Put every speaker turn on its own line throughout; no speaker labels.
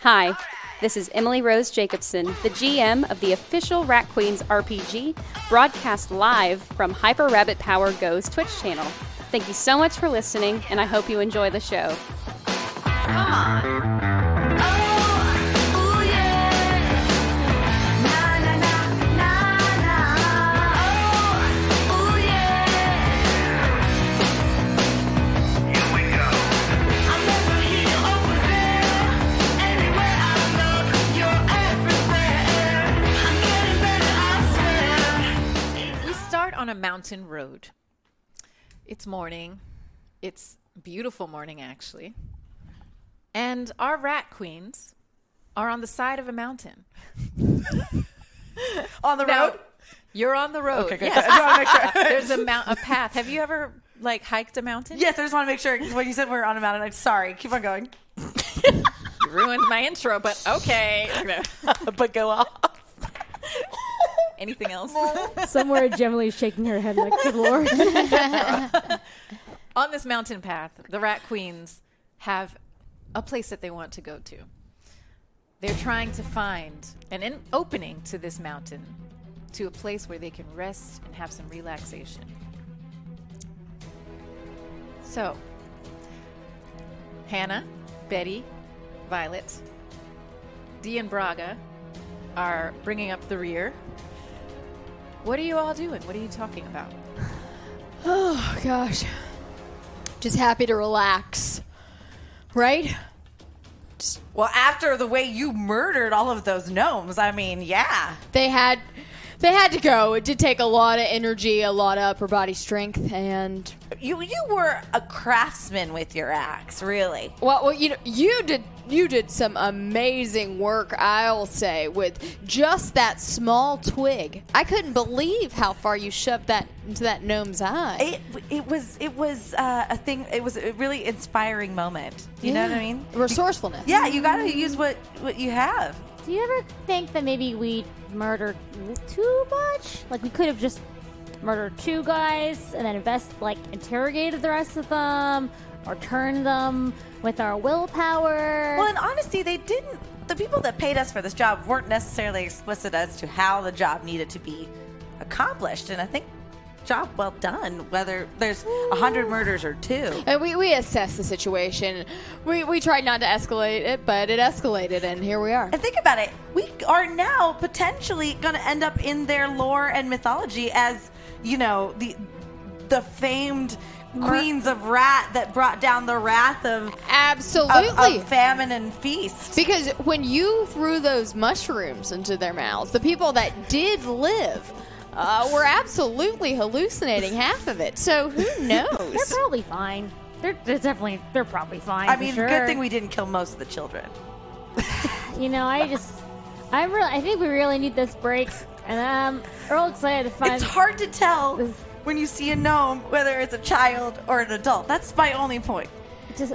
Hi, this is Emily Rose Jacobson, the GM of the official Rat Queens RPG, broadcast live from Hyper Rabbit Power Go's Twitch channel. Thank you so much for listening, and I hope you enjoy the show.
We start on a mountain road. It's morning. It's beautiful morning actually. And our rat queens are on the side of a mountain.
on the
Now,
road.
You're on the road.
Okay, good.
yes.
I just wanna make sure.
There's a mount a path. Have you ever like hiked a mountain?
Yes, I just want to make sure 'cause when you said we were on a mountain, I'm sorry. Keep on going,
You ruined my intro, but okay.
but go off.
Anything else?
Somewhere, Gemily shaking her head like, "Good lord."
on this mountain path, the rat queens have a place that they want to go to. They're trying to find an in- opening to this mountain, to a place where they can rest and have some relaxation. So, Hannah, Betty, Violet, Dee, and Braga are bringing up the rear. What are you all doing? What are you talking about?
Oh gosh. Just happy to relax. Right?
Well, after the way you murdered all of those gnomes, I mean, yeah.
They had they had to go. It did take a lot of energy, a lot of upper body strength and
You you were a craftsman with your axe, really.
well, well you know, you did you did some amazing work, I'll say, with just that small twig. I couldn't believe how far you shoved that into that gnome's eye.
It it was it was uh, a thing. It was a really inspiring moment. You know what I
Yeah.
mean?
Resourcefulness.
Yeah, you got to use what what you have.
Do you ever think that maybe we murdered too much? Like we could have just murdered two guys and then invest like interrogated the rest of them or turned them with our willpower.
Well, in honesty, they didn't. The people that paid us for this job weren't necessarily explicit as to how the job needed to be accomplished, and I think job well done. Whether there's a hundred murders or two,
And we, we assessed the situation. We, we tried not to escalate it, but it escalated, and here we are.
and think about it, we are now potentially going to end up in their lore and mythology as you know the the famed queens of rat that brought down the wrath of. Of,
Absolutely.
of famine and feast.
Because when you threw those mushrooms into their mouths, the people that did live uh, were absolutely hallucinating half of it. So who
they're
knows?
probably fine. They're, they're definitely they're probably fine.
I
for
mean,
sure.
good thing we didn't kill most of the children.
You know, I just I really I think we really need this break, and I'm real excited to find.
It's hard to tell
This-
when you see a gnome whether it's a child or an adult. That's my only point.
Just,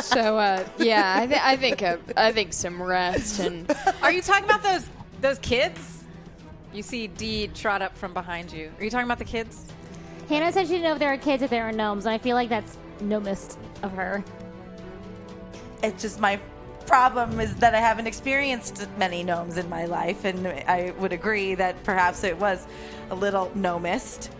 so uh, yeah, I, th- I think uh, I think some rest and
Are you talking about those those kids? You see Dee trot up from behind you. Are you talking about the kids?
Hannah said she didn't know if there were kids if there were gnomes, and I feel like that's gnomist of her.
It's just my problem is that I haven't experienced many gnomes in my life, and I would agree that perhaps it was a little gnomist.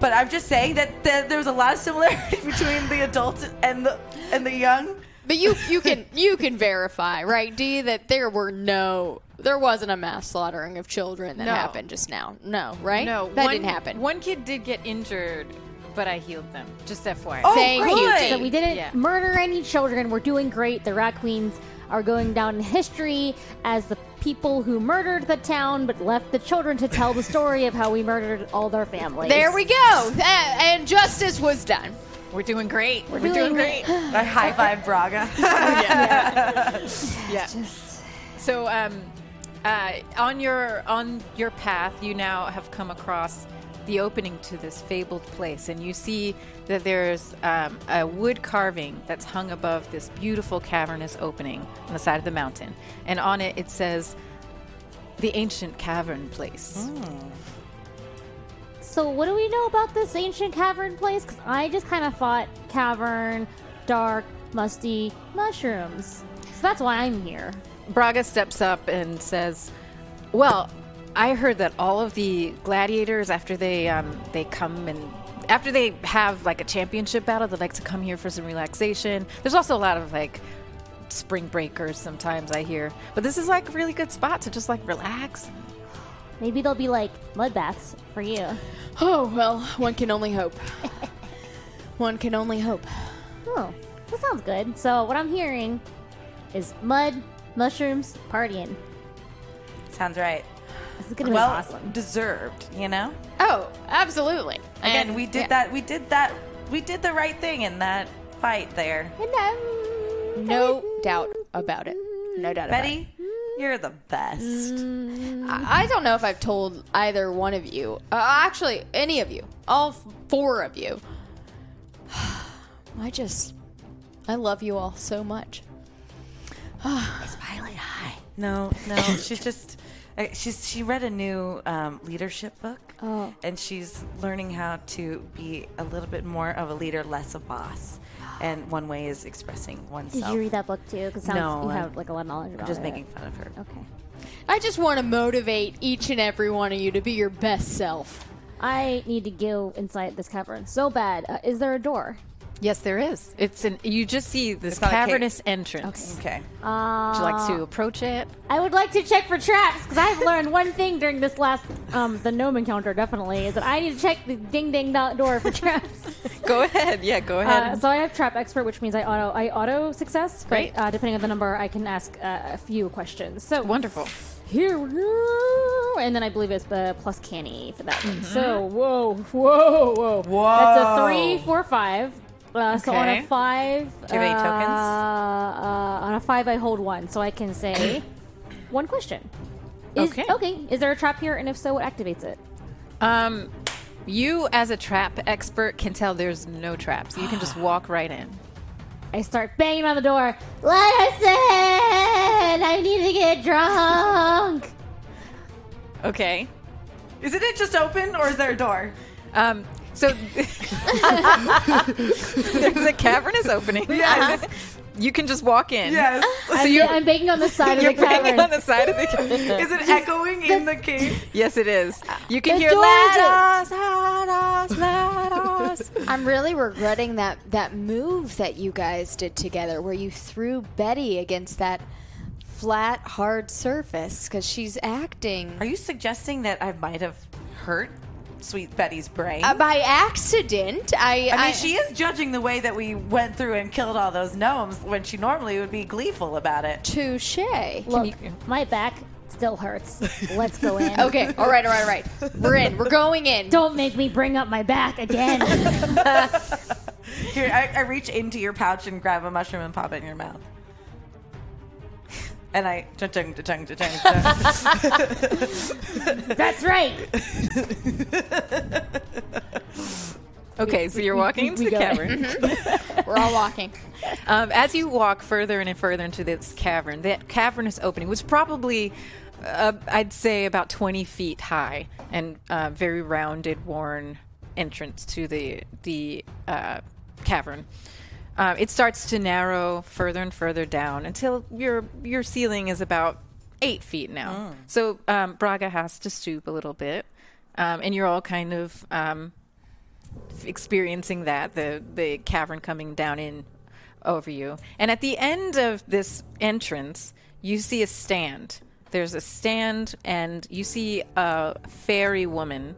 But I'm just saying that th- there was a lot of similarity between the adult and the and the young.
but you you can you can verify right, Dee, that there were no there wasn't a mass slaughtering of children that
No.
happened just now. No, right? Eh? that
one-
didn't happen.
One kid did get injured, but I healed them. Just FYI.
Oh,
Thank you.
good.
So we didn't
Yeah.
murder any children. We're doing great. The Rat Queens are going down in history as the people who murdered the town but left the children to tell the story of how we murdered all their families.
There we go. That- and justice was done.
We're doing great. We're,
doing
I high five Braga.
yeah. So um, uh, on your on your path, you now have come across the opening to this fabled place, and you see that there's um, a wood carving that's hung above this beautiful cavernous opening on the side of the mountain, and on it it says. The ancient cavern place.
So what do we know about this ancient cavern place? Because I just kind of thought cavern, dark, musty mushrooms. So that's why I'm here.
Braga steps up and says, "Well, I heard that all of the gladiators, after they um, they come and after they have like a championship battle, they like to come here for some relaxation. There's also a lot of like spring breakers sometimes I hear, but this is like a really good spot to just like relax.
Maybe they'll be like mud baths for you.
Oh, well, one can only hope. one can only hope.
Oh, that sounds good. So what I'm hearing is mud, mushrooms, partying.
Sounds right.
This is gonna
Well,
be awesome.
deserved, you know?
Oh, absolutely.
Again,
And-
we did
yeah.
that. We did that. We did the right thing in that fight there.
And um,
No doubt about it. No doubt about it.
Betty, Mm. you're the best.
I I don't know if I've told either one of you, uh, actually, any of you, all f- four of you. I just, I love you all so much.
Smiley high. No, no, she's just. uh, She's she read a new um, leadership book, and she's learning how to be a little bit more of a leader, less a boss. And one way is expressing
did
oneself.
you read that book too? Because sounds
No,
you
I'm-
have like a lot of knowledge about
I'm just
it.
making fun of her.
Okay.
I just want to motivate each and every one of you to be your best self.
I need to go inside this cavern so bad. Uh, is there a door?
Yes, there is. It's an you just see this
not a cave.
cavernous entrance.
Okay. Ah.
Would you like to approach it?
Uh, I would like to check for traps because I've learned one thing during this last um, the gnome encounter. Definitely is that I need to check the ding ding do- door for traps.
Go ahead. Yeah, go
Uh, so I have trap expert, which means I auto I auto success.
Great.
But, uh, depending on the number, I can ask uh, a few questions. So
Wonderful.
Here we go, and then I believe it's uh, plus canny for that one. So whoa, whoa, whoa,
Whoa.
That's a three, four, five. Uh, So on a
Okay.
five,
Do you have any
uh,
tokens?
Uh, on a five, I hold one, so I can say one question. Is,
Okay.
Okay. Is there a trap here, and if so, what activates it?
Um, you as a trap expert can tell there's no traps. You can
Ah.
just walk right in.
I start banging on the door. Listen, I need to get drunk.
Okay.
Isn't it just open, or is there a door?
Um, so there's a cavernous opening. Yes. You can just walk in.
Yes.
So
I'm,
you're,
I'm banging on the side of
you're
the
banging
cavern.
on the side of the cavern.
Is it echoing in the cave?
yes, it is. You can
The
hear
door
let
is o-
us, let us, let us.
I'm really regretting that that move that you guys did together, where you threw Betty against that flat, hard surface because she's acting
Are you suggesting that I might have hurt Sweet Betty's brain?
Uh, by accident. I,
I mean, she is judging the way that we went through and killed all those gnomes when she normally would be gleeful about it.
touche.
Look, my back still hurts. Let's go in.
Okay, all right, all right, all right. We're in. We're going in.
Don't make me bring up my back again.
Here, I, I reach into your pouch and grab a mushroom and pop it in your mouth. And I cha-chung, cha-chung, cha-chung, cha-chung.
That's right.
Okay, so you're walking into
we
the
go in.
cavern.
We're all walking.
Um, as you walk further and further into this cavern, that cavernous opening was probably, uh, I'd say, about 20 feet high and uh, very rounded, worn entrance to the the uh, cavern. Um, it starts to narrow further and further down until your your ceiling is about eight feet now. So um, Braga has to stoop a little bit, um, and you're all kind of um, experiencing that the the cavern coming down in over you and at the end of this entrance you see a stand there's a stand and you see a fairy woman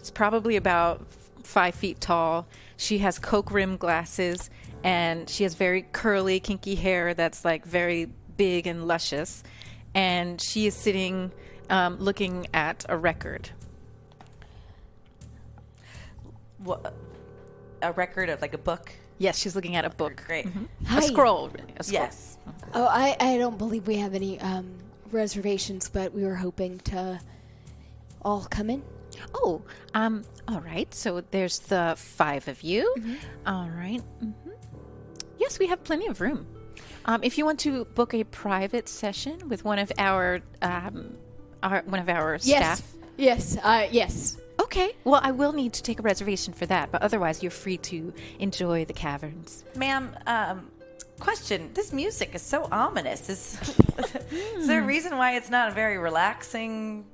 it's probably about f- five feet tall she has coke rim glasses and she has very curly kinky hair that's like very big and luscious and she is sitting um, looking at a record
Wha- A record of like a book.
yes she's looking at a book
Great.
a scroll really, a scroll
Yes.
Oh, I, I don't believe we have any um, reservations, but we were hoping to all come in.
Oh, um, all right. So there's the five of you. All right. Mm-hmm. Yes, we have plenty of room. Um, if you want to book a private session with one of our, um, our one of our
Yes.
staff.
Yes. Uh, yes.
Okay. Well, I will need to take a reservation for that, but otherwise, you're free to enjoy the caverns.
Ma'am, um, Question: This music is so ominous. Is, is there a reason why it's not a very relaxing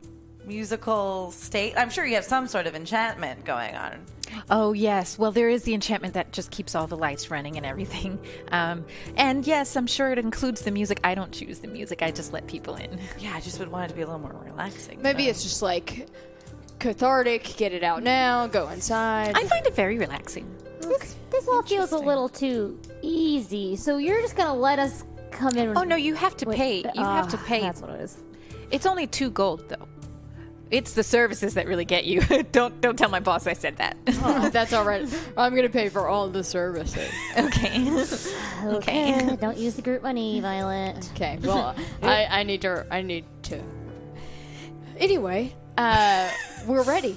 musical state? I'm sure you have some sort of enchantment going on.
Oh yes, well there is the enchantment that just keeps all the lights running and everything. Um, and yes, I'm sure it includes the music. I don't choose the music. I just let people in.
Yeah, I just would want it to be a little more relaxing.
Maybe it's just like cathartic. Get it out now. Go inside.
I find it very relaxing.
This, this all feels a little too easy. So you're just gonna let us come in?
Oh no, you have to
Wait,
pay. You have to
ah,
pay.
That's what it is.
It's only two gold though. It's the services that really get you. don't don't tell my boss I said that.
Oh, That's all right. I'm gonna pay for all the services.
okay.
Okay. Don't use the group money, Violet.
Okay. Well, I, I need to. I need to. Anyway, uh, we're ready.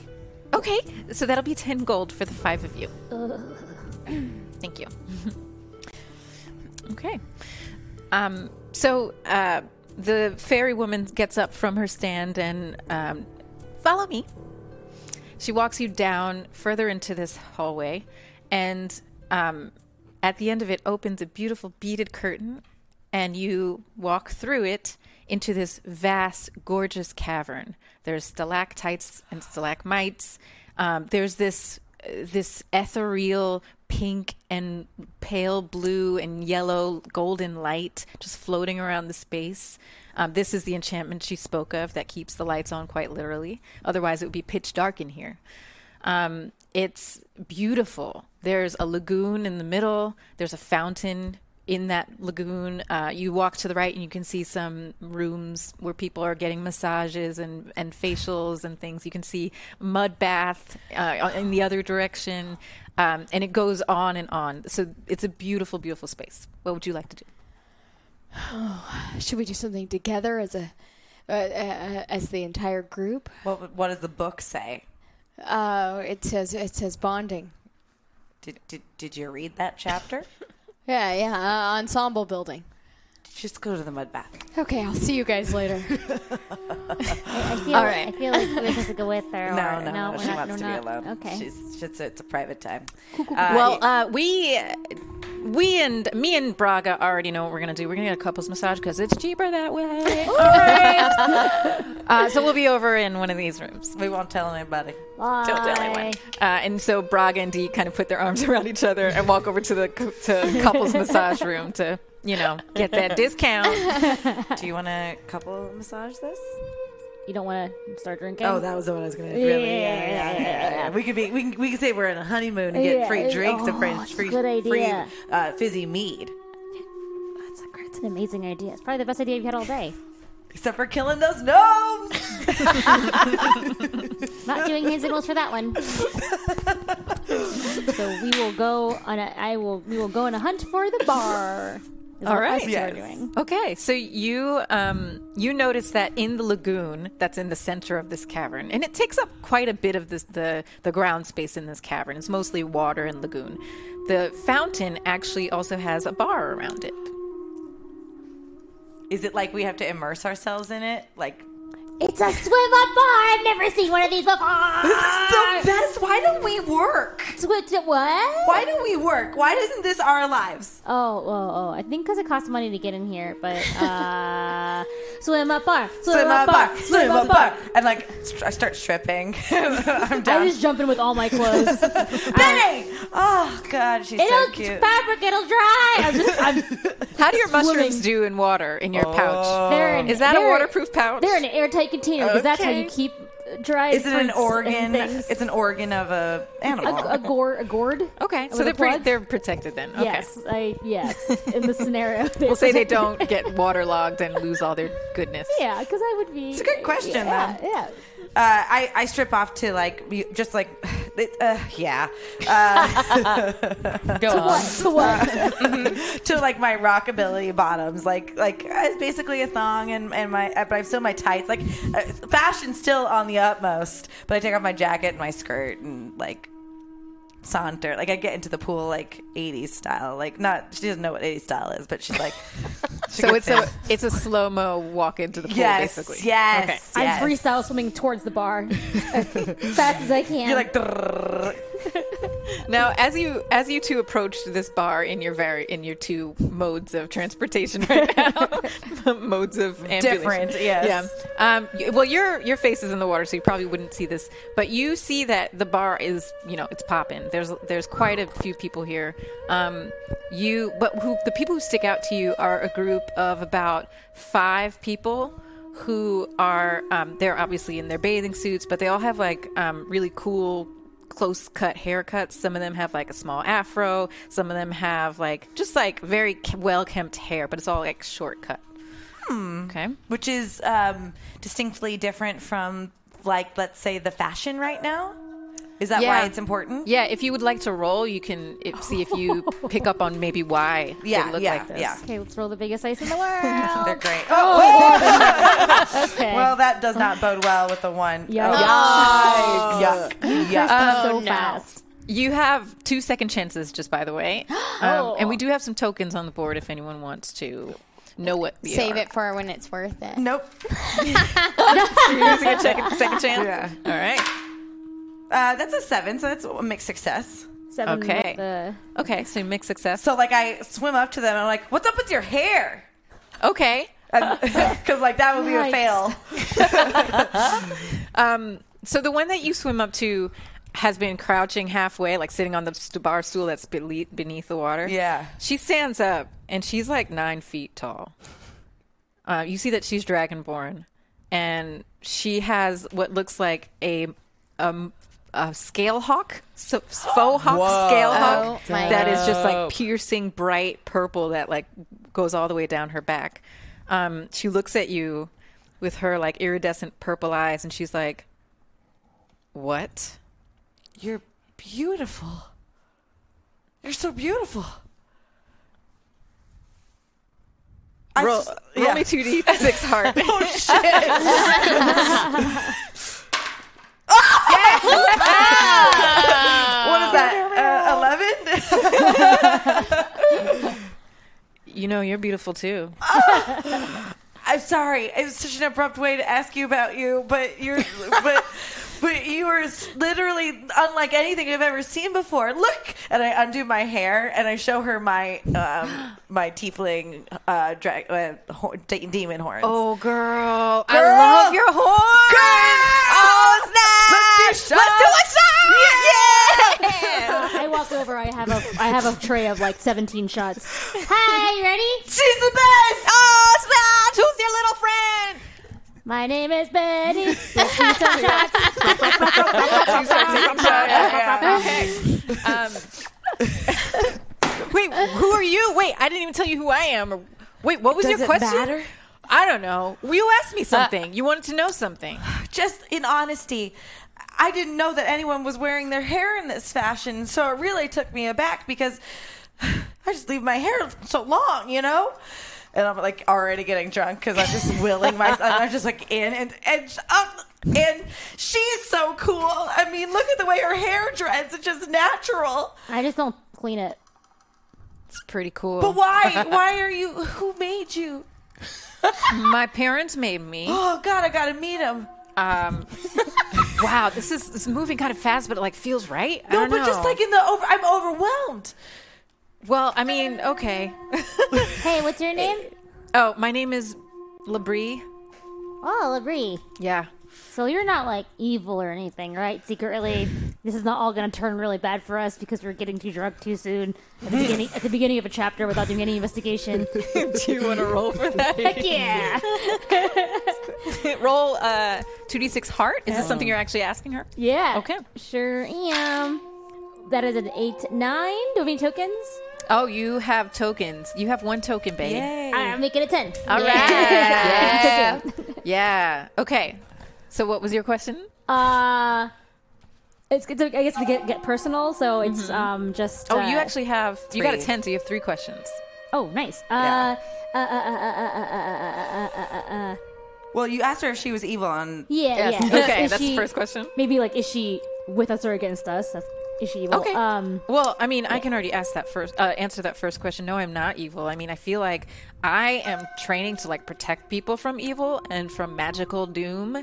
Okay. So that'll be ten gold for the five of you. Thank you. okay. Um, so uh, the fairy woman gets up from her stand and um, follow me. She walks you down further into this hallway, and um, at the end of it opens a beautiful beaded curtain, and you walk through it into this vast, gorgeous cavern. There's stalactites and stalagmites. Um, there's this this ethereal pink and pale blue and yellow golden light just floating around the space. Um, this is the enchantment she spoke of that keeps the lights on quite literally. Otherwise, it would be pitch dark in here. Um, it's beautiful. There's a lagoon in the middle. There's a fountain in that lagoon. Uh, you walk to the right and you can see some rooms where people are getting massages and, and facials and things. You can see mud bath uh, in the other direction. Um, and it goes on and on. So it's a beautiful, beautiful space. What would you like to do?
Should we do something together as a uh, uh, as the entire group?
What What does the book say?
Uh, it says it says bonding.
Did Did, did you read that chapter?
Yeah, yeah. Uh, ensemble building.
Just go to the mud bath.
Okay, I'll see you guys later.
I feel,
All right.
I feel like we're supposed to go with her.
No,
or,
no, no,
we're
she
not,
wants
we're
to
not.
be alone.
Okay.
She's, she's it's a private time. um,
well, uh, we, we and me and Braga already know what we're gonna do. We're gonna get a couples massage because it's cheaper that way. All right. uh, so we'll be over in one of these rooms.
We won't tell anybody.
Don't tell anyone. Uh, and so Braga and Dee kind of put their arms around each other and walk over to the cou- to couples massage room to you know get that discount.
Do you want to couple massage this?
You don't want to start drinking.
Oh, that was what I was gonna. do. Really? Yeah, yeah, yeah, yeah, yeah. We could be. We can, we could say we're on a honeymoon and get
Yeah,
free
yeah.
drinks and free
Oh, it's a
free,
good
free
idea.
uh, fizzy mead.
that's, a, that's an amazing idea. It's probably the best idea you've had all day.
Except for killing those gnomes.
Not doing hand signals for that one. so we will go on. A, I will. We will go on a hunt for the bar. Is
All
what
right.
us two
Yes.
Are doing.
Okay, so you um, you notice that in the lagoon that's in the center of this cavern, and it takes up quite a bit of this, the the ground space in this cavern. It's mostly water and lagoon. The fountain actually also has a bar around it.
Is it like we have to immerse ourselves in it? Like
It's a swim up bar. I've never seen one of these before.
the best. Why don't we work?
Switch it- what?
Why do we work? Why isn't this our lives?
Oh, oh, oh! I think because it costs money to get in here, but uh, swim up bar, swim,
Swim up
up bar,
bar, swim up bar, and like st- I start stripping. I'm
I
done.
just jump in with all my clothes.
Benny. Oh God, she's so
it'll
cute.
fabric, it'll dry. I'm just, I'm,
How do your mushrooms do in water in your
Oh.
pouch?
they're in,
Is that a
Oh. they're-
waterproof pouch?
They're in an airtight container because that's how
Okay.
you keep dry.
Is it an
fruits and
organ?
things.
It's an organ of a
a,
animal. Uh,
a gourd. A gourd.
Okay,
With
so
a
they're pretty,
plug?
they're protected then. Okay.
Yes, I yes. In the scenario,
We'll say they don't get waterlogged and lose all their goodness.
Yeah, because I would be. It's
a good question,
Yeah,
though.
yeah.
Uh, I I strip off to like you- just like it- uh, yeah uh,
Go on.
So what?
to like my rockabilly bottoms like like uh, it's basically a thong and and my uh, but I've still my tights like uh, fashion's still on the utmost but I take off my jacket and my skirt and like saunter like I get into the pool like 80s style like not she doesn't know what 80s style is but she's like
So it's a it's a slow mo walk into the pool,
yes
basically.
yes,
Okay.
yes
I'm freestyle swimming towards the bar as fast as I can.
You're like, "Drrrr."
Now, as you as you two approach this bar in your very in your two modes of transportation right now, modes of ambulation.
Different, yes.
Yeah. Um, y- well, your your face is in the water, so you probably wouldn't see this, but you see that the bar is you know it's popping. There's there's quite a few people here. Um, you but who the people who stick out to you are a group of about five people who are um, they're obviously in their bathing suits, but they all have like um, really cool close cut haircuts. Some of them have like a small afro. Some of them have like just like very well kempt hair, but it's all like short cut. Okay.
which is um, distinctly different from like let's say the fashion right now. Is that
Yeah.
why it's important?
Yeah, if you would like to roll, you can if, see if you pick up on maybe why
yeah,
they look
yeah,
like this.
yeah.
Okay, let's roll the biggest ice in the world.
They're great. Oh,
Okay.
well, that does not bode well with the one.
Yeah.
Oh, yuck, yuck.
so fast.
You have two second chances, just by the way, um, and we do have some tokens on the board if anyone wants to know what they
Save
are.
it for when it's worth it.
nope.
You're using a second, second chance. All right.
Uh, that's a seven, so that's a mixed success.
Seven
Okay.
with the-
Okay, so mixed success.
So like I swim up to them and I'm like, "What's up with your hair?"
okay.
Because like that would be a
Yikes.
fail.
So the one that you swim up to has been crouching halfway, like sitting on the st- bar stool that's bele- beneath the water.
Yeah.
She stands up and she's like nine feet tall. Uh, you see that she's dragonborn, and she has what looks like a um a scale hawk, so, faux hawk, scale hawk
Oh my
that is just like piercing bright purple that like goes all the way down her back. Um, she looks at you with her like iridescent purple eyes, and she's like, "What?"
You're beautiful. You're so beautiful. I
Roll,
s-
roll
yeah. Oh,
me two d six heart.
What is that? Uh, 11?
you know you're beautiful too.
I'm sorry. It was such an abrupt way to ask you about you, but you're, but, but you were s- literally unlike anything I've ever seen before. Look, and I undo my hair and I show her my, um, my tiefling, uh, drag, uh, hor- de- demon horns.
Oh, girl. I
Girl.
love your horn.
Oh, snap!
Let's do shots.
do a shot! Yeah!
uh, I walk over. I have a I have a tray of like 17 shots. Hi, you ready?
She's the best! Oh, snap! Who's your little friend?
My name is Betty. Let's do some shots.
Um, Wait, who are you? Wait, I didn't even tell you who I am. Or- Wait, what was
Does
your
it
question?
matter?
I don't know. You asked me something. you wanted to know something.
Just in honesty, I didn't know that anyone was wearing their hair in this fashion, so it really took me aback because I just leave my hair so long, you know? And I'm like already getting drunk because I'm just willing myself. I'm just like in and and up. And she's so cool. I mean, look at the way her hair dreads. It's just natural.
I just don't clean it.
It's pretty cool.
But why? Why are you? Who made you?
My parents made me.
Oh, God, I got to meet him.
Um, wow, this is it's moving kind of fast, but it like feels right. I
No,
don't
but just
know.
like in the over, I'm overwhelmed.
well, I mean, okay.
Hey, what's your name?
Oh, my name is Labrie.
Oh, Labrie.
Yeah.
So you're not like evil or anything, right? Secretly, this is not all going to turn really bad for us because we're getting too drunk too soon at the beginning, at the beginning of a chapter without doing any investigation.
Do you want to roll for that?
Heck yeah!
roll uh, 2d6 heart. Is this something you're actually asking her?
Yeah.
Okay.
Sure am. That is an eight nine. Do we have any tokens?
Oh, you have tokens. You have one token, baby.
I'm making a ten.
All right. Yeah.
Yeah.
Yeah. Okay. So, what was your question?
Uh, it's, it's I guess to get, get personal, so it's um just.
Oh,
uh,
you actually have. You got a
three.
10, so you have three questions.
Oh, nice. Uh, uh, uh, uh, uh, uh, uh, uh, uh, uh, uh,
Well, you asked her if she was evil on.
yeah, yeah. Is-
Okay,
is
that's
she-
the first question.
Maybe like, is she with us or against us? That's Is she evil?
Okay.
Um,
Well, I mean, I can already ask that first, uh, answer that first question. No, I'm not evil. I mean, I feel like I am training to like protect people from evil and from magical doom.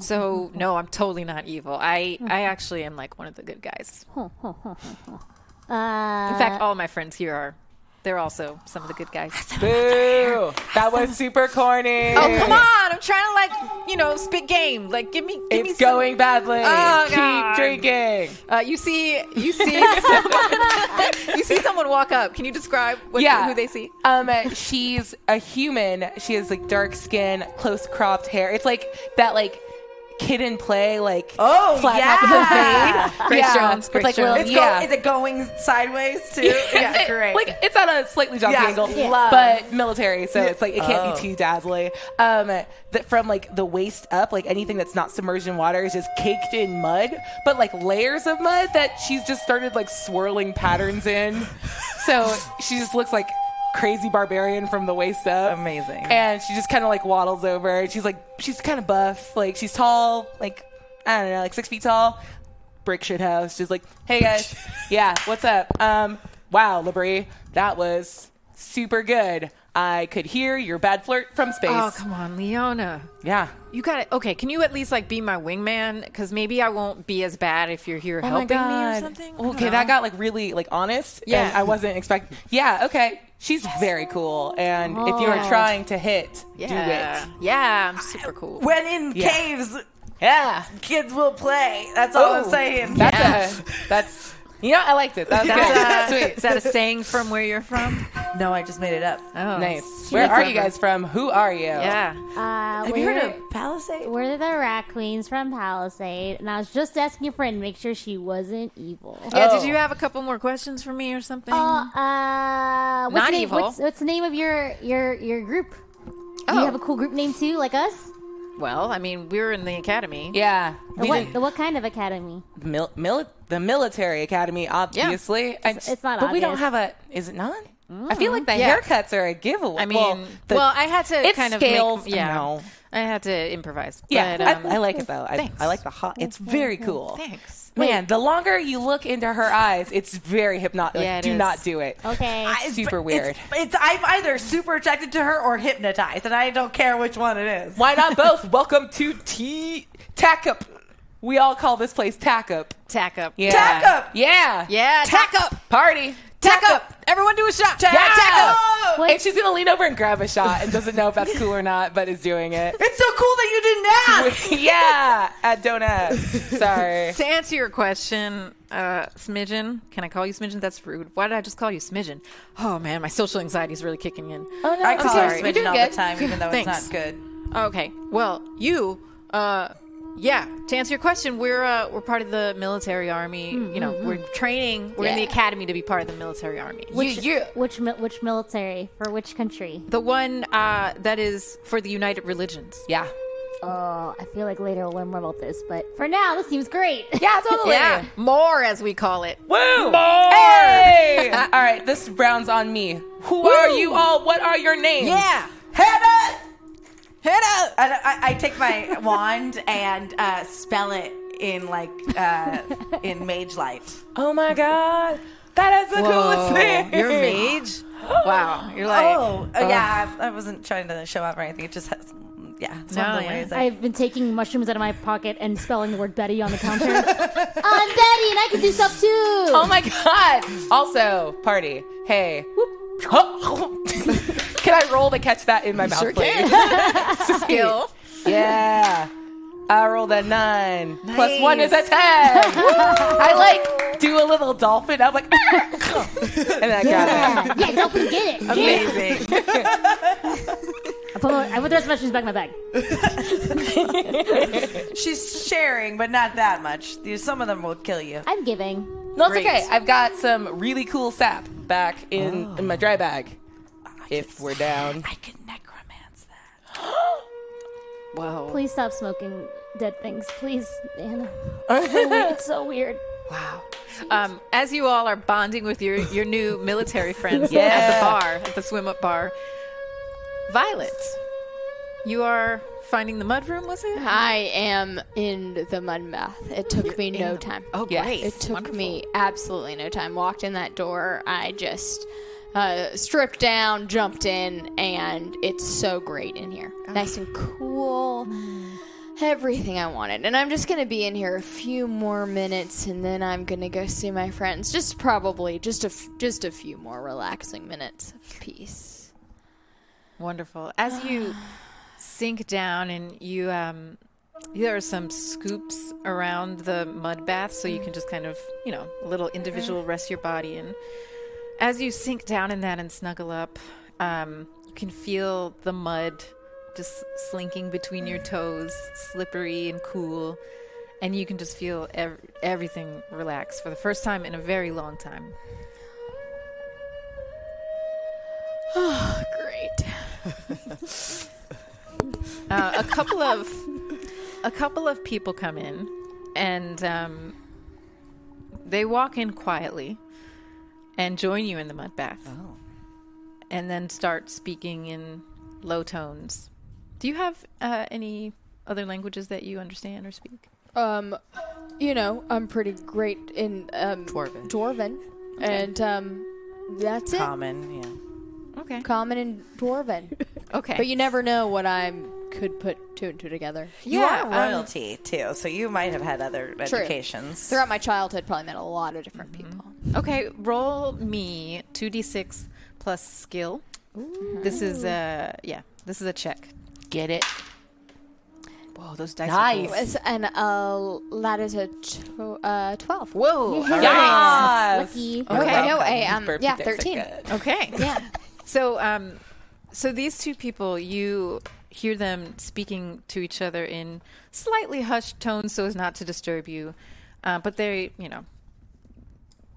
So no, I'm totally not evil. I I actually am like one of the good guys.
uh,
In fact, all my friends here are. They're also some of the good guys.
Boo! That was super corny.
Oh come on! I'm trying to like you know spit game. Like give me give me
It's going badly.
Oh, God.
Keep drinking.
Uh, you see, you see, someone, you see someone walk up. Can you describe what, who they see?
Um, she's a human. She has like dark skin, close cropped hair. It's like that like kid in play like
Oh,
flat
yeah.
top of her fade.
Grace
yeah.
Jones,
With,
Grace
like,
Jones.
little-
It's
yeah.
go- is it going sideways too? yeah, great.
Like it's on a slightly jumpy
Yeah,
angle,
love. Oh.
but military, so it's like it can't be too dazzly. Um, that from like the waist up, like anything that's not submerged in water is just caked in mud, but like layers of mud that she's just started like swirling patterns in. so she just looks like crazy barbarian from the waist up.
Amazing.
And she just kind of like waddles over. and She's like she's kind of buff, like she's tall, like I don't know, like six feet tall brick shit house. She's like, hey guys, yeah, what's up? Um, wow, Labrie, that was super good. I could hear your bad flirt from space.
Oh come on, Leona.
yeah.
You got it. Okay, can you at least like be my wingman? Because maybe I won't be as bad if you're
Oh
here helping me or something. I don't
Okay,
know.
that got like really like honest.
Yeah.
and I wasn't expecting. Yeah, okay. She's very cool, and if you are trying to hit,
yeah.
do it.
Yeah, I'm super cool.
when in
Yeah.
caves,
Yeah,
kids will play. That's all
Ooh.
I'm saying.
that's a, that's you know I liked it. That's,
That's
good.
a,
sweet.
Is that a saying from where you're from?
no, I just made it up.
Oh,
nice. Where are you guys from? Who are you?
Yeah.
uh,
Have you heard of Palisade?
We're the Rat Queens from Palisade, and I was just asking a friend to make sure she wasn't evil.
Yeah.
Oh.
Did you have a couple more questions for me or something?
Uh, uh, what's
Not
the name,
evil.
What's, what's the name of your your your group? Do you
Oh.
have a cool group name too, like us?
well, I mean, we were in the academy.
yeah.
The
We
what,
didn't-
the what kind of academy?
mil- mili- the military academy, obviously. I just-
it's not
But we don't
obvious.
have a. Is it not? I feel like the
Mm. Yeah.
haircuts are a giveaway.
I mean,
well,
well,
the-
I had to
it
kind of
scales,
Make, yeah,
I know.
I had to improvise.
yeah,
but, um,
I, I like it though. I,
thanks. Mm-hmm.
I like the hot. It's very cool.
Thanks.
Man, the longer you look into her eyes, it's very hypnotic.
Yeah, it
do
is.
not do it.
Okay.
I-
super
but it's-
weird.
It's, I'm either super attracted to her or hypnotized, and I don't care which one it is.
Why not both? Welcome to T Tack Up. We all call this place Tack Up.
Tack up.
Yeah.
Tack Up!
Yeah.
Yeah. Tack up.
Party.
Tack up. Everyone do a shot. Tack,
Yeah.
Ah!
Oh,
And she's gonna lean over and grab a shot and doesn't know if that's cool or not, but is doing it.
it's so cool that you didn't ask.
yeah, at Donut. Sorry.
To answer your question, uh, Smidgen, can I call you Smidgen? That's rude. Why did I just call you Smidgen? Oh man, my social anxiety is really kicking in.
Oh no,
I call her
sorry. You're
smidgen all
good.
the time, even though it's
Thanks.
not good.
Okay. Well, you, uh, yeah. To answer your question, we're uh, we're part of the military army.
Hmm,
You know, we're training. We're in the
Yeah.
academy to be part of the military army.
which, which mi- which military for which country?
The one uh, that is for the United Religions.
Yeah.
Oh, I feel like later we'll learn more about this, but for now, this seems great.
Yeah, totally.
Yeah, more as we call it.
Woo! Hey! all right, this round's on me. Who are you all? What are your names?
Yeah.
Hannah! Hannah! And I, I take my wand and uh, spell it in like uh, in mage light.
Oh my god. That is the coolest thing.
You're a mage. Wow, you're like
Oh, uh, yeah. I, I wasn't trying to show off or anything. It just has, yeah. It's one
No,
of the
yeah.
ways. I,
I've been taking mushrooms out of my pocket and spelling the word Betty on the counter. I'm Betty, and I can do stuff too.
Oh my god. Also, party. Hey. can I roll to catch that in my mouth, please?
skill.
Yeah. I rolled a nine. Plus one is a ten. I like do a little dolphin. I'm like, and then I got it.
yeah, yeah, don't forget it. Yeah.
amazing.
I put, my- I put the rest of my mushrooms back in my bag.
She's sharing, but not that much. There's- Some of them will kill you.
I'm giving.
No, it's
Great.
okay. I've got some really cool sap back in, in my dry bag. If we're down,
I can necromance that.
Whoa.
Please stop smoking dead things, please, Anna. It's so weird. It's so weird.
Oh.
Um, as you all are bonding with your, your new military friends at
Yeah.
the bar, at the swim up bar, Violet, you are Finding the mudroom, was it?
I am in the mud bath. It took me no time.
Oh,
Yes.
great.
It took me absolutely no time. Walked in that door, I just uh, stripped down, jumped in, and it's so great in here. Nice and cool. Everything I wanted. And I'm just going to be in here a few more minutes and then I'm going to go see my friends. Just probably just a f- just a few more relaxing minutes of peace.
Wonderful. As you sink down and you, um, there are some scoops around the mud bath, so you can just kind of, you know, a little individual rest your body in. As you sink down in that and snuggle up, um, you can feel the mud just slinking between your toes, slippery and cool, and you can just feel ev- everything relax for the first time in a very long time.
Great.
uh, a couple of a couple of people come in and um, they walk in quietly and join you in the mud bath and then start speaking in low tones do you have uh, any other languages that you understand or speak
um, you know, I'm pretty great in um,
Dwarven.
Dwarven, and um, that's it.
Common, yeah.
okay
Common and Dwarven,
okay
but you never know what I could put two and two together.
You
Yeah,
are
um,
royalty too, so you might have had other
True.
educations.
Throughout my childhood, probably met a lot of different people.
Okay, roll me two d six plus skill. This is a yeah. This is a check.
Get it?
Whoa, those dice.
Nice.
It was an uh, latitude tw- uh, twelve.
Whoa. All right.
Yes.
Lucky.
Okay,
Okay.
no, a,
These
um,
burpee
yeah,
dicks are
thirteen.
good.
Okay.
Yeah,
So, um, so these two people, you hear them speaking to each other in slightly hushed tones, so as not to disturb you. Uh, but they, you know,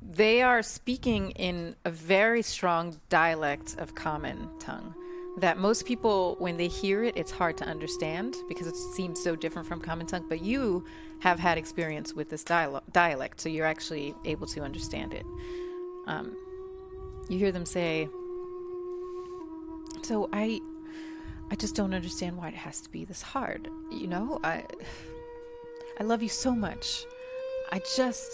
they are speaking in a very strong dialect of common tongue that most people, when they hear it, it's hard to understand because it seems so different from common tongue. But you have had experience with this dialo- dialect, so you're actually able to understand it. Um, you hear them say, so I I just don't understand why it has to be this hard. You know, I I love you so much. I just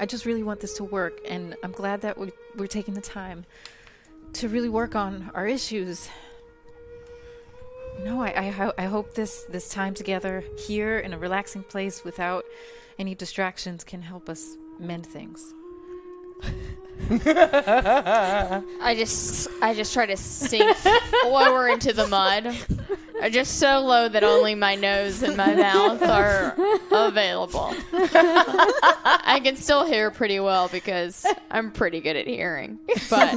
I just really want this to work and I'm glad that we we're taking the time to really work on our issues. You know, I, I ho- I hope this this time together here in a relaxing place without any distractions can help us mend things.
I just, I just try to sink lower into the mud. Uh, Just so low that only my nose and my mouth are available. I can still hear pretty well because I'm pretty good at hearing, but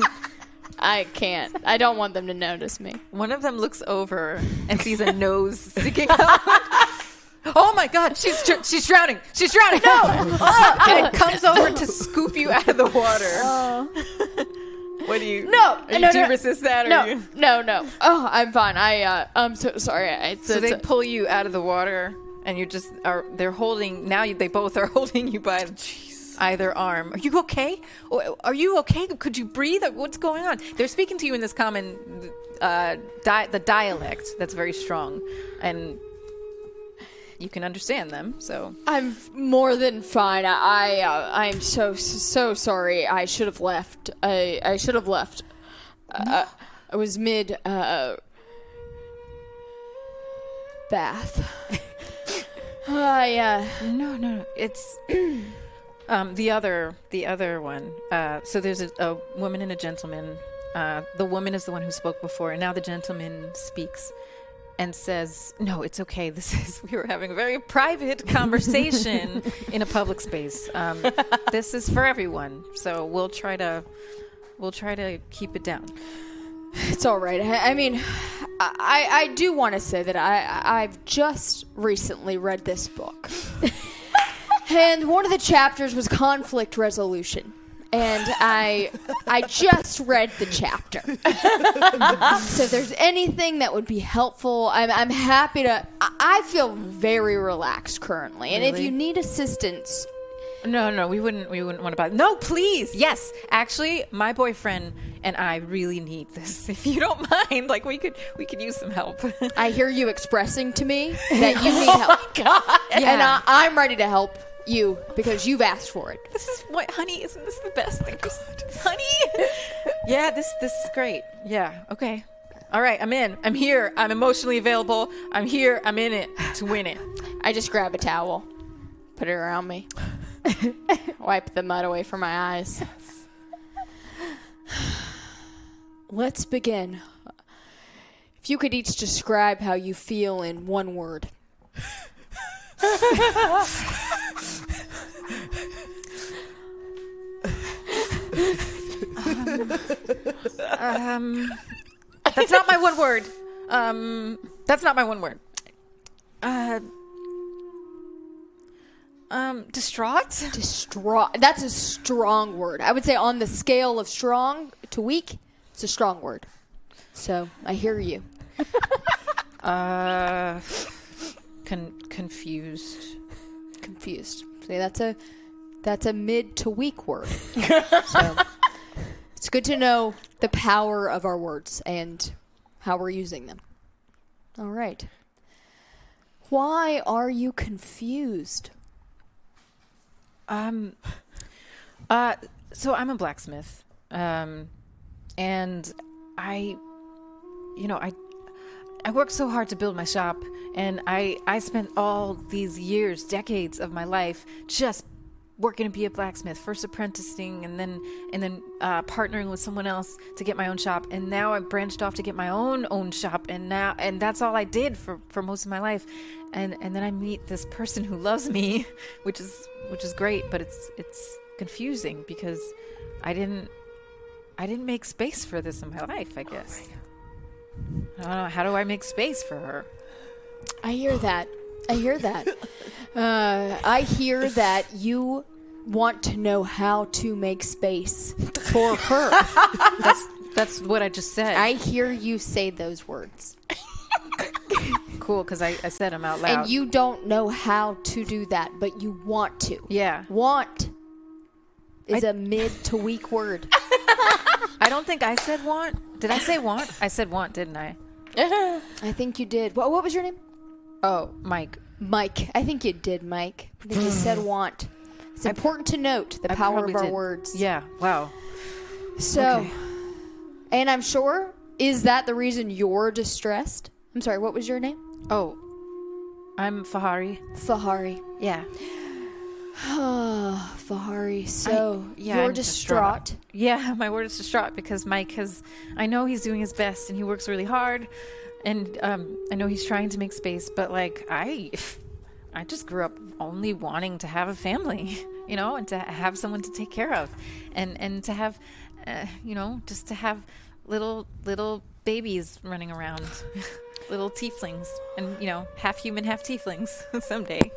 I can't. I don't want them to notice me.
One of them looks over and sees a nose sticking out. Oh my God! She's dr- she's drowning. She's drowning. No! and it comes over to scoop you out of the water.
What do you?
Oh. No,
Or you
no,
do
no.
resist that, or
No,
you?
no, no. Oh, I'm fine. I, uh, I'm so sorry. I,
So they pull you out of the water, and you're just are they're holding now. You, they both are holding you by either arm. Are you okay? O- Are you okay? Could you breathe? What's going on? They're speaking to you in this common uh, di- the dialect that's very strong, and you can understand them. So
I'm f- more than fine. I, I uh, I'm so so sorry. I should have left. I I should have left. Uh, I was mid uh, bath. I uh,
No, no, no. It's um, the other, the other one. Uh, so there's a, a woman and a gentleman. Uh, the woman is the one who spoke before, and now the gentleman speaks and says, "No, it's okay. This is we were having a very private conversation in a public space. Um, this is for everyone. So we'll try to." We'll try to keep it down.
It's all right. I, I mean, I, I do want to say that I I've just recently read this book, and one of the chapters was conflict resolution, and I I just read the chapter. so if there's anything that would be helpful, I'm I'm happy to. I, I feel very relaxed currently, and if you need assistance,
No, no, we wouldn't. We wouldn't want to buy. No, please. Yes, actually, my boyfriend and I really need this. If you don't mind, like we could, we could use some help.
I hear you expressing to me that you need help. And I, I'm ready to help you because you've asked for it.
this is what, honey. Isn't this the best thing, God, honey? yeah, this this is great. Yeah. Okay. All right. I'm in. I'm here. I'm emotionally available. I'm here. I'm in it to win it.
I just grab a towel, put it around me, wipe the mud away from my eyes. Let's begin. If you could each describe how you feel in one word.
Um, that's not my one word. Um, that's not my one word. Uh, um, distraught.
Distraught. That's a strong word. I would say on the scale of strong to weak, it's a strong word. So I hear you.
Uh, con- confused.
Confused. See, that's a that's a mid to weak word. so it's good to know the power of our words and how we're using them. All right. Why are you confused?
Um, uh, so I'm a blacksmith. Um, and I, you know, I, I worked so hard to build my shop, and I, I spent all these years, decades of my life just working to be a blacksmith, first apprenticing, and then, and then uh, partnering with someone else to get my own shop. And now I branched off to get my own own shop, and now, and that's all I did for for most of my life. And and then I meet this person who loves me, which is which is great, but it's it's confusing because I didn't I didn't make space for this in my life, I guess. I don't know. How do I make space for her?
I hear that. I hear that. Uh, I hear that you want to know how to make space for her.
That's what I just said.
I hear you say those words.
cool, because I, I said them out loud.
And you don't know how to do that, but you want to.
yeah.
Want is a mid to weak word.
I don't think I said want. Did I say want? I said want, didn't I?
I think you did. What, what was your name?
Oh, Mike.
Mike. I think you did, Mike. I think you said want. It's important to note the
I
power
probably
of our
did.
words.
Yeah. Wow.
So, and I'm sure, is that the reason you're distressed? I'm sorry, what was your name?
Oh, I'm Fahari.
Fahari.
Yeah.
Oh, Fahari. So,
yeah,
you're
I'm
distraught.
distraught. Yeah, my word is distraught because Mike has. I know he's doing his best and he works really hard, and um, I know he's trying to make space. But like I, I just grew up only wanting to have a family, you know, and to have someone to take care of, and and to have, uh, you know, just to have little little babies running around, little tieflings, and you know, half human, half tieflings someday,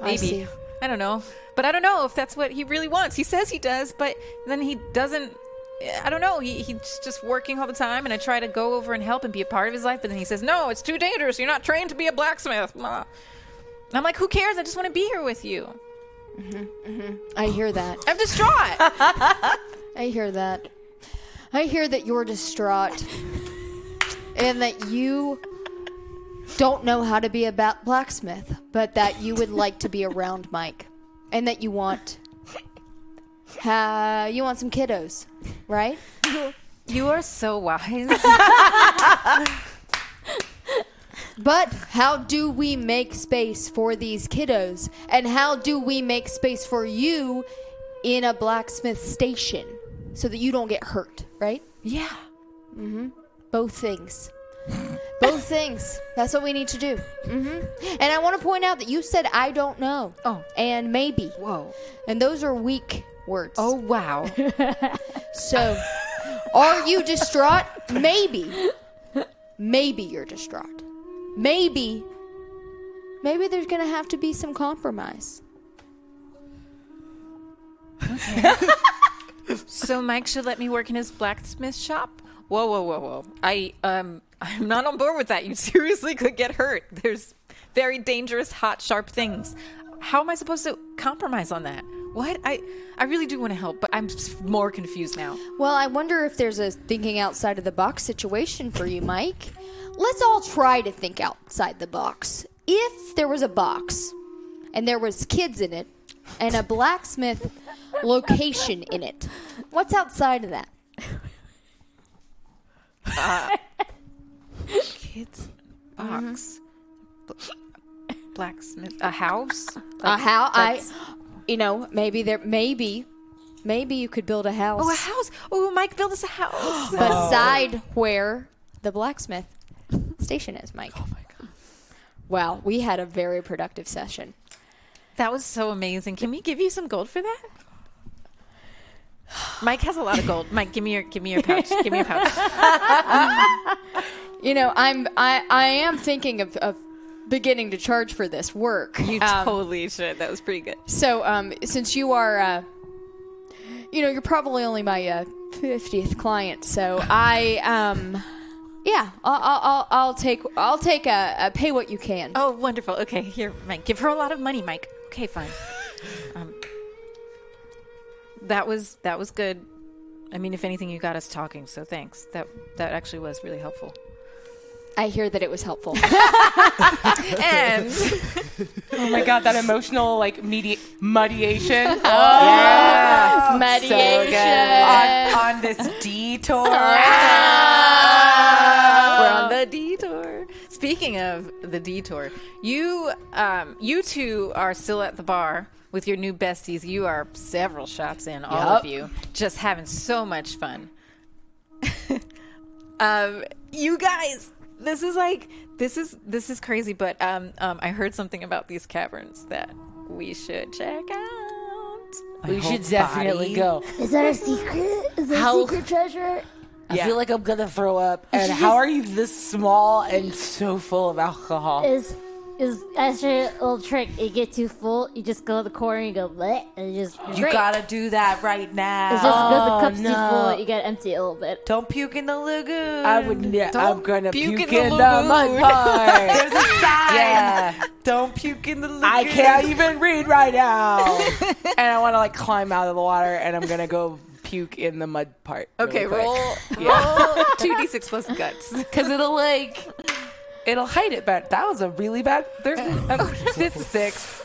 maybe.
see.
I don't know. But I don't know if that's what he really wants. He says he does, but then he doesn't. I don't know. He, he's just working all the time, and I try to go over and help and be a part of his life, but then he says, No, it's too dangerous. You're not trained to be a blacksmith. Blah. And I'm like, Who cares? I just want to be here with you.
I hear that.
I'm distraught.
I hear that. I hear that you're distraught and that you don't know how to be a ba- blacksmith, but that you would like to be around Mike and that you want uh, you want some kiddos, right?
you are so wise.
But how do we make space for these kiddos? And how do we make space for you in a blacksmith station so that you don't get hurt, right?
yeah.
Both things. Both things. That's what we need to do. hmm And I want to point out that you said I don't know.
Mm-hmm. Oh.
And maybe.
Whoa.
And those are weak words.
Oh, wow.
So, are you distraught? Maybe. Maybe you're distraught. Maybe. Maybe there's going to have to be some compromise.
so Mike should let me work in his blacksmith shop? Whoa, whoa, whoa, whoa. I, um, I'm not on board with that. You seriously could get hurt. There's very dangerous, hot, sharp things. How am I supposed to compromise on that? What? I I really do want to help, but I'm s- more confused now.
Well, I wonder if there's a thinking outside of the box situation for you, Mike. Let's all try to think outside the box. If there was a box and there was kids in it and a blacksmith location in it, what's outside of that?
Kids, box, B- blacksmith, a house.
Uh, how I, you know, maybe there, maybe, maybe you could build a house
Oh, a house. Oh, Mike built us a house.
beside where the blacksmith station is, Mike. Oh my god! Wow, we had a very productive session.
that was so amazing. Can we give you some gold for that? Mike has a lot of gold. Mike, give me your give me your pouch. Give me your pouch.
You know, I'm I, I am thinking of, of beginning to charge for this work.
You
Um,
totally should. That was pretty good.
so um, since you are, uh, you know, you're probably only my uh, fiftieth client, so I um, yeah, I'll, I'll, I'll, I'll take I'll take a, a pay what you can.
Oh, wonderful. Okay, here, Mike. Give her a lot of money, Mike. Okay, fine. Um, that was that was good. I mean, if anything, you got us talking, so thanks. That that actually was really helpful.
I hear that it was helpful.
And
Oh my god, that emotional like medi- mediation.
Mediation.
on, on this detour.
we're on the detour. Speaking of the detour, you um, you two are still at the bar with your new besties. You are several shots in, all of you, just having so much fun. um, you guys, this is like this is this is crazy. But um, um, I heard something about these caverns that we should check out.
we should definitely go.
Is that a secret? Is that
How-
a secret treasure?
I
Yeah.
feel like I'm gonna throw up. And how are you this small and so full of alcohol?
Is is actually a little trick. You get too full, you just go to the corner, you go bleh, and you Oh, just
You
drink.
gotta do that right
It's
now.
just because the cup's too
no.
full, you gotta empty it a little bit.
Don't puke in the lagoon.
I would. Ne- I'm gonna puke,
puke in the
in the mud pie.
There's a sign.
Yeah.
Don't puke in the lagoon.
I can't even read right now, and I want to like climb out of the water, and I'm gonna go puke in the mud part.
Okay, roll roll two d six plus guts.
because it'll like it'll hide it. But that was a really bad. There's um, it's a six.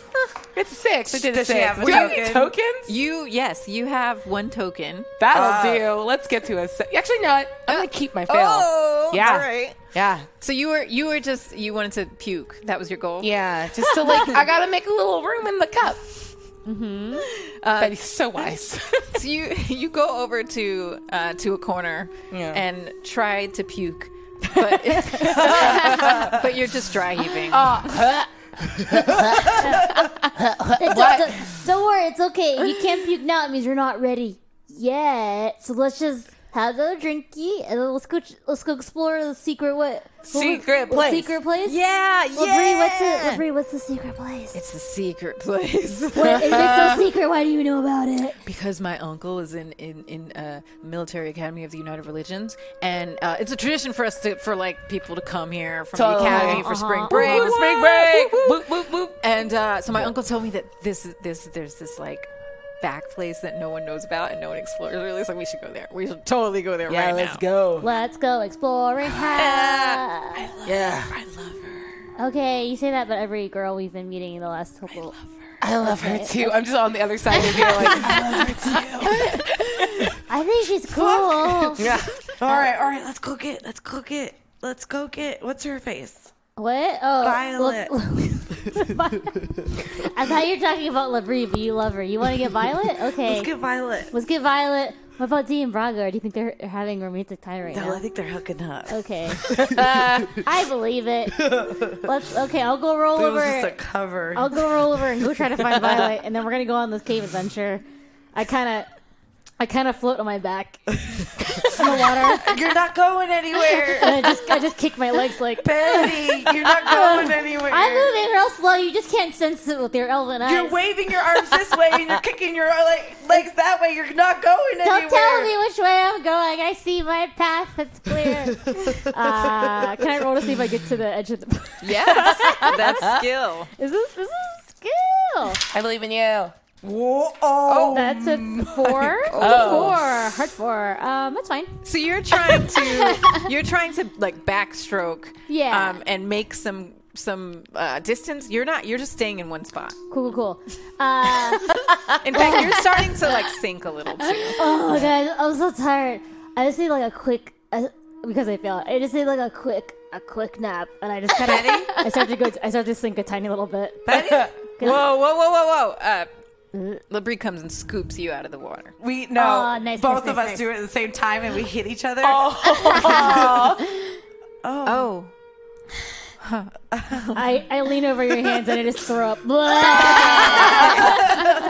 It's a six. It did a
Does she
six.
have a
Do you have any
token?
tokens?
You yes, you have one token.
That'll do. Let's get to a. Se- Actually, no. I'm gonna keep my fail. yeah. Yeah.
So you were you were just you wanted to puke. That was your goal.
Yeah, just to like, I gotta make a little room in the cup. Uh, Mm-hmm. Betty's so wise.
So you you go over to uh, to a corner
Yeah.
and try to puke, but but you're just dry heaving.
Oh,
It's okay. Don't worry, it's okay. You can't puke now. It means you're not ready yet. So let's just have another drinky and then let's go. Let's go explore the secret what what-
Secret place.
Secret place.
Yeah,
Labrie, what's
yeah.
the Labrie, what's the secret place?
it's a secret place
What- if it's so secret, why do you know about it?
because my uncle is in in in uh, military academy of the United Religions, and uh, it's a tradition for us to for like people to come here from
Totally.
the academy for spring break.
Boop, spring break. Boop, boop, boop.
And uh, so my uncle told me that this is this there's this like back place that no one knows about and no one explores really. So we should go there. We should totally go there
Yeah,
right
let's
now.
go.
Let's go exploring. Ha-
Yeah,
Okay, you say that, but every girl we've been meeting in the last couple.
I love her too. I'm just on the other side of you, like,
I think she's cool.
All right, all right, let's cook it. Let's cook it. Let's go get what's her face?
What? Oh,
Violet.
I thought you were talking about Labrie, but you love her. You want to get Violet? Okay.
Let's get Violet.
Let's get Violet. What about Dee and Braga? Do you think they're they're having romantic time right
No, I
now?
think they're hooking up.
Okay. Uh, I believe it. Let's. Okay, I'll go roll
It
over.
was just a cover.
I'll go roll over and go try to find Violet, and then we're gonna go on this cave adventure. I kind of, I kind of float on my back in the water,
You're not going anywhere,
and I just, I just kick my legs like.
Betty. You're not going anywhere.
I'm moving real slow. You just can't sense it with your elven eyes.
You're waving your arms this way and you're kicking your like, legs that way. You're not going
Don't
anywhere.
tell me which way I'm going. I see my path. It's clear. uh, can I roll to see if I get to the edge of the?
Yes, that's skill.
is this this is skill?
I believe in you.
Whoa, oh.
That's a four. Four. Hard four. Um, that's fine.
So you're trying to you're trying to like backstroke,
Yeah.
um, and make some some uh, distance. You're not. You're just staying in one spot.
Cool, cool, cool. Uh,
In fact, you're starting to like sink a little too.
oh my god, I'm so tired. I just need like a quick uh, because I fell. I just need like a quick a quick nap, and I just kind of I start to go. I start to sink a tiny little bit.
Whoa, whoa, whoa, whoa, whoa! Uh, Labrie comes and scoops you out of the water.
We no,
Aw, Uh, nice,
Oh, both
nice,
of
nice,
us
nice.
do it at the same time, and we hit each other.
Oh,
I, I lean over your hands and I just throw up. Blah!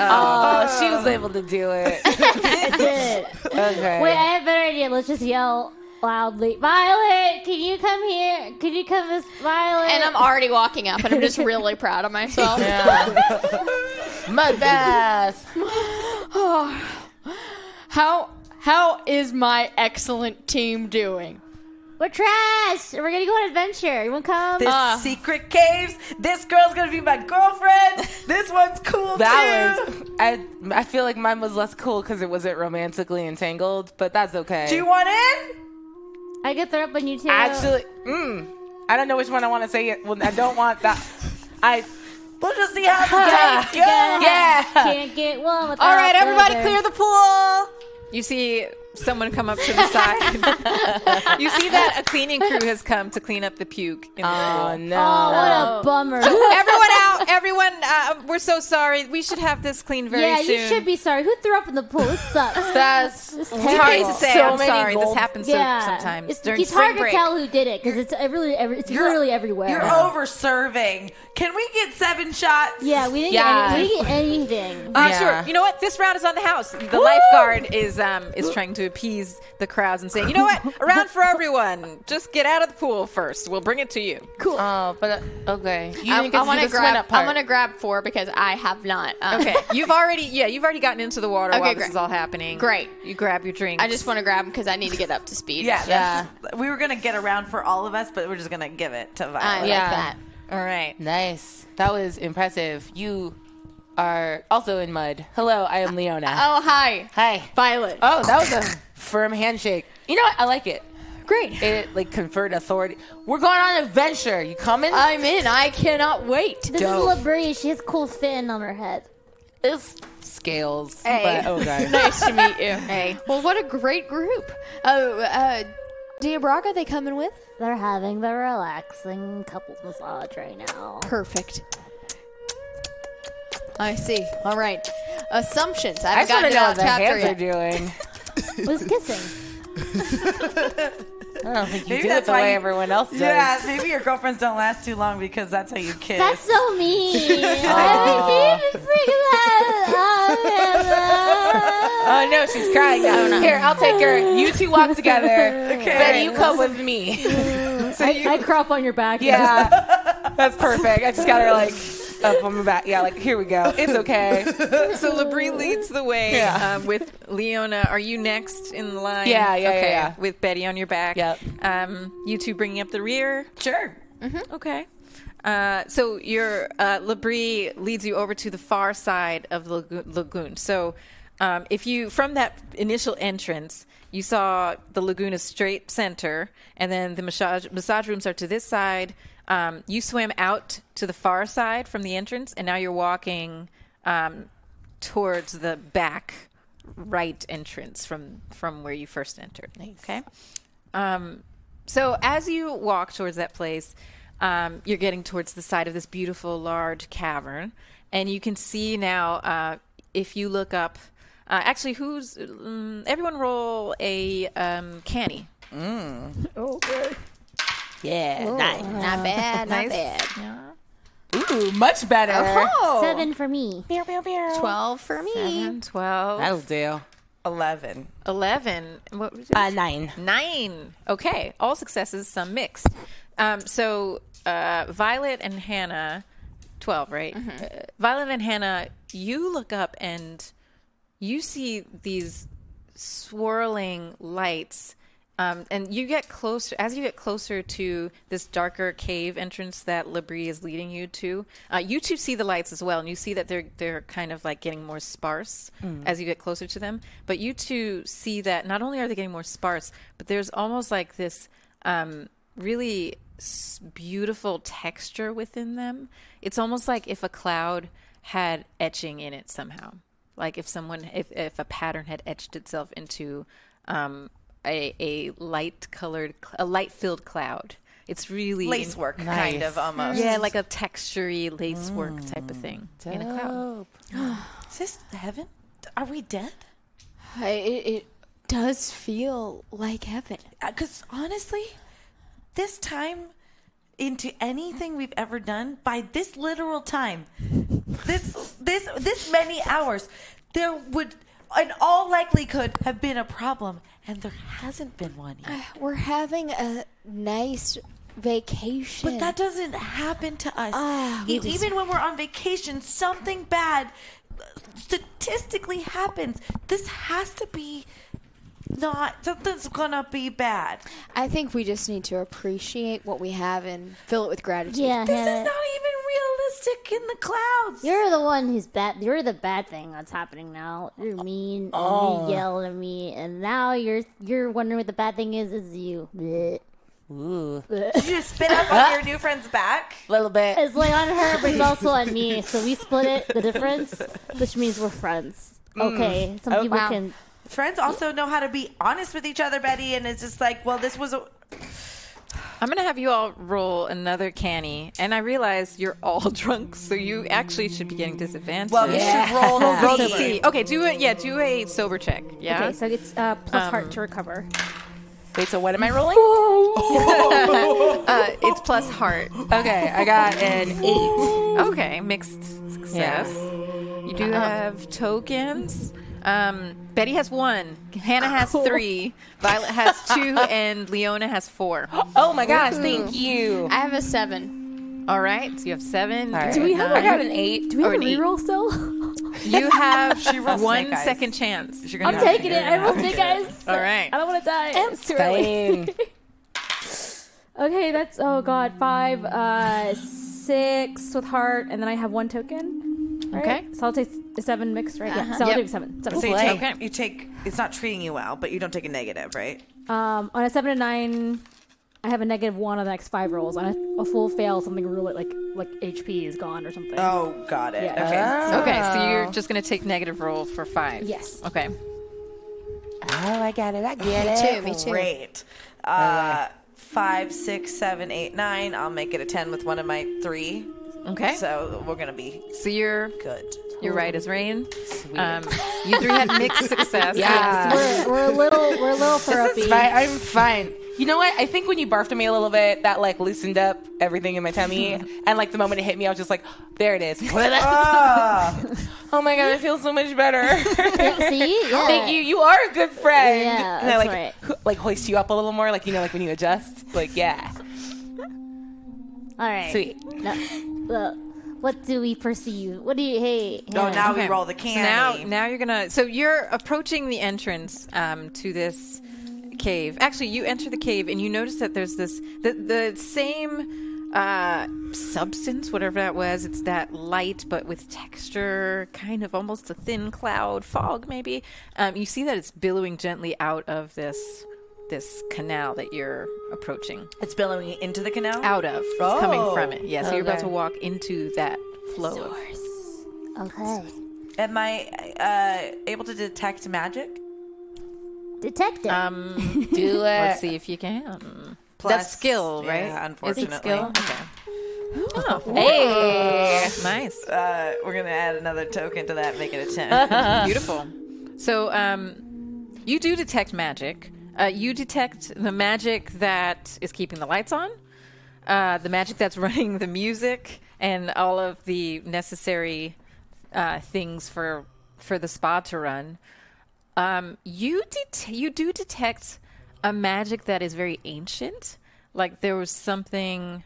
Oh, she was able to do it.
I did.
Okay.
Wait, I have a better idea. Let's just yell loudly. Violet, can you come here? Can you come this Violet?
And I'm already walking up, and I'm just really proud of myself.
My best.
How how is my excellent team doing?
We're trash. We're gonna go on an adventure. You wanna come?
There's
Ah.
secret caves. This girl's gonna be my girlfriend. this one's cool
That
too.
was. I I feel like mine was less cool because it wasn't romantically entangled, but that's okay.
Do you want in?
I could throw up on you too.
actually? Mm, I don't know which one I want to say. It. Well, I don't want that. I
We'll just see how it goes.
yeah.
can't get one without
Oh,
All right, everybody,
the other.
clear the pool.
you see someone come up to the side. you see that a cleaning crew has come to clean up the puke. In the
Oh
pool.
no.
Oh, what a bummer.
Everyone out! Everyone, uh, we're so sorry. We should have this cleaned very
yeah,
soon.
you should be sorry. Who threw up in the pool? This sucks.
That's
It's hard to say.
So
I'm
many
sorry. This
gold-
happens so-
yeah,
sometimes
it's,
during
it's
spring
hard
break.
to tell who did it because it's really, every, it's literally everywhere.
You're over serving. Can we get seven shots?
yeah, we didn't,
Yeah.
Get any, we didn't get anything.
Uh,
Yeah.
Sure. You know what? This round is on the house. The lifeguard is um is trying to appease the crowds and saying, you know what? A round for everyone. Just get out of the pool first. We'll bring it to you.
Oh, but uh, okay. You
I,
didn't get
I
to
want
do
to
the swim
grab.
up
I
part.
want to grab four because I have not. um,
Okay. You've already yeah. You've already gotten into the water
Okay,
while
great.
this is all happening.
Great.
You grab your drink.
I just want to grab them because I need to get up to speed.
Yeah, yeah. We were gonna get around for all of us, but we're just gonna give it to
I
Violet.
like
Yeah.
that.
All right.
Nice. That was impressive. You are also in mud. Hello, I am Leona.
Oh hi,
Hi.
Violet.
Oh, that was a firm handshake. You know what? I like it.
great.
It like conferred authority. We're going on an adventure. You coming?
I'm in. I cannot wait.
Uh, This
dope.
is Labrie. She has cool fin on her head.
it's scales. But oh god.
nice to meet you. Hey. Well, what a great group. Oh, uh, Diabraga, they coming with?
They're having the relaxing couples massage right now.
Perfect. I see. All right. Assumptions. I
I just want
haven't
to know
gotten to
what
that
the hands
chapter yet.
are
It
doing.
was kissing.
I don't think you
Maybe
do it
that's
the
why
way
you-
everyone else does.
Yeah, maybe your girlfriends don't last too long because that's how you kiss.
That's so mean. I freaking out.
Uh,
Oh no, she's crying. now. Here, I'll take her. You two walk together. okay. Betty, you come with me.
I, I crop on your back.
Yeah, that's perfect. I just got her like up on my back. Yeah, like here we go. It's okay.
So Labrie leads the way
Yeah.
um, with Leona. Are you next in line?
Yeah, yeah,
okay,
yeah, yeah.
With Betty on your back.
Yep.
Um, you two bringing up the rear.
sure.
Mm-hmm.
Okay. Uh, so your uh, Labrie leads you over to the far side of the lagoon. lagoon. So um, if you from that initial entrance, you saw the lagoon is straight center, and then the massage massage rooms are to this side. Um, you swam out to the far side from the entrance, and now you're walking um, towards the back right entrance from from where you first entered. Okay. Um, so as you walk towards that place, um, you're getting towards the side of this beautiful large cavern, and you can see now. Uh, if you look up, uh, actually, who's um, everyone? Roll a um, canny.
Yeah, nice.
Not bad. Not bad.
Ooh, much better.
Seven for me.
Twelve for me.
10, 12,
That'll do.
Eleven.
11. What was it?
Uh, nine.
Nine. Okay. All successes, some mixed. Um, so uh, Violet and Hannah, 12, right? Uh, Violet and Hannah, you look up and you see these swirling lights Um, and you get closer as you get closer to this darker cave entrance that Labrie is leading you to. Uh, you two see the lights as well, and you see that they're they're kind of like getting more sparse as you get closer to them. But you two see that not only are they getting more sparse, but there's almost like this um, really s- beautiful texture within them. It's almost like if a cloud had etching in it somehow. Like if someone, if, if a pattern had etched itself into um, a, a light colored, a light filled cloud. It's really
Lacework, kind of almost. Mm,
Yeah, like a textury lacework type of thing in a cloud.
Is this heaven? Are we dead?
I, it, it does feel like heaven.
Because Uh, honestly, this time into anything we've ever done by this literal time, this this this many hours, there would, in all likelihood, have been a problem, and there hasn't been one yet.
We're having a nice vacation.
But that doesn't happen to us.
Ah, we
E-
just-
Even when we're on vacation, something bad uh, statistically happens. This has to be not something's gonna be bad.
I think we just need to appreciate what we have and fill it with gratitude.
Yeah,
This
Hannah,
is not even realistic in the clouds.
You're the one who's bad. You're the bad thing that's happening now. You're mean. And You yell at me, and now you're you're wondering what the bad thing is. Is you? Blech.
Did you spit up on your new friend's back?
little bit.
It's like on her, but it's also on me. So we split it. The difference, which means we're friends. Okay, some people
Oh, wow.
can.
Friends also know how to be honest with each other, Betty, and it's just like, well, this was a.
I'm gonna have you all roll another canny, and I realize you're all drunk, so you actually should be getting disadvantage.
Well, you should roll over.
Let's see. Okay, do a yeah, do a sober check. Yeah.
Okay, so it's uh, plus heart to recover.
Wait, so what am I rolling?
uh, it's plus heart.
okay, I got an eight.
Okay, mixed success. You do
Uh,
have tokens. Um, Betty has one. Hannah has three. Violet has two, and Leona has four.
Oh my gosh, thank you.
I have a seven.
All right, so you have seven.
All
you
right. I got
nine.
an eight.
Do we have
Or
a
an eight.
reroll still?
You have
rolls
one
snake eyes.
second chance.
You're gonna
I'm
have to
taking
do
it. I rolled big guys.
All right.
I don't want to die. It's too early.
Dang.
Okay, that's oh god, five, uh, six with heart, and then I have one token. right?
Okay. Uh-huh.
so I'll take s- seven mixed, right? Yeah, so I'll
Yep.
take seven. Seven.
So you take,
Okay.
you take. It's not treating you well, but you don't take a negative, right?
Um, on a seven and nine, I have a negative one on the next five rolls. On a, a full fail, something really like like HP is gone or something.
Oh, got it.
Yeah.
Okay.
Okay, so you're just gonna take negative roll for five.
"Ah." Yes.
Okay.
Oh, I got it. I get it.
Two, me too.
Great. Uh, five, six, seven, eight, nine. I'll make it a ten with one of my three.
Okay. So,
So we're gonna be
you're
good.
you're right as rain. Um, you three had mixed success.
Yeah.
We're, we're a little. We're a little
This is
therapy.
fine. I'm fine. You know what? I think when you barfed at me a little bit, that like loosened up everything in my tummy, and like the moment it hit me, I was just like, "There it is."
Ah,
oh my god, I feel so much better.
See, yeah.
Thank you. You are a good friend.
Yeah,
and I
that's
like
right.
ho- like hoist you up a little more, like you know, like when you adjust. Like yeah,
All right.
sweet.
No, well, what do we perceive? What do you? Hey.
oh,
Hannah.
now we
Okay.
roll the
So
candy.
now, now you're gonna. So you're approaching the entrance um, to this cave. Actually, you enter the cave and you notice that there's this the the same uh, substance, whatever that was. It's that light, but with texture, kind of almost a thin cloud, fog maybe. Um, you see that it's billowing gently out of this this canal that you're approaching
it's billowing into the canal.
out of. It's coming from
Oh,
it. Yeah. So you're about to
Okay.
walk into that flow. of-
Okay.
Am I uh, able to detect magic?
Detective.
um,
Do
Let's
it.
see if you can.
Plus-
That's skill, right?
Yeah,
Is
unfortunately.
it skill? Okay. Oh, nice,
Uh, we're gonna add another token to that, make it a ten.
beautiful. So, um, you do detect magic. Uh, you detect the magic that is keeping the lights on, uh, the magic that's running the music, and all of the necessary uh, things for for the spa to run. Um, you det- you do detect a magic that is very ancient. Like there was something,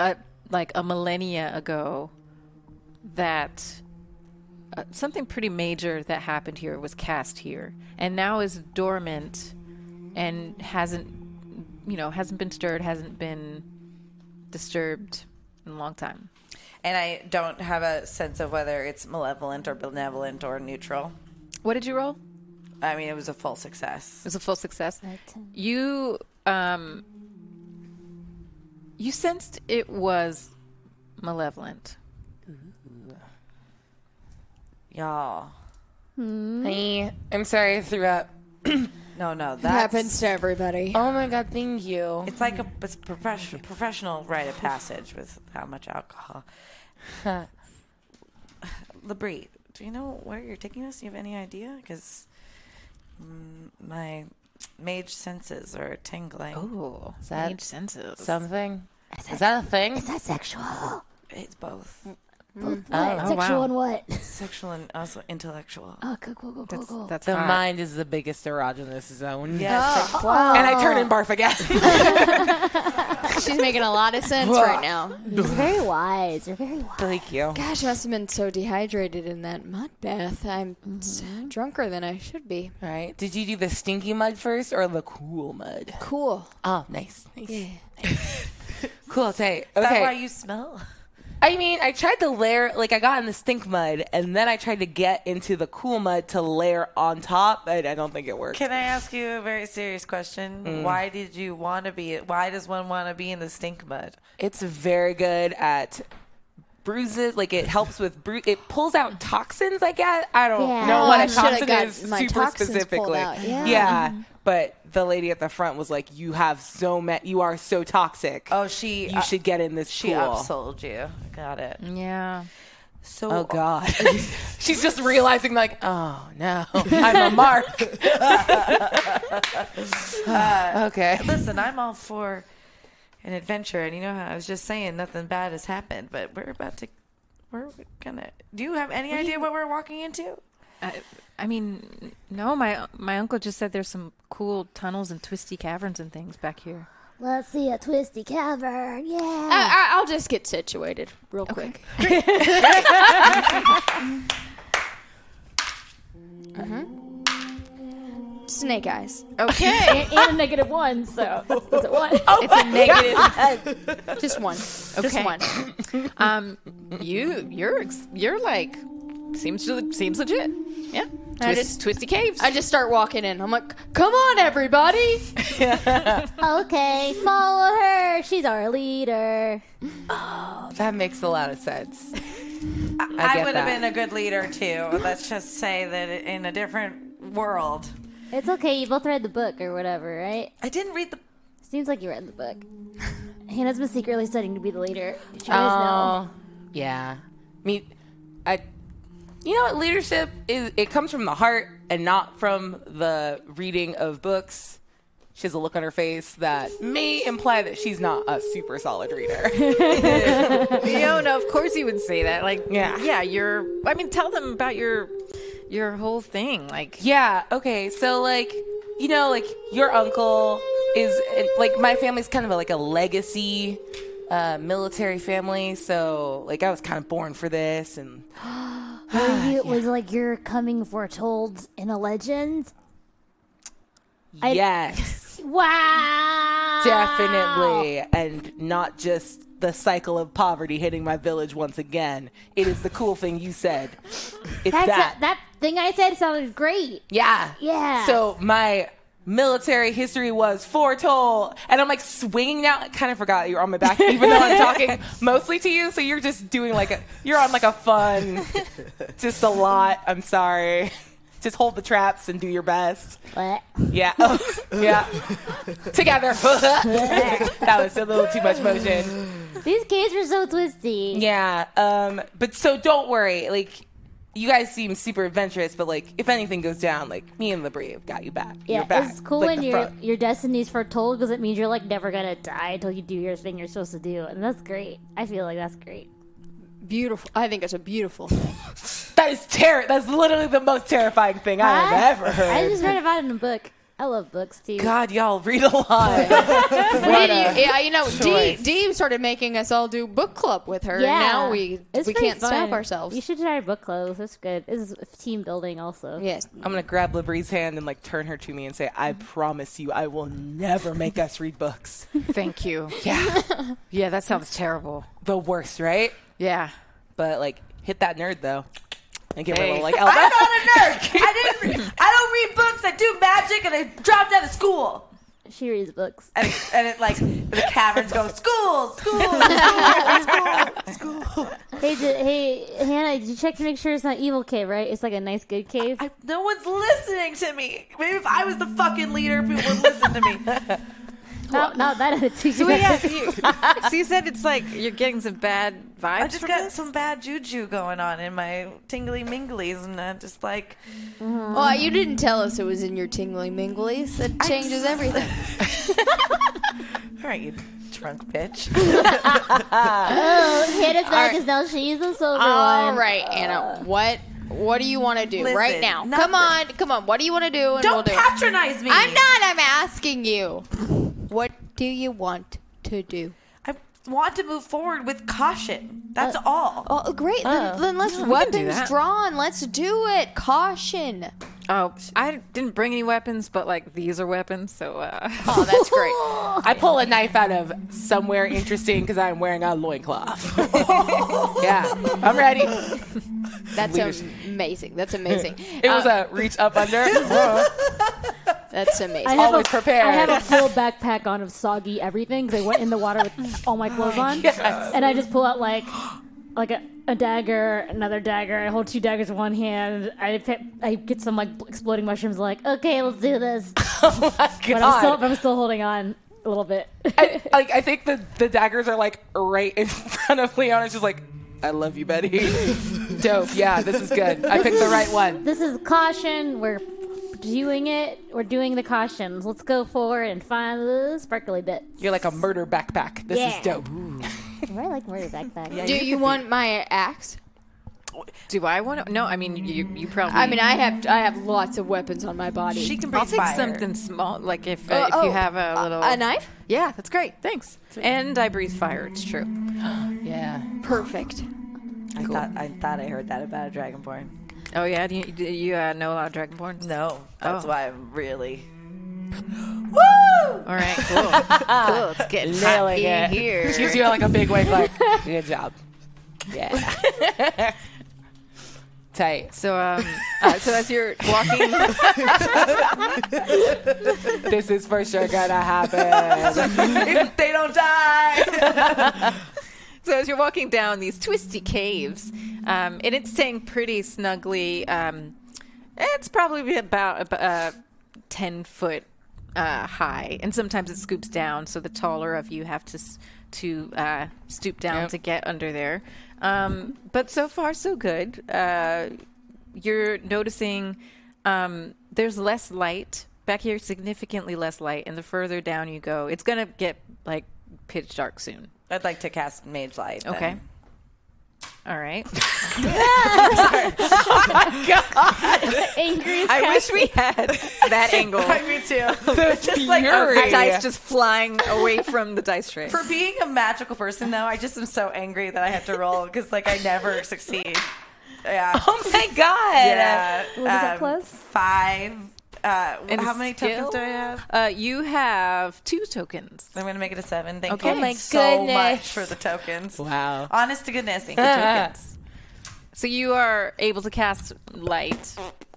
uh, like a millennia ago, that uh, something pretty major that happened here was cast here, and now is dormant and hasn't, you know, hasn't been stirred, hasn't been disturbed in a long time.
And I don't have a sense of whether it's malevolent or benevolent or neutral.
What did you roll?
I mean, it was a full
It
success.
was a full success. You um you sensed it was malevolent.
Y'all.
Hey, I'm sorry I threw up.
No, no, that
Happens to everybody.
Oh my god, thank you.
It's like a it's professional professional rite of passage with how much alcohol. Labrie, do you know where you're taking us? Do you have any idea? Because my mage senses are tingling.
Ooh,
that
senses.
Something? Is that a thing?
Is that
oh,
sexual?
It's both oh,
What? sexual and what?
sexual and also intellectual.
Oh, cool, cool, cool, cool, cool.
That's
The
hot.
mind is the biggest erogenous zone.
Yes,
And I turn and
Oh.
barf again.
She's making a lot of sense right now.
You're very wise. You're very wise.
Thank you.
Gosh, I must have been so dehydrated in that mud bath. I'm s drunker than I should be.
Right. Did you do the stinky mud first or the cool mud?
Cool.
Oh, nice. Nice. Cool, tight. Okay.
is that why you smell?
I mean, I tried to layer, like, I got in the stink mud, and then I tried to get into the cool mud to layer on top, but I don't think it worked.
Can I ask you a very serious question? Why did you want to be? Why does one want to be in the stink mud?
It's very good at bruises. Like, it helps with bru- It pulls out toxins, I guess. I don't
Yeah.
know
Oh,
what
I
a
should've
toxin
got
is
my
super
toxins pulled
specifically.
out. Yeah.
But the lady at the front was like, You have so met, you are so toxic.
Oh, she
uh,
you should get in this
she
pool.
upsold you. Got it.
Yeah.
So
Oh God! She's just realizing, like, oh no, I'm a mark. okay.
Listen, I'm all for an adventure, and you know how I was just saying nothing bad has happened, but we're about to. We're gonna. Do you have any idea what we're walking into?
I, I mean, no, my my uncle just said there's some cool tunnels and twisty caverns and things back here.
Let's see a twisty cavern. Yeah.
I, I, I'll just get situated real quick. Mhm. Snake eyes.
Okay.
And, and a negative one, so it's a one.
it's a negative.
Just one. Just
Okay.
one.
Um you you're ex- you're like seems to- seems legit. Yeah.
I
Twist-
just-
twisty caves.
I just start walking in. I'm like, come on, everybody.
Okay, follow her. She's our leader.
That makes a lot of sense.
I,
get
would have
that.
been a good leader too. Let's just say that in a different world.
It's okay. You both read the book or whatever, right?
I didn't read the.
Seems like you read the book. Hannah's been secretly studying to be the leader. Did you guys know?
yeah. Me, I. You know what? Leadership is. It comes from the heart and not from the reading of books. She has a look on her face that may imply that she's not a super solid reader.
Fiona, of course you would say that. Like,
Yeah.
yeah, yeah, you're. I mean, tell them about your your whole thing. Like,
Yeah. Okay. So like, you know, like your uncle is like my family's kind of a, like a legacy uh, military family. So like I was kind of born for this, and
Oh,
Were you, Was it like you're coming foretold in a legend? I-
yes,
Wow.
definitely, and not just the cycle of poverty hitting my village once again. It is the cool thing you said. It's
That's
that.
that thing I said sounded great.
Yeah.
Yeah.
So my military history was foretold. And I'm like swinging out. I kind of forgot you were on my back, even though I'm talking mostly to you. So you're just doing like a, you're on like a fun, just a lot. I'm sorry. Just hold the traps and do your best.
What?
Yeah. Oh, yeah. Together. that was a little too much motion.
These kids are so twisty.
Yeah. Um, but so don't worry. Like, you guys seem super adventurous, but like, if anything goes down, like, me and Libri have got you back.
Yeah,
You're back.
it's cool
Like,
when
the
your
front.
your destiny's foretold because it means you're like never gonna die until you do your thing you're supposed to do, and that's great. I feel like that's great.
Beautiful. I think it's a beautiful thing.
That is terror. That's literally the most terrifying thing I have
Huh?
ever heard.
I just read about it in a book. I love books too.
God, y'all read a lot.
Dee, yeah, you know, Dee, Dee started making us all do book club with her.
Yeah,
and now we
It's
we
pretty
can't stop
fun.
ourselves.
You should try book clubs. It's good. It's team building also.
yes.
I'm gonna grab Labrie's hand and like turn her to me and say, "I promise you, I will never make us read books.
Thank you. Yeah. yeah, that sounds terrible.
The worst, right?
Yeah.
But like, hit that nerd though, and give her a
Hey.
little like elbow.
I'm not a nerd. I didn't. I don't read books. I do magic, and I dropped out of school.
She reads books.
And, and it like the caverns go school, school, school, school, school.
Hey, did, hey, Hannah, did you check to make sure it's not evil cave, right? It's like a nice good cave.
I, no one's listening to me. Maybe if I was the fucking leader, people would listen to me.
not, not that attitude.
So, yeah, you, so you said it's like you're getting some bad vibes.
I just
from
got
this?
some bad juju going on in my tingly minglies, and I'm just like,
Well, you didn't tell us it was in your tingly minglies. That changes everything.
all right, you drunk bitch.
Oh, Hannah's back is now she's the silver
All
one.
right, Anna. What what do you want to do
Listen,
right now?
nothing.
Come on, come on. What do you want to do? And we'll
Don't
do it.
patronize me.
I'm not. I'm asking you. What do you want to do?
I want to move forward with caution. That's all.
Oh, great. Then, then let's
can do
weapons
that.
drawn. Let's do it. Caution.
Oh, I didn't bring any weapons, but like these are weapons, so uh,
Oh, that's great.
I pull a knife out of somewhere interesting because I'm wearing a loincloth. yeah, I'm ready. It
That's amazing. That's amazing.
was
Uh,
a reach up under. Uh,
that's amazing. Oh,
I have
Always
a,
prepared.
I have a full backpack on of soggy everything because I went in the water with all my clothes on, and I just pull out like like a, a dagger, another dagger. I hold two daggers in one hand. I pick, I get some like exploding mushrooms. Like, okay, let's do this.
oh my
But I'm still,
God.
I'm still holding on a little bit.
I, like I think the the daggers are like right in front of Leona. She's like, "I love you, Betty." Dope. Yeah, this is good. I picked the right one.
This is caution. We're doing it. We're doing the cautions. Let's go forward and find the sparkly bit.
You're like a murder backpack. This
Yeah.
is dope.
I like wearing backpack.
do you want my axe?
do I want to? No, I mean you. You probably.
I mean, I have I have lots of weapons on my body.
She can breathe
I'll take
fire.
something small, like if
Uh,
uh, if
oh,
you have a little
a knife.
Yeah, that's great. Thanks. And I breathe fire. It's true.
Yeah.
Perfect.
I thought I thought I heard that about a dragonborn.
Oh yeah, do you, do you uh, know a lot of dragonborns?
No, that's
Oh.
why I'm really. Woo!
All right, cool. cool. Let's get hot
Nailing
in
it.
here.
Gives you like a big wave. Like, good job. Yeah. Tight.
So um, uh, so as you're walking,
This is for sure gonna happen.
If they don't die.
so as you're walking down these twisty caves, um, and it's staying pretty snugly. Um, it's probably be about ab- uh, ten foot uh, high, and sometimes it scoops down. So the taller of you have to s- to uh, stoop down to get under there. Um, but so far, so good. Uh, you're noticing um, there's less light back here significantly less light and the further down you go it's gonna get like pitch dark soon
I'd like to cast Mage Light. then.
okay all right
Angry.
i wish we had that angle
Me too.
the
Just like
fury.
the dice just flying away from the dice tray
For being a magical person, though, I just am so angry that I have to roll because, like, I never succeed. Yeah.
oh my god.
yeah.
What was that
um,
plus?
Five. Uh,
And
how many
skill?
tokens do I have?
uh, you have two tokens
I'm gonna make it a seven. Thank
Okay.
you
Oh my
so
goodness.
much for the tokens.
Wow.
Honest to goodness. Thank
tokens. So you are able to cast light.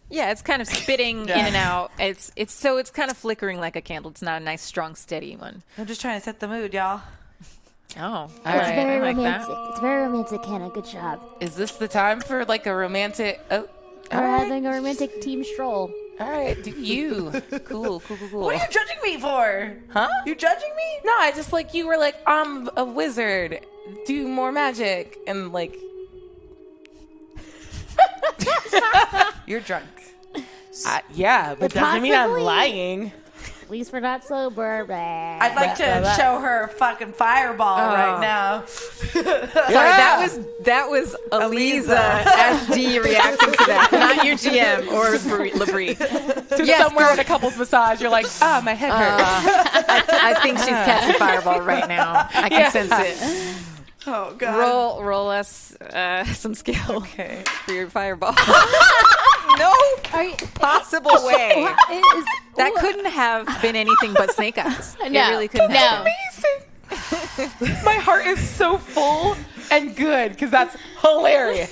Yeah, it's kind of spitting in and out. It's it's so it's kind of flickering like a candle. It's not a nice, strong, steady one.
Uh. I'm just trying to set the mood, y'all.
Oh, all right,
It's very
I like
romantic.
that.
It's very romantic, Hannah. Good job.
Is this the time for like a romantic? Oh, all
We're
right,
having a romantic team stroll.
all right. Do you? cool, cool, cool, cool.
What are you judging me for?
Huh?
You judging me?
No, I just like you were like, I'm a wizard. Do more magic and like.
You're drunk.
I, yeah, but doesn't mean I'm lying.
At least we're not sober. Blah.
I'd like to show her a fucking fireball right now.
Sorry, that was that was Aliza SD reacting to that, not your GM or Bri- Labrie.
To
Yes,
somewhere in a couple's massage, you're like, ah, my head hurts.
I think she's catching fireball right now. I can sense it.
Oh god.
Roll roll us uh, some skill okay. for your fireball. no possible way.
It is
That couldn't have been anything but snake eyes. It
No.
really couldn't. have
No.
been.
my heart is so full and good because that's hilarious.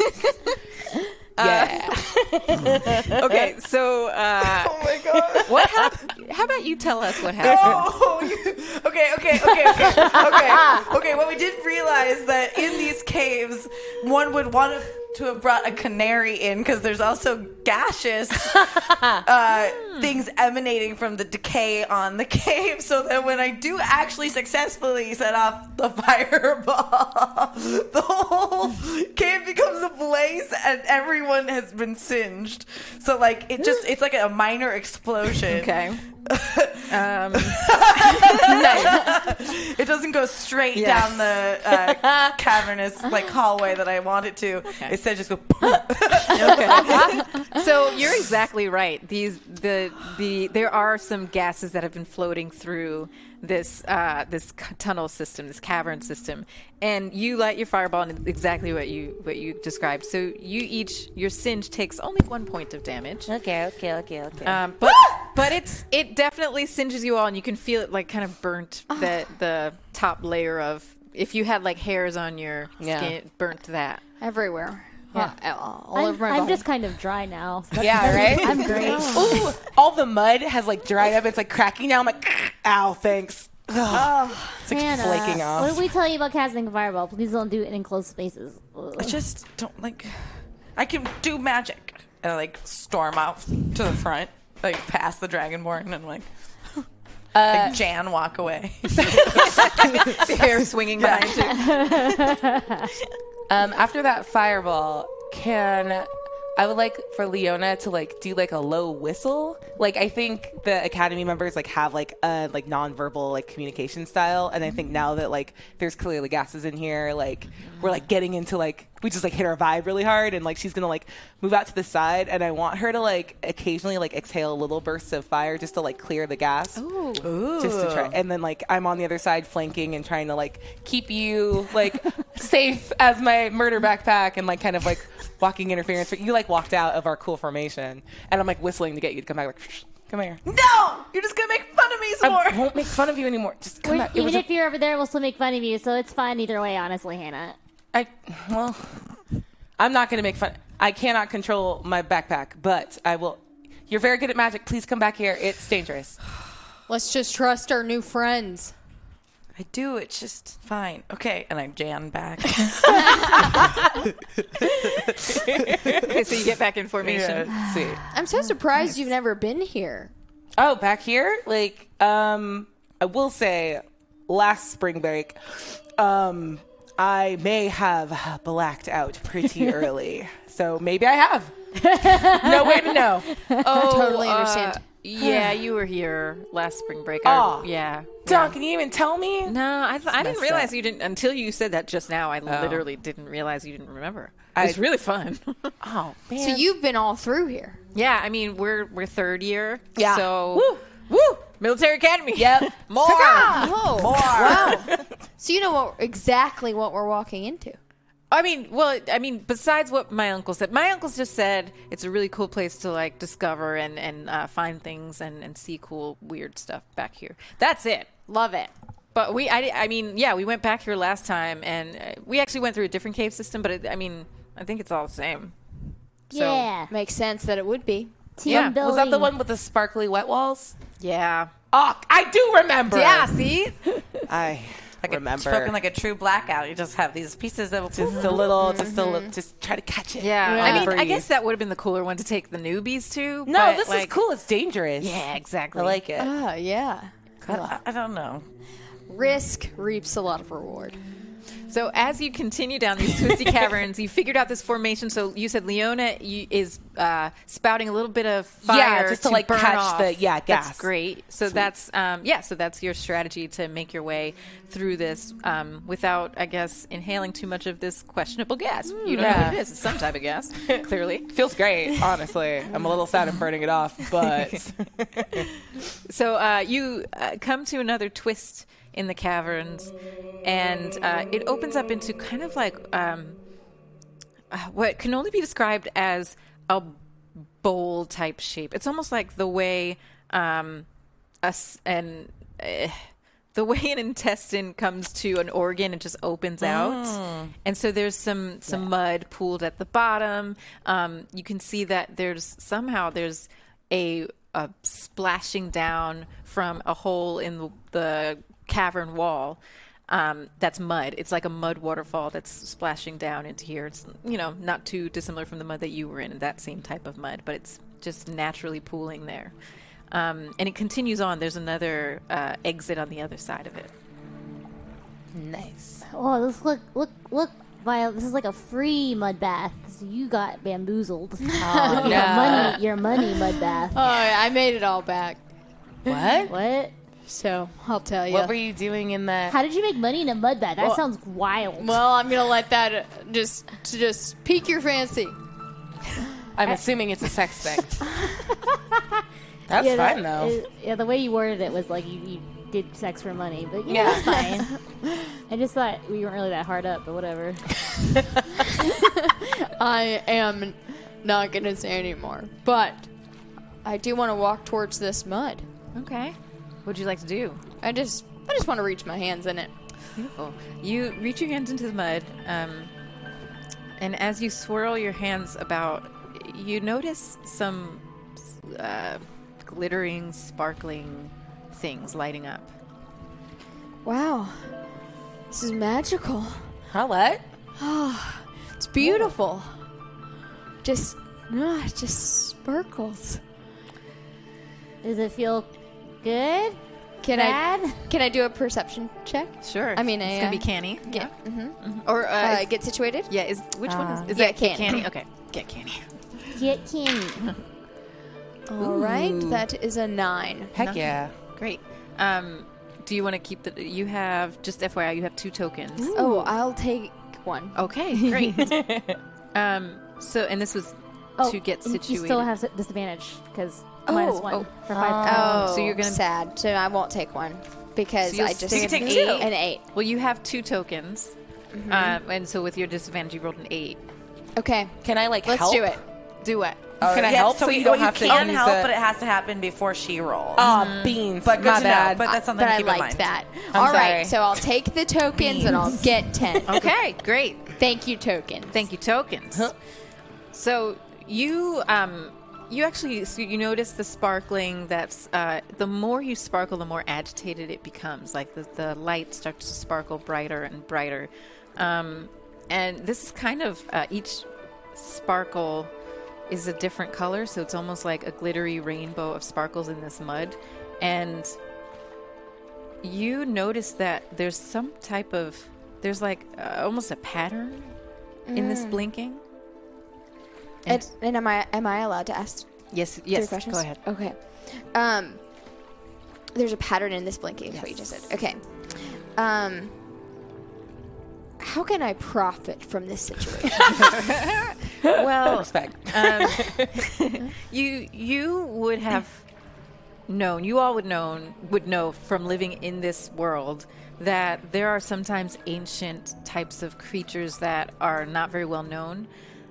Okay, so uh, oh my god, what happened? How about you tell us what happened?
Oh, you- okay, okay, okay, okay, okay, okay. Well, we did realize that in these caves, one would want to- to have brought a canary in because there's also gaseous uh, things emanating from the decay on the cave. So that when I do actually successfully set off the fireball, the whole cave becomes ablaze and everyone has been singed. So like it just it's like a minor explosion.
Okay, um,
It doesn't go straight
Yes.
down the uh, cavernous like hallway that I want it to. Instead, just go.
so you're exactly right. These the the there are some gases that have been floating through this uh, this c- tunnel system, this cavern system, and you light your fireball and exactly what you what you described. So you each your singe takes only one point of damage.
Okay, okay, okay, okay.
Um, but but it's it definitely singes you all, and you can feel it like kind of burnt
Ah.
the the top layer of if you had like hairs on your skin, it burnt that.
Everywhere. Uh, all
I'm,
over my
I'm
body.
just kind of dry now. So that's-
Yeah, right?
I'm great.
Ooh, all the mud has like dried up. It's like cracking now. I'm like, ow, thanks. Ugh. it's like
Hannah,
flaking
What
off.
did we tell you about casting a fireball? Please don't do it in enclosed spaces. Ugh.
I just don't like. I can do magic, and I like storm out to the front, like past the dragonborn, and like.
Uh,
like Jan walk away.
The hair swinging behind you.
Um, after that fireball, can I would like for Leona to like do like a low whistle. Like I think the academy members like have like a like nonverbal like communication style, and I think now that like there's clearly gases in here, like we're like getting into like we just like hit our vibe really hard, and like she's gonna like move out to the side, and I want her to like occasionally like exhale little bursts of fire just to like clear the gas, just to try. And then like I'm on the other side flanking and trying to like keep you like safe as my murder backpack and like kind of like walking interference. But you like walked out of our cool formation, and I'm like whistling to get you to come back. Like, come here.
no, you're just gonna make fun of me some
I
more.
won't make fun of you anymore. Just come
We're-
back. It was
even
a-
if you're over there, we'll still make fun of you, so it's fine either way, honestly, Hannah.
I well, I'm not gonna make fun. I cannot control my backpack, but I will. You're very good at magic. Please come back here. It's dangerous.
Let's just trust our new friends.
I do. It's just fine. Okay, and I Jan back.
Okay, so you get back in formation.
Yeah, see.
I'm so surprised you've never been here.
Oh, back here? Like, um, I will say, last spring break, um, I may have blacked out pretty early. So maybe I have. no way to know.
Oh,
Totally understand.
yeah, you were here last spring break.
Aw.
I, yeah.
Don, can you even tell me?
No, I, th- I didn't
messed
realize
up.
you didn't until you said that just now. I literally didn't realize you didn't remember. It was
I-
really fun.
Oh, man.
So you've been all through here.
yeah, I mean we're we're third year.
Yeah.
So
Woo.
woo military academy.
Yep.
More.
Oh, wow. so you know what, exactly what we're walking into.
I mean, well, I mean, besides what my uncle said, my uncle just said it's a really cool place to like discover and and uh, find things and and see cool weird stuff back here. That's it.
Love it.
But we, I, I mean, yeah, we went back here last time, and uh, we actually went through a different cave system. But it, I mean, I think it's all the same.
yeah.
Makes sense that it would be.
Team
yeah. Was that
building.
Was that the one with the sparkly wet walls?
Yeah.
Oh, I do remember.
Yeah. See.
I
Like
remember.
A, spoken like a true blackout. You just have these pieces of
just a little, just a little, just try to catch it.
Yeah. I mean, I
Breathe.
guess that would have been the cooler one to take the newbies to.
No,
but,
this
like-
is cool. It's dangerous.
Yeah, exactly.
I like it.
Oh, yeah.
I, I don't know.
Risk reaps a lot of reward.
So as you continue down these twisty caverns, you figured out this formation. So you said Leona you, is uh, spouting a little bit of fire,
Yeah, just to, like,
burn
catch
off.
the- yeah, gas.
That's great. So that's um, yeah. So that's your strategy to make your way through this um, without, I guess, inhaling too much of this questionable gas. you don't know what it is. It's some type of gas, clearly.
Feels great, honestly. I'm a little sad I'm burning it off, but
So uh, you uh, come to another twist in the caverns, and uh, it opens up into kind of like um, uh, what can only be described as a bowl type shape. It's almost like the way um, us and uh, the way an intestine comes to an organ, it just opens out, and so there's some some mud pooled at the bottom. Um, you can see that there's somehow there's a, a splashing down from a hole in the, the cavern wall. Um, that's mud. It's like a mud waterfall that's splashing down into here. It's you know not too dissimilar from the mud that you were in, that same type of mud, but it's just naturally pooling there. Um, and it continues on. There's another uh, exit on the other side of it.
Oh, this look, look, look, Violet. This is like a free mud bath. 'cause you got bamboozled.
Oh,
With your money, your money mud bath.
Oh, yeah, I made it all back.
what?
What?
So I'll tell you.
What were you doing in that?
How did you make money in a mud bath? That sounds wild.
well, I'm gonna let that uh, just to just pique your fancy.
I'm assuming it's a sex thing. That's
Yeah, that
fine though.
is- yeah, the way you worded it was like you, you did sex for money, but yeah, it's fine. I just thought we weren't really that hard up, but whatever.
I am not gonna say anymore, but I do want to walk towards this mud.
Okay. What'd you like to do?
I just I just want to reach my hands in it.
Beautiful. You reach your hands into the mud, um, and as you swirl your hands about, you notice some uh, glittering, sparkling things lighting up.
Wow, this is magical. Ah,
How what?
It's beautiful. Just ah, just sparkles.
Does it feel good?
Can
Bad?
I can I do a perception check?
Sure.
I mean,
it's
I,
gonna be
uh,
canny.
Get,
Mhm. Or uh,
uh,
is-
get situated.
Uh, yeah. Is which one is, is
yeah,
that? Get
canny.
canny. Okay. Get canny.
Get candy.
All right, that is a nine.
Heck yeah.
Great. Um, do you want to keep the? You have just FYI, you have two tokens.
Oh, I'll take one.
Okay, great. um, so, and this was
Oh,
to get
and
situated.
You still have s- disadvantage because
Oh,
minus one
oh.
for five.
Oh,
so you're gonna-
sad. So I won't take one because
So you'll
I just
stay at
an
the
eight.
two.
An eight.
well, you have two tokens, um, and so with your disadvantage, you rolled an eight.
Okay,
Can I like
let's
help?
do it. Do it.
Can I help so, you don't
well,
have
you
to
can
use
help,
it?
but it has to happen before she rolls.
Aw, Uh, beans.
But good
my
to know,
bad.
but that's something
Uh, but
to
I
keep in
liked
mind.
that.
I'm
All right,
sorry.
so I'll take the tokens and I'll get ten.
Okay, great.
Thank you, tokens.
Thank you, tokens. So you um, you actually so you notice the sparkling. That's uh, the more you sparkle, the more agitated it becomes. Like the the light starts to sparkle brighter and brighter. Um, and this is kind of uh, each sparkle is a different color, so it's almost like a glittery rainbow of sparkles in this mud. And you notice that there's some type of there's like uh, almost a pattern in this blinking.
And, and am I am I allowed to ask
Yes,
three
yes.
questions?
Go ahead.
Okay. Um, there's a pattern in this blinking. Is what you just said. Okay. Um, how can I profit from this situation?
Well, um,
Respect.
you you would have known, you all would known would know from living in this world that there are sometimes ancient types of creatures that are not very well known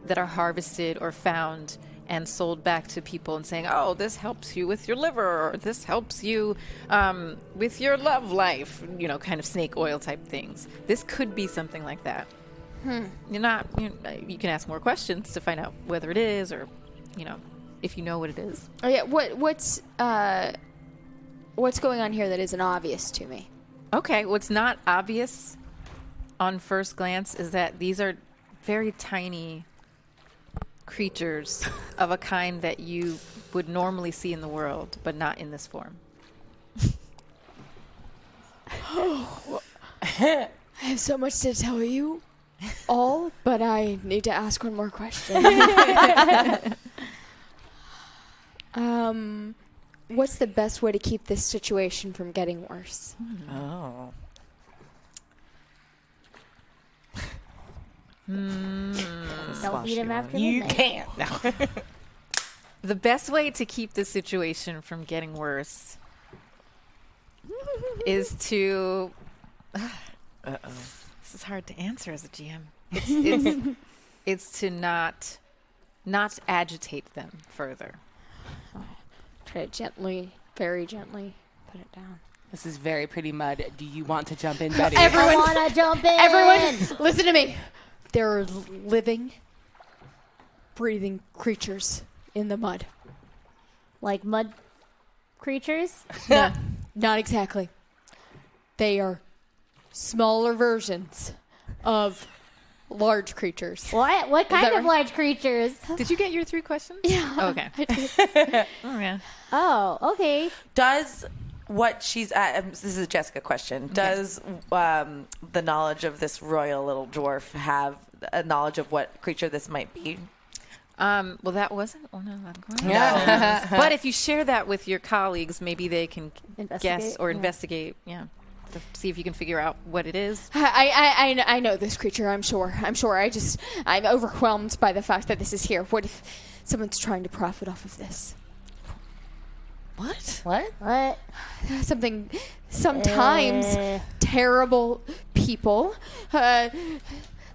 that are harvested or found and sold back to people and saying, "Oh, this helps you with your liver, or this helps you um, with your love life," you know, kind of snake oil type things. This could be something like that. You're not. You, you can ask more questions to find out whether it is, or you know, if you know what it is.
Oh, yeah. What what's uh, what's going on here that isn't obvious to me?
Okay, what's not obvious on first glance is that these are very tiny creatures of a kind that you would normally see in the world, but not in this form.
I have so much to tell you all, but I need to ask one more question. um, what's the best way to keep this situation from getting worse?
Oh.
Don't beat him after
You
midnight.
can't. No.
The best way to keep the situation from getting worse is to.
Uh-oh.
This is hard to answer as a GM. It's, it's, it's to not not agitate them further.
Try to gently, very gently, put it down.
This is very pretty mud. Do you want to jump in, Betty?
Everyone,
I wanna jump in.
Everyone, listen to me. There are living, breathing creatures in the mud.
like mud creatures.
No, not exactly. They are smaller versions of large creatures.
What? What
that
kind of
right?
large creatures?
Did you get your three questions?
Yeah.
okay. Oh, yeah.
Oh, okay.
Does what she's at, um, this is a Jessica question. Does um, the knowledge of this royal little dwarf have a knowledge of what creature this might be?
Um, well, that wasn't one of them.
Yeah.
but if you share that with your colleagues, maybe they can guess
Investigate,
or
yeah.
investigate. Yeah. To see if you can figure out what it is.
I, I, I, I know this creature, I'm sure. I'm sure. I just, I'm overwhelmed by the fact that this is here. What if someone's trying to profit off of this?
What?
What?
What?
Something, sometimes
Eh.
terrible people. Uh,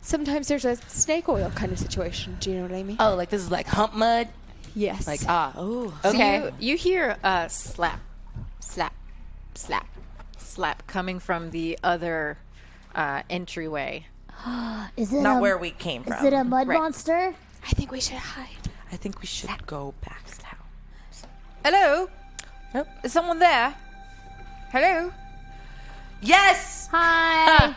sometimes there's a snake oil kind of situation. Do you know what I mean?
Oh, like this is like hump mud?
yes.
Like, ah, oh.
So you, you hear uh, slap, slap, slap, slap coming from the other uh, entryway.
Is it
Not
a,
where we came
Is
from.
it a mud monster?
I think we should hide.
I think we should go back now.
Hello? Is someone there? Hello? Ah.
Yes!
Hi.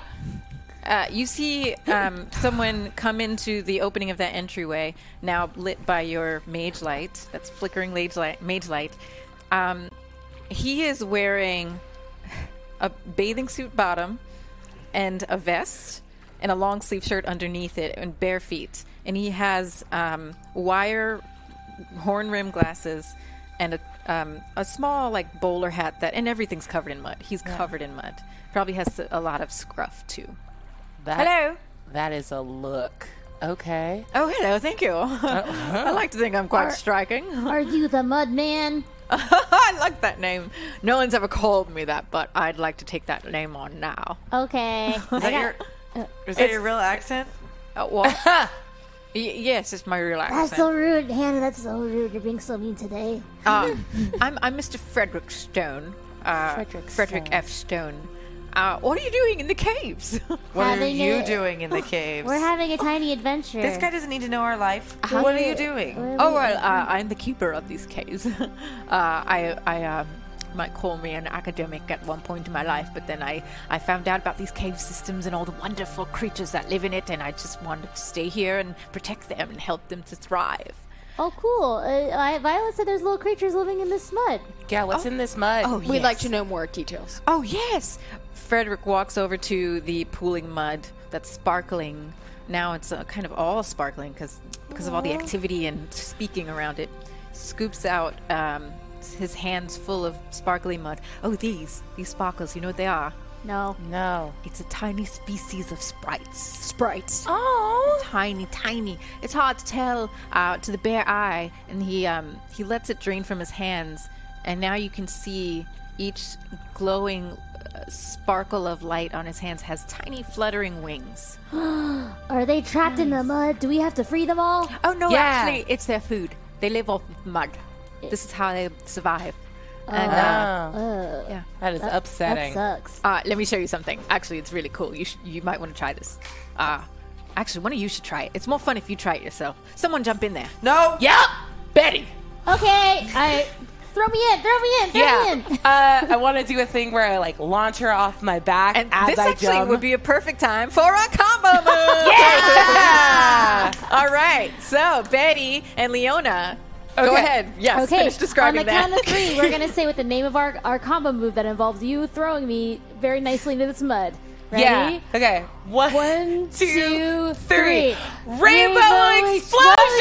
Uh, you see um, someone come into the opening of that entryway, now lit by your mage light. That's flickering mage light. Mage light. Um, he is wearing a bathing suit bottom and a vest and a long sleeve shirt underneath it and bare feet. And he has um, wire horn rim glasses and a, um, a small like bowler hat that, and everything's covered in mud. He's covered in mud. Probably has a lot of scruff too.
That,
Hello.
That is a look. Okay.
Oh, hello. Thank you. I like to think I'm quite striking.
Are you the mud man?
I like that name. No one's ever called me that, but I'd like to take that name on now.
Okay.
Is that your,
uh,
is that your real accent?
Uh, what? y- yes, it's my real
That's so
accent.
rude, Hannah. That's so rude. You're being so mean today.
Uh, I'm, I'm Mr. Frederick Stone. Uh, Frederick, F. Stone. Uh, what are you doing in the caves?
What are
Having
you
a-
doing in the caves?
We're having a tiny adventure.
this guy doesn't need to know our life. What are you doing?
oh well, uh, I'm the keeper of these caves. uh, I, I um, might call me an academic at one point in my life, but then I, I found out about these cave systems and all the wonderful creatures that live in it, and I just wanted to stay here and protect them and help them to thrive.
Oh, cool. Uh, I, Violet said there's little creatures living in this mud.
Yeah, what's in this mud? Oh,
We'd like to know more details.
Oh yes, Frederick walks over to the pooling mud that's sparkling. Now it's uh, kind of all sparkling because of all the activity and speaking around it. Scoops out um, his hands full of sparkly mud. Oh, these these sparkles. You know what they are?
No.
no.
It's a tiny species of sprites
Sprites.
tiny, tiny. It's hard to tell uh, to the bare eye. And he um, he lets it drain from his hands, and now you can see each glowing uh, sparkle of light on his hands has tiny fluttering wings.
Are they trapped in the mud? Do we have to free them all?
Oh no!
Yeah.
Actually, it's their food. They live off of mud. This is how they survive. And uh,
That is upsetting.
That sucks.
uh, let me show you something. Actually, it's really cool. You sh- you might want to try this. Uh, actually, one of you should try it. It's more fun if you try it yourself. Someone jump in there.
No!
Yep, Betty.
Okay. I throw me in. Throw me in. Throw me
Yeah.
in.
uh, I want to do a thing where I like launch her off my back
And
as
this
I
actually
jump.
would be a perfect time for a combo move. yeah! All right. So Betty and Leona, go
Okay.
ahead. Yes,
Okay.
finish describing
On the
that.
count of three, we're gonna say what the name of our our combo move that involves you throwing me very nicely into this mud. Ready?
Yeah. Okay. One,
One,
two,
two,
three.
three.
Rainbow,
Rainbow
explosion!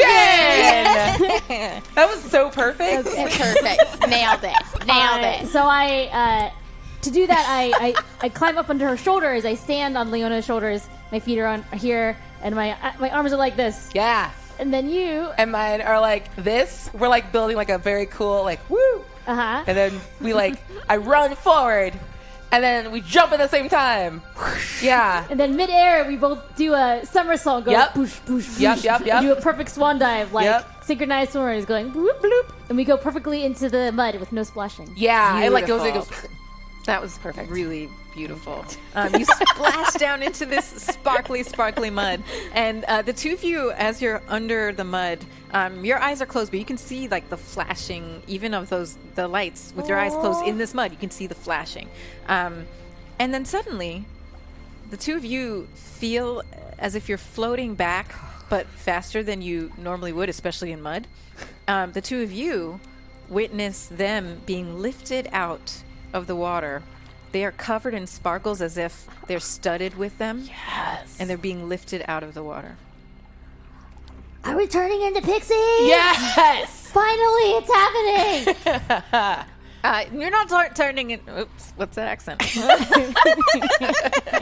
that was so perfect.
Perfect. Nailed it. Nailed
I-
it.
So I, uh, to do that, I, I, I climb up onto her shoulders. I stand on Leona's shoulders. My feet are on here, and my uh, my arms are like this.
yeah.
And then you,
And mine are like this. We're like building like a very cool like woo.
uh huh.
And then we like I run forward. And then we jump at the same time. Yeah.
And then midair, we both do a somersault, go
Yep.
boosh, boosh, boosh.
Yep, yep, yep.
We do a perfect swan dive, like
Yep.
synchronized swimmers going bloop, bloop. And we go perfectly into the mud with no splashing.
Yeah. It like goes it goes
That was perfect. Really beautiful. Um, you splash down into this sparkly, sparkly mud, and uh, the two of you, as you're under the mud, um, your eyes are closed, but you can see like the flashing, even of those the lights with your eyes closed in this mud. You can see the flashing, um, and then suddenly, the two of you feel as if you're floating back, but faster than you normally would, especially in mud. Um, the two of you witness them being lifted out of the water. They are covered in sparkles as if they're studded with them. Yes. And they're being lifted out of the water.
Are we turning into pixies? Yes! Finally, it's happening!
Uh, you're not tur- turning in. Oops, what's that accent?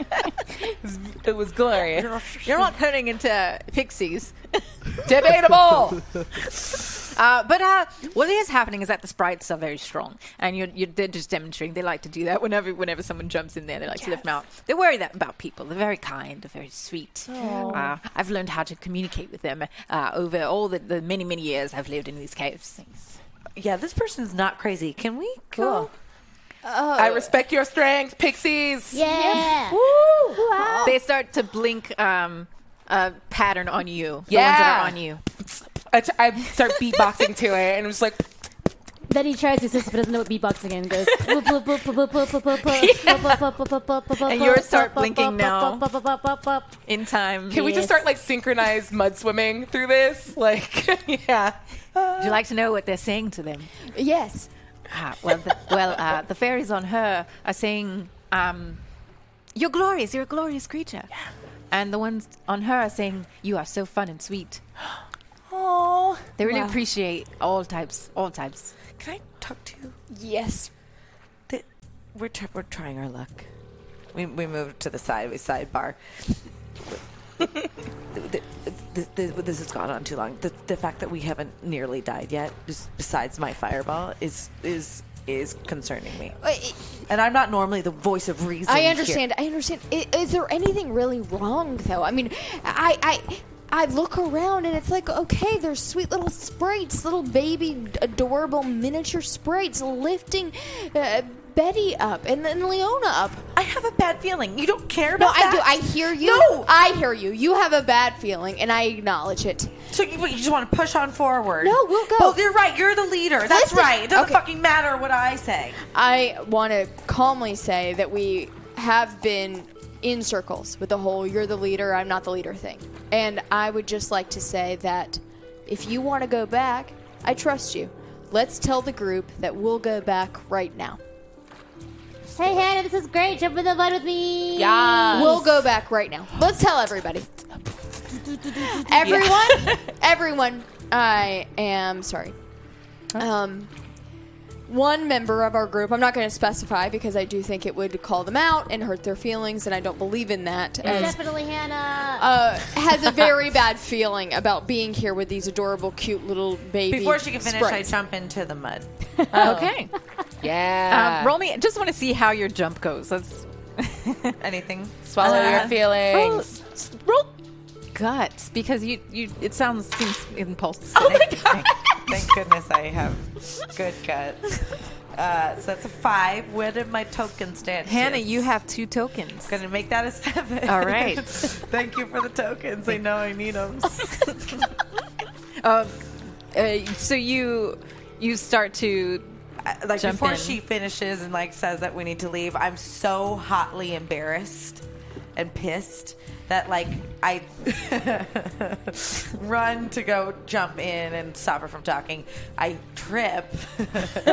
it was glorious.
you're not turning into pixies.
Debatable.
Uh, but uh, what is happening is that the sprites are very strong, and you're, you're, they're just demonstrating. They like to do that whenever whenever someone jumps in there. They like to lift them out. They worry that about people. They're very kind. They're very sweet. Uh, I've learned how to communicate with them uh, over all the, the many many years I've lived in these caves.
Yeah, this person's not crazy. Can we go?
I respect your strength, pixies.
Yeah!
They start to blink um, a pattern on you. The ones that
Yeah.
are on you.
I, t- I start beatboxing to it, and I'm just like,
Then he tries to assist, but doesn't know what beatbox again goes. bloop, bloop, bloop, bloop, bloop, bloop, bloop, bloop, bloop, bloop, bloop, bloop, bloop,
And yours
bloop,
start
bloop,
blinking
bloop,
now.
bloop, bloop, bloop, bloop, bloop.
In time.
can we just start like synchronized mud swimming through this? Like, yeah.
Would you like to know what they're saying to them?
Yes.
Ah, well, the, well, uh, the fairies on her are saying, um, "You're glorious. You're a glorious creature." And the ones on her are saying, "You are so fun and sweet."
Oh,
They really appreciate all types, all types.
Can I talk to you?
Yes.
Th- We're, tr- we're trying our luck. We, we moved to the side, we sidebar. Th- th- th- this has gone on too long. The, the fact that we haven't nearly died yet, bes- besides my fireball, is is is concerning me. And I'm not normally the voice of reason.
I
here.
understand. I understand. Is, is there anything really wrong though? I mean, I I I look around and it's like, okay, there's sweet little sprites, little baby adorable miniature sprites lifting uh, Betty up and then Leona up.
I have a bad feeling. You don't care
No,
about
I do.
that?
I hear you.
No!
I hear you. You have a bad feeling, and I acknowledge it.
So you, you just want to push on forward.
No, we'll go.
Well, you're right. You're the leader. That's
Listen-
right. It doesn't
okay.
fucking matter what I say.
I want to calmly say that we have been in circles with the whole "you're the leader, I'm not the leader" thing, and I would just like to say that if you want to go back, I trust you. Let's tell the group that we'll go back right now.
Hey, Hannah, this is great. Jump in the mud with me.
Yeah, we'll go back right now. Let's tell everybody. everyone, everyone. I am sorry. Um, one member of our group. I'm not going to specify because I do think it would call them out and hurt their feelings, and I don't believe in
Mm.
that. As
Definitely Hannah.
uh, has a very bad feeling about being here with these adorable, cute little baby.
Before she can finish,
sprites.
I jump into the mud.
Okay.
Oh. yeah.
Um, roll me. Just want to see how your jump goes. Let's Oh
Anything?
Swallow
Uh,
your
roll,
feelings.
roll guts because you you. It sounds seems impulsive.
Oh Thank goodness I have good guts. Uh, so that's a five. Where did my token stand?
Hannah, you have two tokens.
Gonna make that a seven.
All right.
Thank you for the tokens. I know I need them.
Um, uh, so you you start to
like
Jump
before
in.
she finishes and like says that we need to leave, I'm so hotly embarrassed and pissed that like I run to go jump in and stop her from talking. I trip, but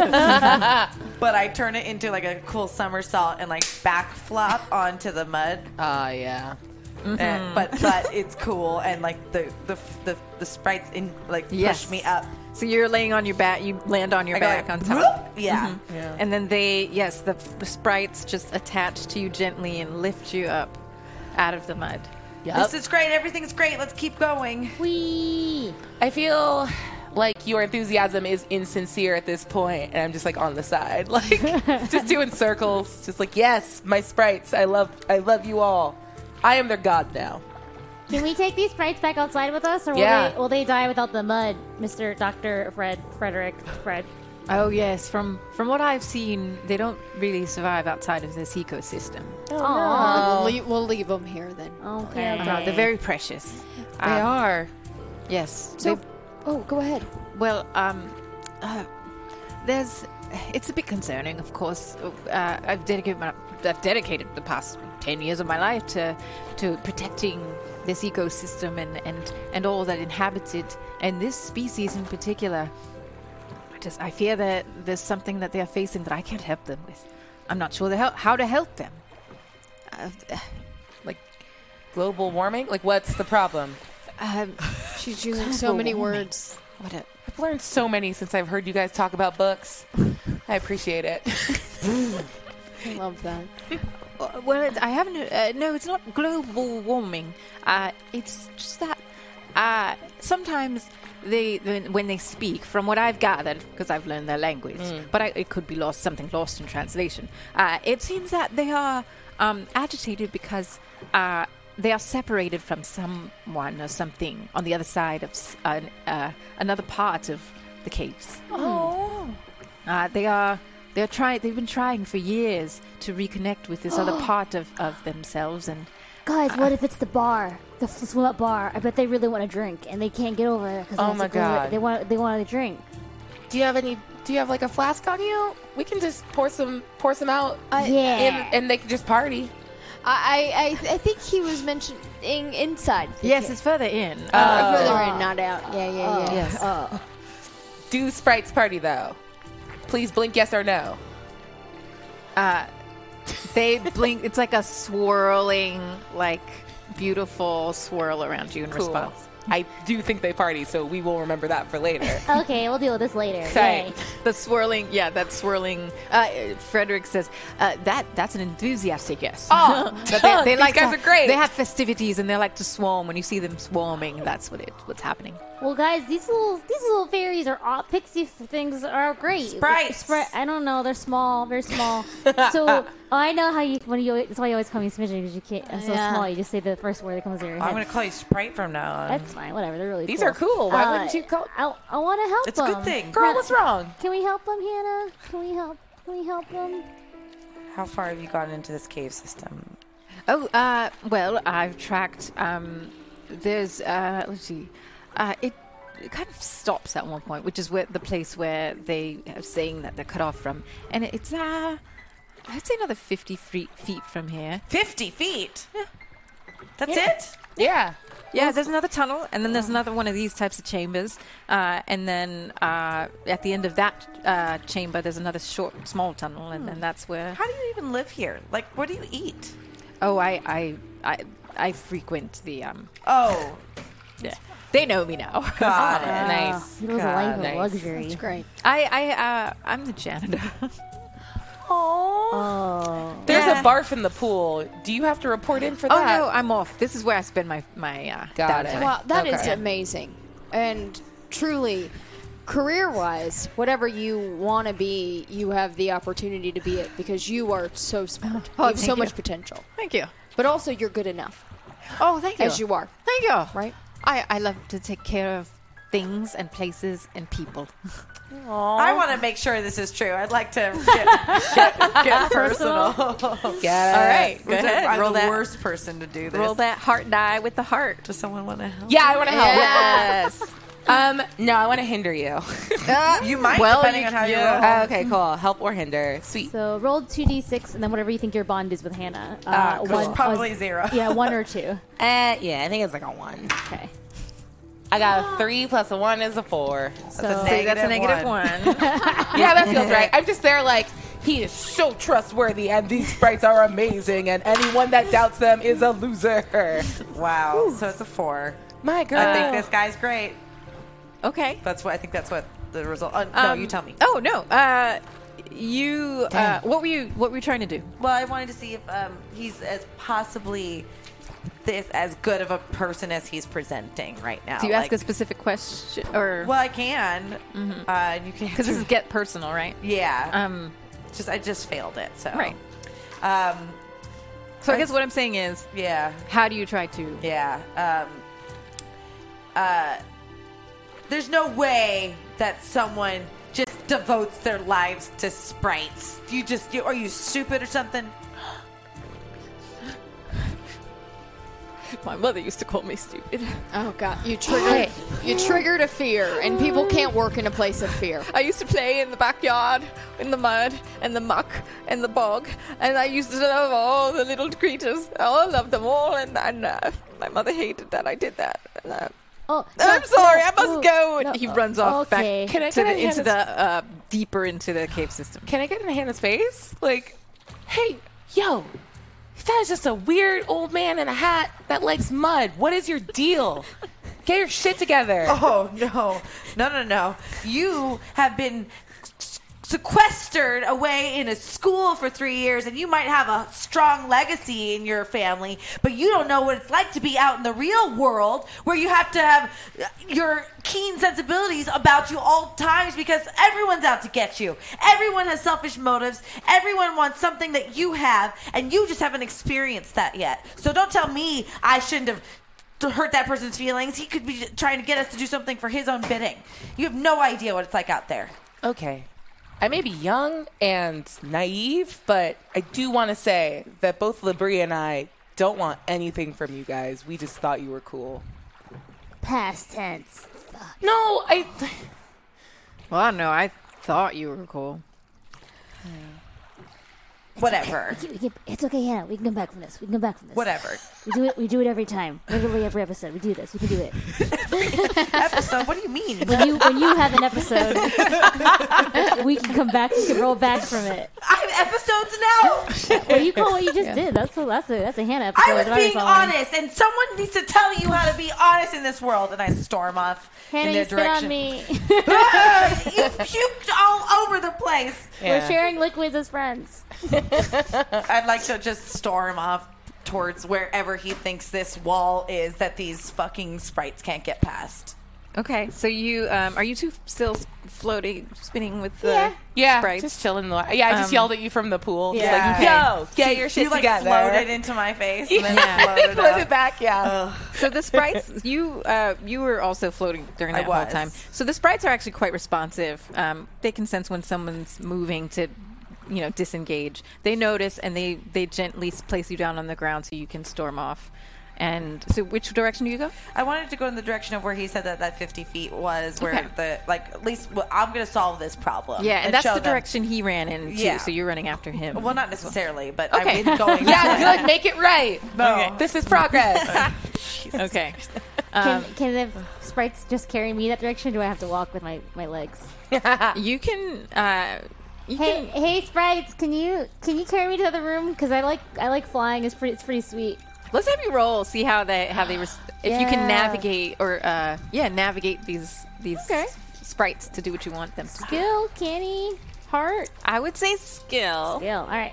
I turn it into like a cool somersault and like backflop onto the mud.
Ah, yeah.
Mm-hmm.
And- but but it's cool and like the the the, the sprites in like
Yes.
push me up.
So you're laying on your back. You land on your
I go
back
like,
on top. Mm-hmm.
"Whoop!" Yeah.
And then they, yes, the, f- the sprites just attach to you gently and lift you up out of the mud.
Yep.
This is great. Everything's great. Let's keep going.
I feel like your enthusiasm is insincere at this point, and I'm just like on the side, like just doing circles, just like yes, my sprites, I love, I love you all. I am their god now.
Can we take these sprites back outside with us, or will,
Yeah.
they, will they die without the mud, Mister Doctor Fred Frederick Fred?
Oh yes, from from what I've seen, they don't really survive outside of this ecosystem.
Oh, We'll, leave, we'll leave them here then.
Okay.
Uh, they're very precious. They
are.
Yes.
So,
they-
oh, go ahead.
well, um, uh, there's. It's a bit concerning, of course. Uh, I've dedicated my, I've dedicated the past ten years of my life to to protecting this ecosystem and and and all that inhabits it, and this species in particular. I just I fear that there's something that they are facing that I can't help them with. I'm not sure the hel- how to help them. Uh,
Like global warming, like what's the problem?
Um, she's using so many words. What a
I've learned so many since I've heard you guys talk about books. I appreciate it.
I love that.
Uh, Well, it- I haven't. Uh, no, it's not global warming. Uh, it's just that uh, sometimes they, when when they speak, from what I've gathered, because I've learned their language, but I, it could be lost, something lost in translation. Uh, it seems that they are um, agitated because uh, they are separated from someone or something on the other side of s- an, uh, another part of the caves. Uh, they are they're trying. They've been trying for years to reconnect with this other part of, of themselves, and
Guys, what if it's the bar, the f- swim up bar? I bet they really want a drink, and they can't get over there because
Oh my God.
they want they want a drink.
do you have any? Do you have like a flask on you? We can just pour some, pour some out,
yeah,
and, and they can just party.
I I, I, I think he was mentioning inside. the
yes,
cave.
it's further in.
Uh, further in, not out. Yeah, yeah, yeah.
yes.
Do sprites party though? Please blink yes or no.
they blink. It's like a swirling, like beautiful swirl around you in response.
I do think they party, so we will remember that for later.
okay, we'll deal with this later.
Sorry.
Yay.
The swirling, yeah, that swirling. Uh, Frederick says uh, that that's an enthusiastic yes. Oh, they,
these
like
guys
to-
are great.
They have festivities and they like to swarm. When you see them swarming, that's what it what's happening.
Well, guys, these little these little fairies are all pixie f- things are great.
Sprites.
Spri- I don't know. They're small. They're small. so oh, I know how you. When you that's why you always call me Smidgen because you can't. I'm so
Yeah.
small. You just say the first word that comes to your head.
I'm gonna call you Sprite from now on.
that's fine. Whatever. They're really
These
cool.
are cool. Why wouldn't you call?
Uh, I, I want to help
It's a good
them.
thing.
Girl, what's wrong?
Can we help them, Hannah? Can we help? Can we help them?
How far have you gotten into this cave system?
Oh, uh, well, I've tracked. Um, there's, uh, let's see, uh, it, it kind of stops at one point, which is where the place where they are saying that they're cut off from, and it's uh, I'd say another fifty feet feet from here.
50 feet. That's it?
Yeah.
Yeah, there's another tunnel, and then there's another one of these types of chambers, uh, and then uh, at the end of that uh, chamber, there's another short, small tunnel, and then that's where.
How do you even live here? Like, what do you eat?
Oh, I, I, I, I frequent the um.
Oh,
Yeah. They know me now.
got it.
nice.
It was a life of luxury.
It's great.
I, I, uh, I'm the janitor.
There's
Yeah.
a barf in the pool. Do you have to report in for
Oh
that?
no, I'm off. This is where I spend my my. Uh,
Got
downtime.
it.
Well, that is
Okay.
amazing. And truly, career wise, whatever you want to be, you have the opportunity to be it because you are so smart. Oh, you have so
thank
much
you.
potential.
Thank you.
But also, you're good enough
Oh, thank you.
as you are,
Thank you.
right?
I I love to take care of things and places and people.
I want to make sure this is true. I'd like to get, get, get personal. All
Yeah.
right, go
Which
ahead.
I'm
Roll
the
that. worst person to do this.
Roll that heart die with the heart.
Does someone want to help?
Yeah, I want to help.
Yes.
Um, no, I want to hinder you.
You might,
Well,
depending
you-
on how you
yeah.
roll.
okay, cool. Help or hinder. Sweet.
So roll two d6 and then whatever you think your bond is with Hannah. Uh,
cool. It's probably
uh,
zero.
Yeah, one or two.
Uh, yeah, I think it's like a one.
Okay.
I got a three plus a one is a four.
So
See, that's a
Negative
negative one.
yeah, that feels right. I'm just there like, he is so trustworthy and these sprites are amazing and anyone that doubts them is a loser.
Wow. So it's a four.
My girl.
I think this guy's great.
okay.
That's what I think. That's what the result. Uh, no,
Um,
you tell me.
Oh no. Uh, you. Uh, what were you? What were you trying to do?
Well, I wanted to see if um, he's as possibly this as good of a person as he's presenting right now.
Do you ask Mm-hmm.
Like-
a specific question or?
Well, I can. Uh, you can.
Because this is get personal, right?
yeah.
Um.
just I just failed it. So
Right.
Um,
So I guess what I'm saying is,
yeah.
how do you try to?
Yeah. Um, uh, there's no way that someone just devotes their lives to sprites. You just you, are you stupid or something?
My mother used to call me stupid.
Oh god, you triggered you triggered a fear, and people can't work in a place of fear.
I used to play in the backyard, in the mud, and the muck, and the bog, and I used to love all the little creatures. Oh, I loved them all, and, and uh, my mother hated that I did that. And, uh,
Oh,
I'm
no,
sorry, I
no,
must
ooh,
go.
no,
he
uh,
runs off
okay.
back
Can I-
to
can
the,
I
into
have
the uh, deeper into the cave system.
Can I get in Hannah's face? Like, hey, yo, that is just a weird old man in a hat that likes mud. What is your deal? Get your shit together.
Oh no, no, no, no! You have been s- sequestered away in a school for three years, and you might have a strong legacy in your family, but you don't know what it's like to be out in the real world where you have to have uh, your keen sensibilities about you all times because everyone's out to get you. Everyone has selfish motives. Everyone wants something that you have, and you just haven't experienced that yet. So don't tell me I shouldn't have to hurt that person's feelings. He could be trying to get us to do something for his own bidding. You have no idea what it's like out there.
Okay. I may be young and naive, but I do want to say that both Labria and I don't want anything from you guys. We just thought you were cool.
Past tense.
No, I.
Well, I don't know. I thought you were cool.
Whatever.
We can- It's okay, Hannah. We can come back from this. We can come back from this.
Whatever.
We do it. We do it every time. Literally every episode. We do this. We can do it.
Episode, what do you mean?
When you when you have an episode, we can come back. We can roll back from it.
I have episodes now.
What do you call what you just did? That's a that's a that's a Hannah episode.
I was
that
being
saw on-
honest, and someone needs to tell you how to be honest in this world. And I storm off
Hannah,
in their
you spit
direction.
on me.
Ah, you puked all over the place.
We're sharing liquids as friends.
I'd like to just storm off towards wherever he thinks this wall is that these fucking sprites can't get past.
Okay, so you um, are you two still s- floating, spinning with the?
Yeah,
Sprites.
just chilling. The, yeah, I just
Um,
yelled at you from the pool. Just
yeah.
like, yo, get your shit
you like
together.
floated into my face and then
Yeah.
floated
Floated
up.
back, yeah.
Oh,
So the sprites, you uh, you were also floating during
I
that whole
was.
time. So the sprites are actually quite responsive. Um, they can sense when someone's moving to, you know, disengage. They notice and they they gently s- place you down on the ground so you can storm off. And so, which direction do you go?
I wanted to go in the direction of where he said that that 50 feet was, where
Okay.
the like at least well, I'm going to solve this problem.
Yeah, and, that's
show
the
them-
direction he ran in too.
Yeah.
So you're running after him.
Well, not necessarily, but
Okay.
I've been going.
Yeah, good. Make it right.
No.
This is progress.
okay.
Can,
Um,
can the sprites just carry me that direction? Or do I have to walk with my, my legs?
You can. Uh, you
Hey,
can.
hey, sprites! Can you can you carry me to the other room? Because I like I like flying. It's pretty it's pretty sweet.
Let's have you roll. See how they how they res- if you can
Yeah.
navigate or uh, yeah navigate these these
Okay.
sprites to do what you want them. to do.
Skill, canny, heart.
I would say skill.
Skill. All right.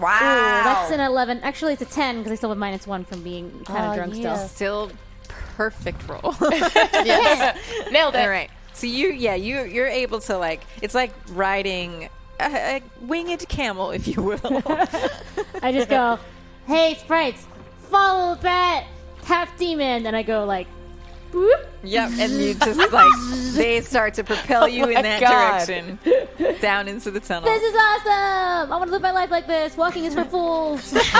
Wow.
Ooh, that's an eleven. Actually, it's a ten because I still have minus one from being kind of drunk still.
Still perfect roll.
Nailed it.
All right. So you yeah you you're able to like it's like riding a, a winged camel if you will.
I just go, hey, sprites, follow that half demon, and I go like, boop,
Yep, and you just like they start to propel you in that
God.
direction down into the tunnel.
This is awesome! I want to live my life like this. Walking is for fools.
uh,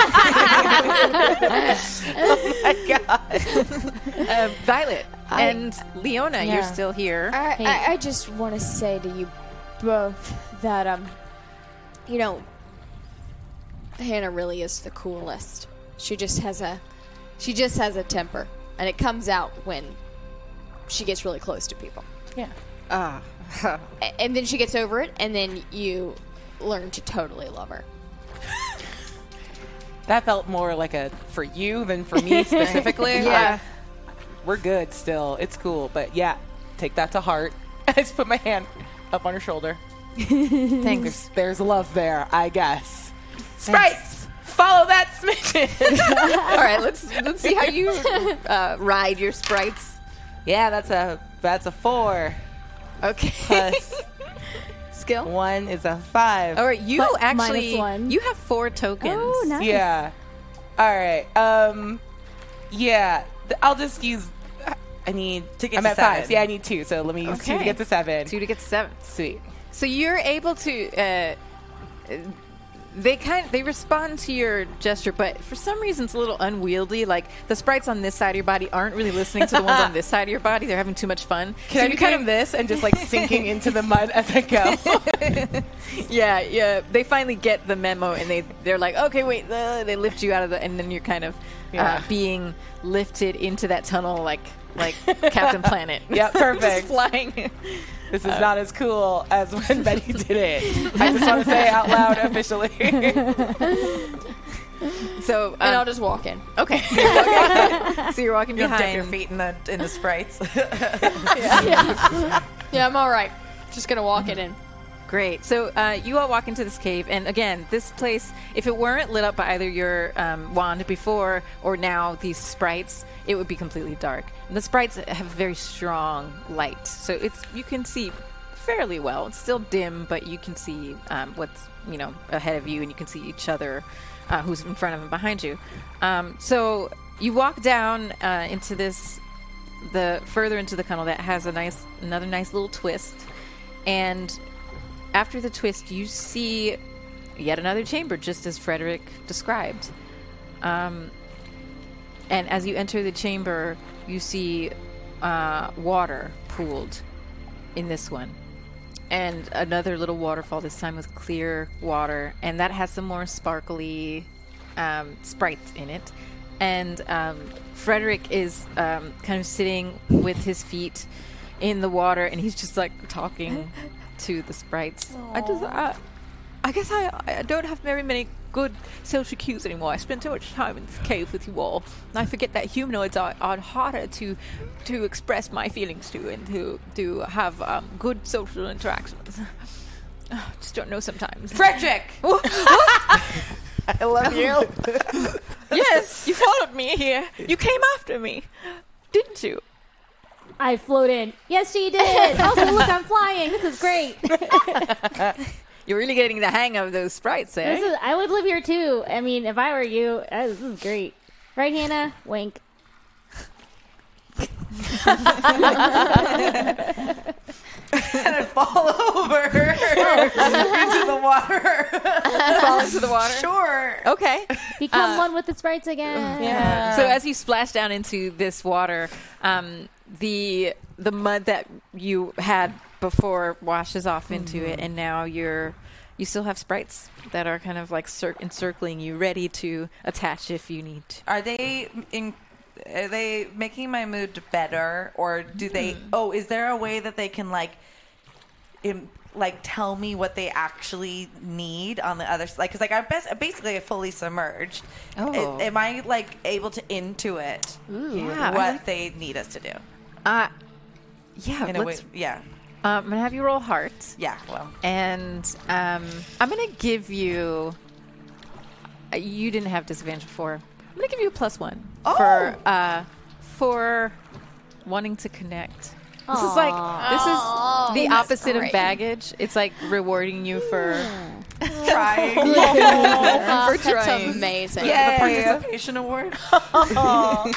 Violet and Leona, you're still here.
I, I, I just want to say to you both that um, you know, Hannah really is the coolest. She just has a, she just has a temper, and it comes out when she gets really close to people.
Ah,
A- and then she gets over it, and then you learn to totally love her.
That felt more like a for you than for me specifically.
yeah.
Like, we're good still. It's cool. But yeah, take that to heart. I just put my hand up on her shoulder.
Thanks.
There's love there, I guess. Sprites, follow that smidgen.
All right, let's let's see how you uh, ride your sprites.
yeah, that's a that's a four
Okay.
plus
Skill.
one is a five.
All right, you
But minus
actually
one.
you have four tokens.
oh, nice.
Yeah. All right. Um. Yeah. th- I'll just use. I need.
To get
I'm
to
at five.
seven.
Yeah, I need two. So let me use two
Okay.
to get to seven.
Two to get seven.
Sweet.
So you're able to. Uh, they kind they respond to your gesture, but for some reason it's a little unwieldy. Like the sprites on this side of your body aren't really listening to the ones on this side of your body. They're having too much fun. so
Can I
you
be kind of this and just like sinking into the mud as I go?
yeah, yeah. They finally get the memo, and they they're like, okay, wait. Uh, they lift you out of the, and then you're kind of
Yeah.
uh, being lifted into that tunnel, like like Captain Planet.
Yeah,
Just
perfect.
flying.
This is not as cool as when Betty did it. I just want to say it out loud officially.
So
And
um,
I'll just walk in.
okay. Okay. so you're walking
You'll
behind
dip your feet in the in the sprites.
Yeah, I'm all right. Just gonna walk it in.
Great. So uh, you all walk into this cave, and again, this place, if it weren't lit up by either your um, wand before or now these sprites, it would be completely dark. And the sprites have very strong light, so it's you can see fairly well. It's still dim, but you can see um, what's you know ahead of you, and you can see each other, uh, who's in front of and behind you. Um, so you walk down uh, into this the further into the tunnel that has a nice another nice little twist and after the twist you see yet another chamber just as frederick described um, and as you enter the chamber you see uh, water pooled in this one and another little waterfall this time with clear water and that has some more sparkly um, sprites in it and um, frederick is um, kind of sitting with his feet in the water and he's just like talking to the sprites i just I, I guess I, I don't have very many good social cues anymore. I spend so much time in this cave with you all, and I forget that humanoids are, are harder to to express my feelings to and to to have um, good social interactions. Ah, Just don't know sometimes.
Frederick,
I love you.
yes, you followed me here. You came after me, didn't you?
I float in. Yes, she did. also, look, I'm flying. This is great.
You're really getting the hang of those sprites, eh?
This is, I would live here too. I mean, if I were you, uh, this is great. Right, Hannah? Wink.
and fall over into the water.
Fall into the water.
Sure.
Okay.
Become one with the sprites again.
So as you splash down into this water, um, the the mud that you had before washes off into it, and now you're you still have sprites that are kind of like cir- encircling you, ready to attach if you need. To.
Are they in? Are they making my mood better, or do they?
Mm.
Oh, is there a way that they can like, Im, like tell me what they actually need on the other side? Because like I'm best, basically fully submerged. I-
Oh.
am I like able to intuit
Yeah, I
what
like-
they need us to do?
Uh, yeah,
In a way,
let's,
yeah,
uh, I'm gonna have you roll heart.
yeah. Well,
and um, I'm gonna give you. uh, You didn't have disadvantage before. I'm gonna give you a plus one for
Oh!
uh, for wanting to connect. This is like this
Oh,
is the opposite of baggage. It's like rewarding you for
Hmm. trying
Oh, that's
trying.
amazing.
the participation award.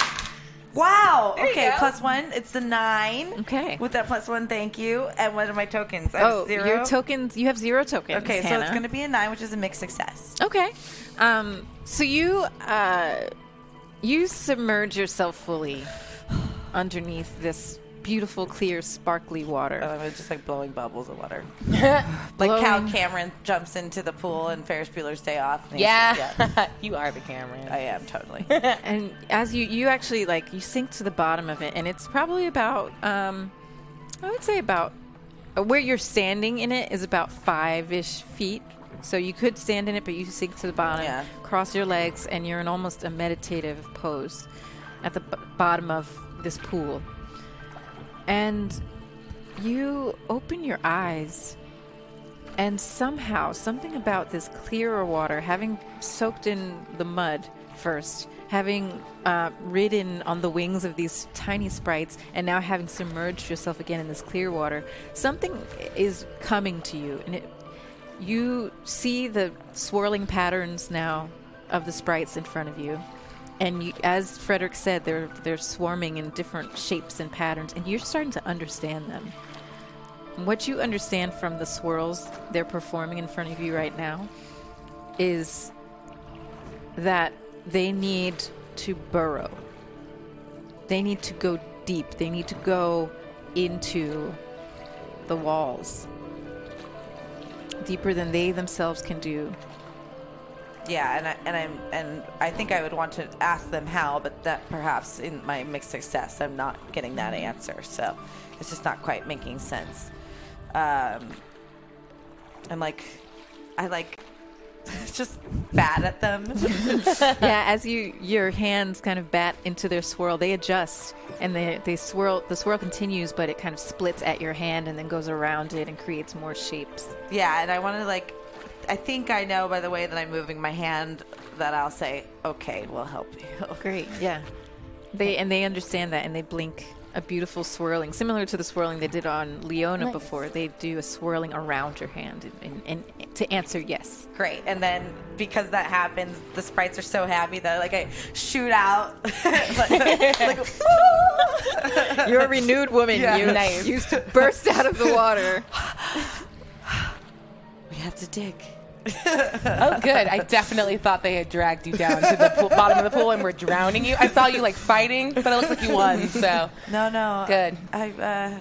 Wow. okay, plus one. It's a nine.
Okay.
With that plus one, thank you. And what are my tokens? I have
Oh,
zero.
your tokens. You have zero tokens.
Okay, so
Hannah.
it's going to be a nine, which is a mixed success.
Okay. Um, so you uh, you submerge yourself fully underneath this beautiful, clear, sparkly water.
Oh, I'm just like blowing bubbles of water. like how Cameron jumps into the pool and Ferris Bueller's Day Off. and he's like,
you are the Cameron.
I am totally.
and as you you actually like you sink to the bottom of it and it's probably about um i would say about uh, where you're standing in it is about five-ish feet so you could stand in it but you sink to the bottom
Yeah.
cross your legs and you're in almost a meditative pose at the b- bottom of this pool and you open your eyes and somehow, something about this clearer water, having soaked in the mud first, having uh, ridden on the wings of these tiny sprites, and now having submerged yourself again in this clear water, something is coming to you. And it, you see the swirling patterns now of the sprites in front of you. And you, as Frederick said, they're, they're swarming in different shapes and patterns, and you're starting to understand them. What you understand from the swirls they're performing in front of you right now is that they need to burrow. They need to go deep. They need to go into the walls. Deeper than they themselves can do.
Yeah, and I, and I'm and I think I would want to ask them how, but that perhaps in my mixed success, I'm not getting that answer. So it's just not quite making sense. Um, I'm like, I like, just bad at them.
yeah, as you your hands kind of bat into their swirl, they adjust and they, they swirl the swirl continues but it kind of splits at your hand and then goes around it and creates more shapes.
yeah, and I want to like, I think I know by the way that I'm moving my hand that I'll say, okay, we'll help you.
Great, yeah. They and they understand that, and they blink a beautiful swirling, similar to the swirling they did on Leona before. They do a swirling around your hand, and, and, and to answer yes.
Great. And then because that happens, the sprites are so happy that like I shoot out. like, like,
You're a renewed woman.
Yeah.
You
Nice.
you burst out of the water.
we have to dig.
Oh, good. I definitely thought they had dragged you down to the pool, bottom of the pool and were drowning you. I saw you like fighting, but it looks like you won. So
No, no.
Good.
I, uh,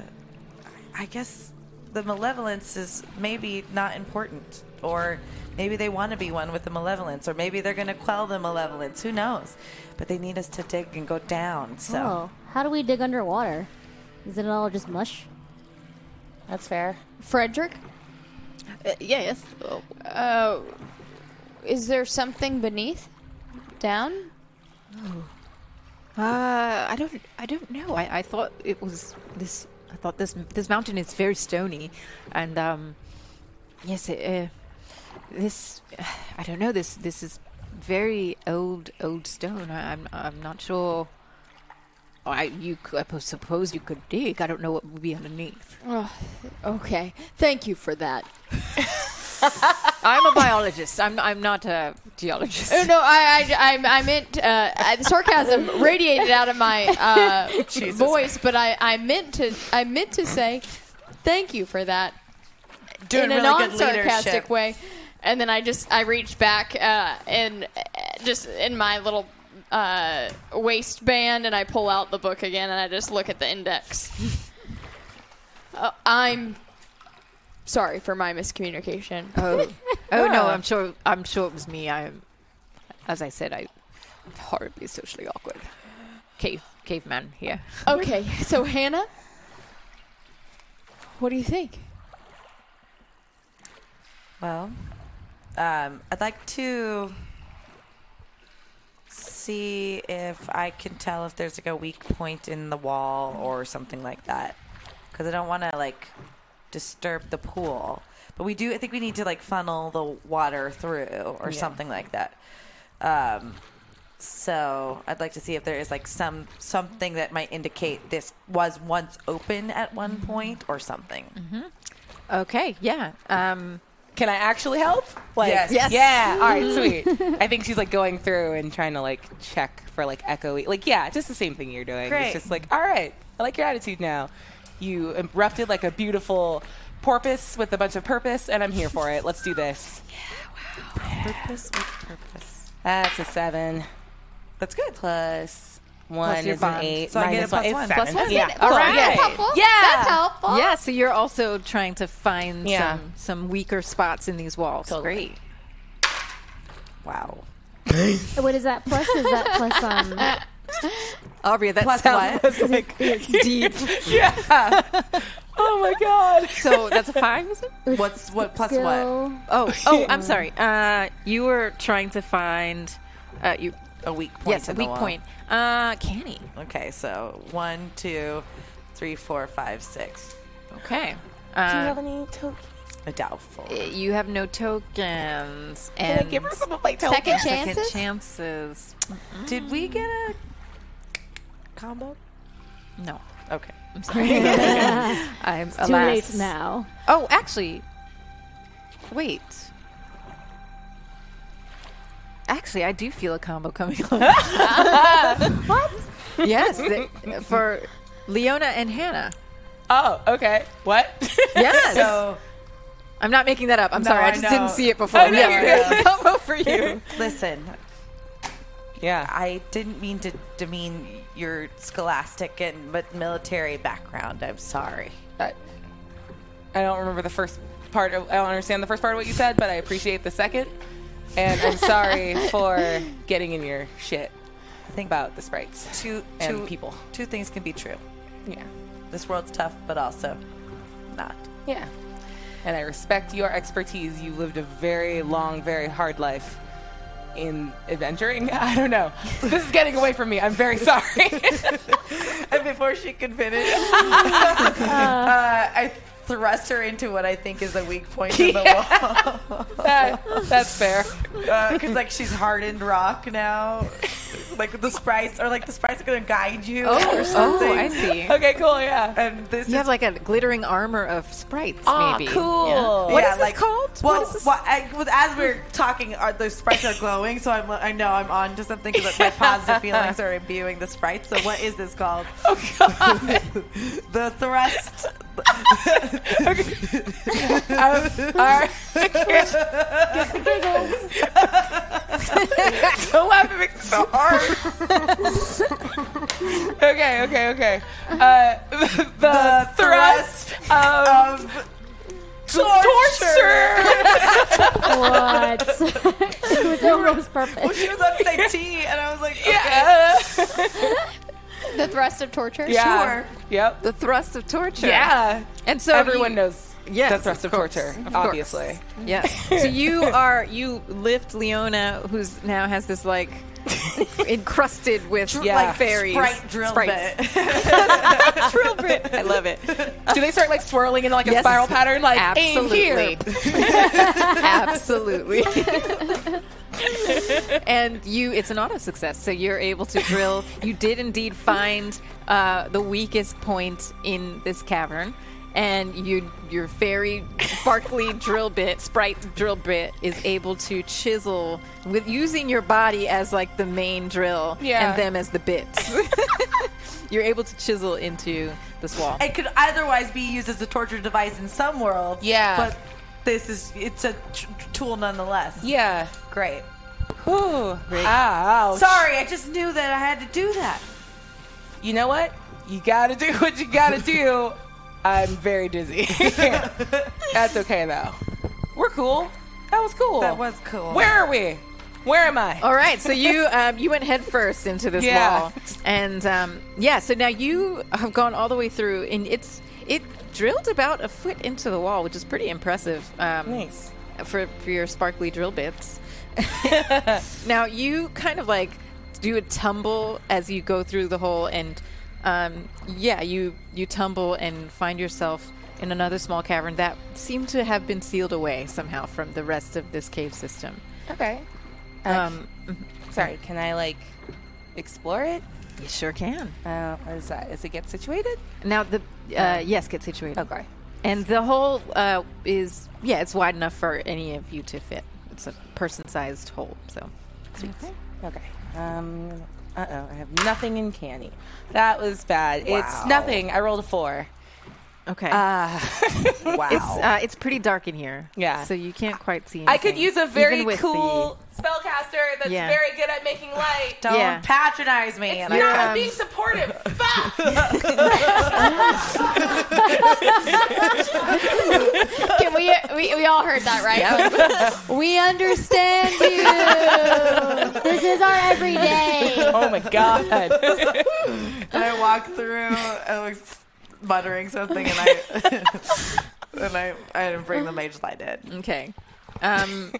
I guess the malevolence is maybe not important, or maybe they want to be one with the malevolence, or maybe they're going to quell the malevolence. Who knows? But they need us to dig and go down. So
Oh, how do we dig underwater? Is it all just mush?
that's fair.
Frederick? yes. Uh, is there something beneath? Down?
Uh, I don't, I don't know. I, I thought it was this. I thought this this mountain is very stony, and um, yes, it, uh, this I don't know. This this is very old old stone. I, I'm I'm not sure. I you c- I suppose you could dig. I don't know what would be underneath.
Oh, okay. Thank you for that.
I'm a biologist. I'm I'm not a geologist.
Oh, no, I, I, I, I meant uh, I- the sarcasm radiated out of my uh, voice, but I, I meant to I meant to say thank you for that in a non-sarcastic way, and then I just I reached back uh, and uh, just in my little uh, waistband and I pull out the book again and I just look at the index. Uh, I'm sorry for my miscommunication.
Oh, oh no! I'm sure. I'm sure it was me. I, as I said, I am horribly socially awkward. Cave caveman here.
Okay, so Hannah, what do you think?
well, um, I'd like to see if I can tell if there's like a weak point in the wall or something like that, because I don't want to like disturb the pool. But we do. I think we need to like funnel the water through or something like that. Um, so I'd like to see if there is like some something that might indicate this was once open at one point or something.
Okay, yeah. Um,
can I actually help? Like,
Yes. Yes.
Yeah. All right. Sweet. I think she's like going through and trying to like check for like echoey. Like, yeah, just the same thing you're doing.
Great.
It's just like, all right, I like your attitude now. You erupted like a beautiful porpoise with a bunch of purpose, and I'm here for it. Let's do this.
Purpose with purpose.
That's a seven. That's good. Plus one
Plus your
is an
bond.
eight.
So I get a
minus
plus
It's
one.
seven.
Plus
That's
Yeah.
good. All right. That's helpful.
Yeah.
That's helpful.
Yeah, so you're also trying to find
Yeah.
some, some weaker spots in these walls. Great.
Wow.
What is that plus? Is that plus um
Aubrey, that
Plus
sound
what?
was
Deep.
Oh my god.
so that's a five, is it?
What's what? Plus what?
skill?
Oh, oh, I'm sorry. Uh, you were trying to find uh, you.
A weak point.
Yes, a
in the
weak
wall.
point. Uh, canny.
Okay, so one, two, three, four, five, six.
Okay. Uh,
any tokens?
A doubtful.
you have no tokens
Can I
and
give her some of my tokens?
Second
second
chances.
chances.
Did we get a combo?
No,
Okay.
I'm sorry. I'm
Too
alas.
late now.
Oh, actually, wait. Actually, I do feel a combo coming on. what? Yes, th- for Leona and Hannah.
Oh, okay. What?
Yes.
So
I'm not making that up. I'm
No,
sorry. I,
I
just
know.
didn't see it before.
I know.
yes, there's a combo for you.
listen,
yeah.
I didn't mean to demean your scholastic and but military background. I'm sorry.
I, I don't remember the first part. Of, I don't understand the first part of what you said, but I appreciate the second. And I'm sorry for getting in your shit
I think
about the sprites.
two
and
two
people.
Two things can be true.
Yeah.
This world's tough, but also not.
Yeah. And I respect your expertise. You lived a very long, very hard life in adventuring. I don't know. This is getting away from me. I'm very sorry.
And before she could finish, uh, I thrust her into what I think is a weak point in the wall.
That- that's fair.
because like she's hardened rock now. like the sprites, or like the sprites are gonna guide you or something.
Oh, I see.
Okay, cool. Yeah.
And this
You
is
have like a glittering armor of sprites, maybe.
cool.
What is
is this called?
Well,
What is this-
wha- I, well, as we're talking, are, the sprites are glowing, so I'm, I know I'm on to something because my positive feelings are imbuing the sprites. So what is this called?
Oh,
the thrust.
Don't laugh at me so hard. okay, okay, okay. Uh, the, thrust,
thrust
of
of
torture.
What? it was no rose purpose.
she was about to say tea, and I was like,
Yeah.
The thrust of torture.
yeah.
Sure.
Yep.
The thrust of torture.
Yeah.
And so
Everyone
you-
knows
Yes,
the thrust of,
of course,
torture,
of course.
obviously.
Yeah. So you are you lift Leona, who's now has this like encrusted with
Yeah.
like fairies.
Sprite drill
Sprites.
bit.
Drill bit. I love it.
Do they start like swirling in like a
Yes.
spiral pattern? Like aim here.
Absolutely. Absolutely. and you it's an auto success, so you're able to drill. You did indeed find uh, the weakest point in this cavern. And you, your fairy sparkly drill bit, sprite drill bit, is able to chisel with using your body as like the main drill
Yeah.
and them as the bits. You're able to chisel into this wall.
It could otherwise be used as a torture device in some worlds.
Yeah.
But this is, it's a t- tool nonetheless.
Yeah.
Great.
Ooh. Ow.
Sorry, I just knew that I had to do that.
you know what? You gotta do what you gotta do. I'm very dizzy. That's okay though. We're cool. That was cool.
That was cool.
Where are we? Where am I?
All right, so you um, you went headfirst into this
Yeah.
wall, and um, yeah, so now you have gone all the way through, and it's it drilled about a foot into the wall, which is pretty impressive. Um,
Nice.
for for your sparkly drill bits. now you kind of like do a tumble as you go through the hole, and um, yeah, you you tumble and find yourself in another small cavern that seemed to have been sealed away somehow from the rest of this cave system.
Okay. mhm.
Um,
Sorry. Can I like explore it?
you sure can.
Uh, is that? Is it get situated?
Now the uh, yes, get situated.
Okay.
And the hole uh, is yeah, it's wide enough for any of you to fit. It's a person-sized hole, so
Okay. Um. Uh oh. I have nothing in candy. That was bad. It's nothing. I rolled a four.
okay.
Uh, Wow.
it's uh, it's pretty dark in here.
Yeah.
so you can't quite see.
I could
anything,
use a
even
very
with the-
cool spellcaster that's
Yeah.
very good at making light.
Don't
yeah.
patronize me. and I
You're
Um,
not being supportive. Fuck.
Can we, we? We all heard that, right? we understand you.
This is our everyday.
oh my god.
and I walk through and like s- muttering something, and I and I I didn't bring the mage light in.
Okay, um,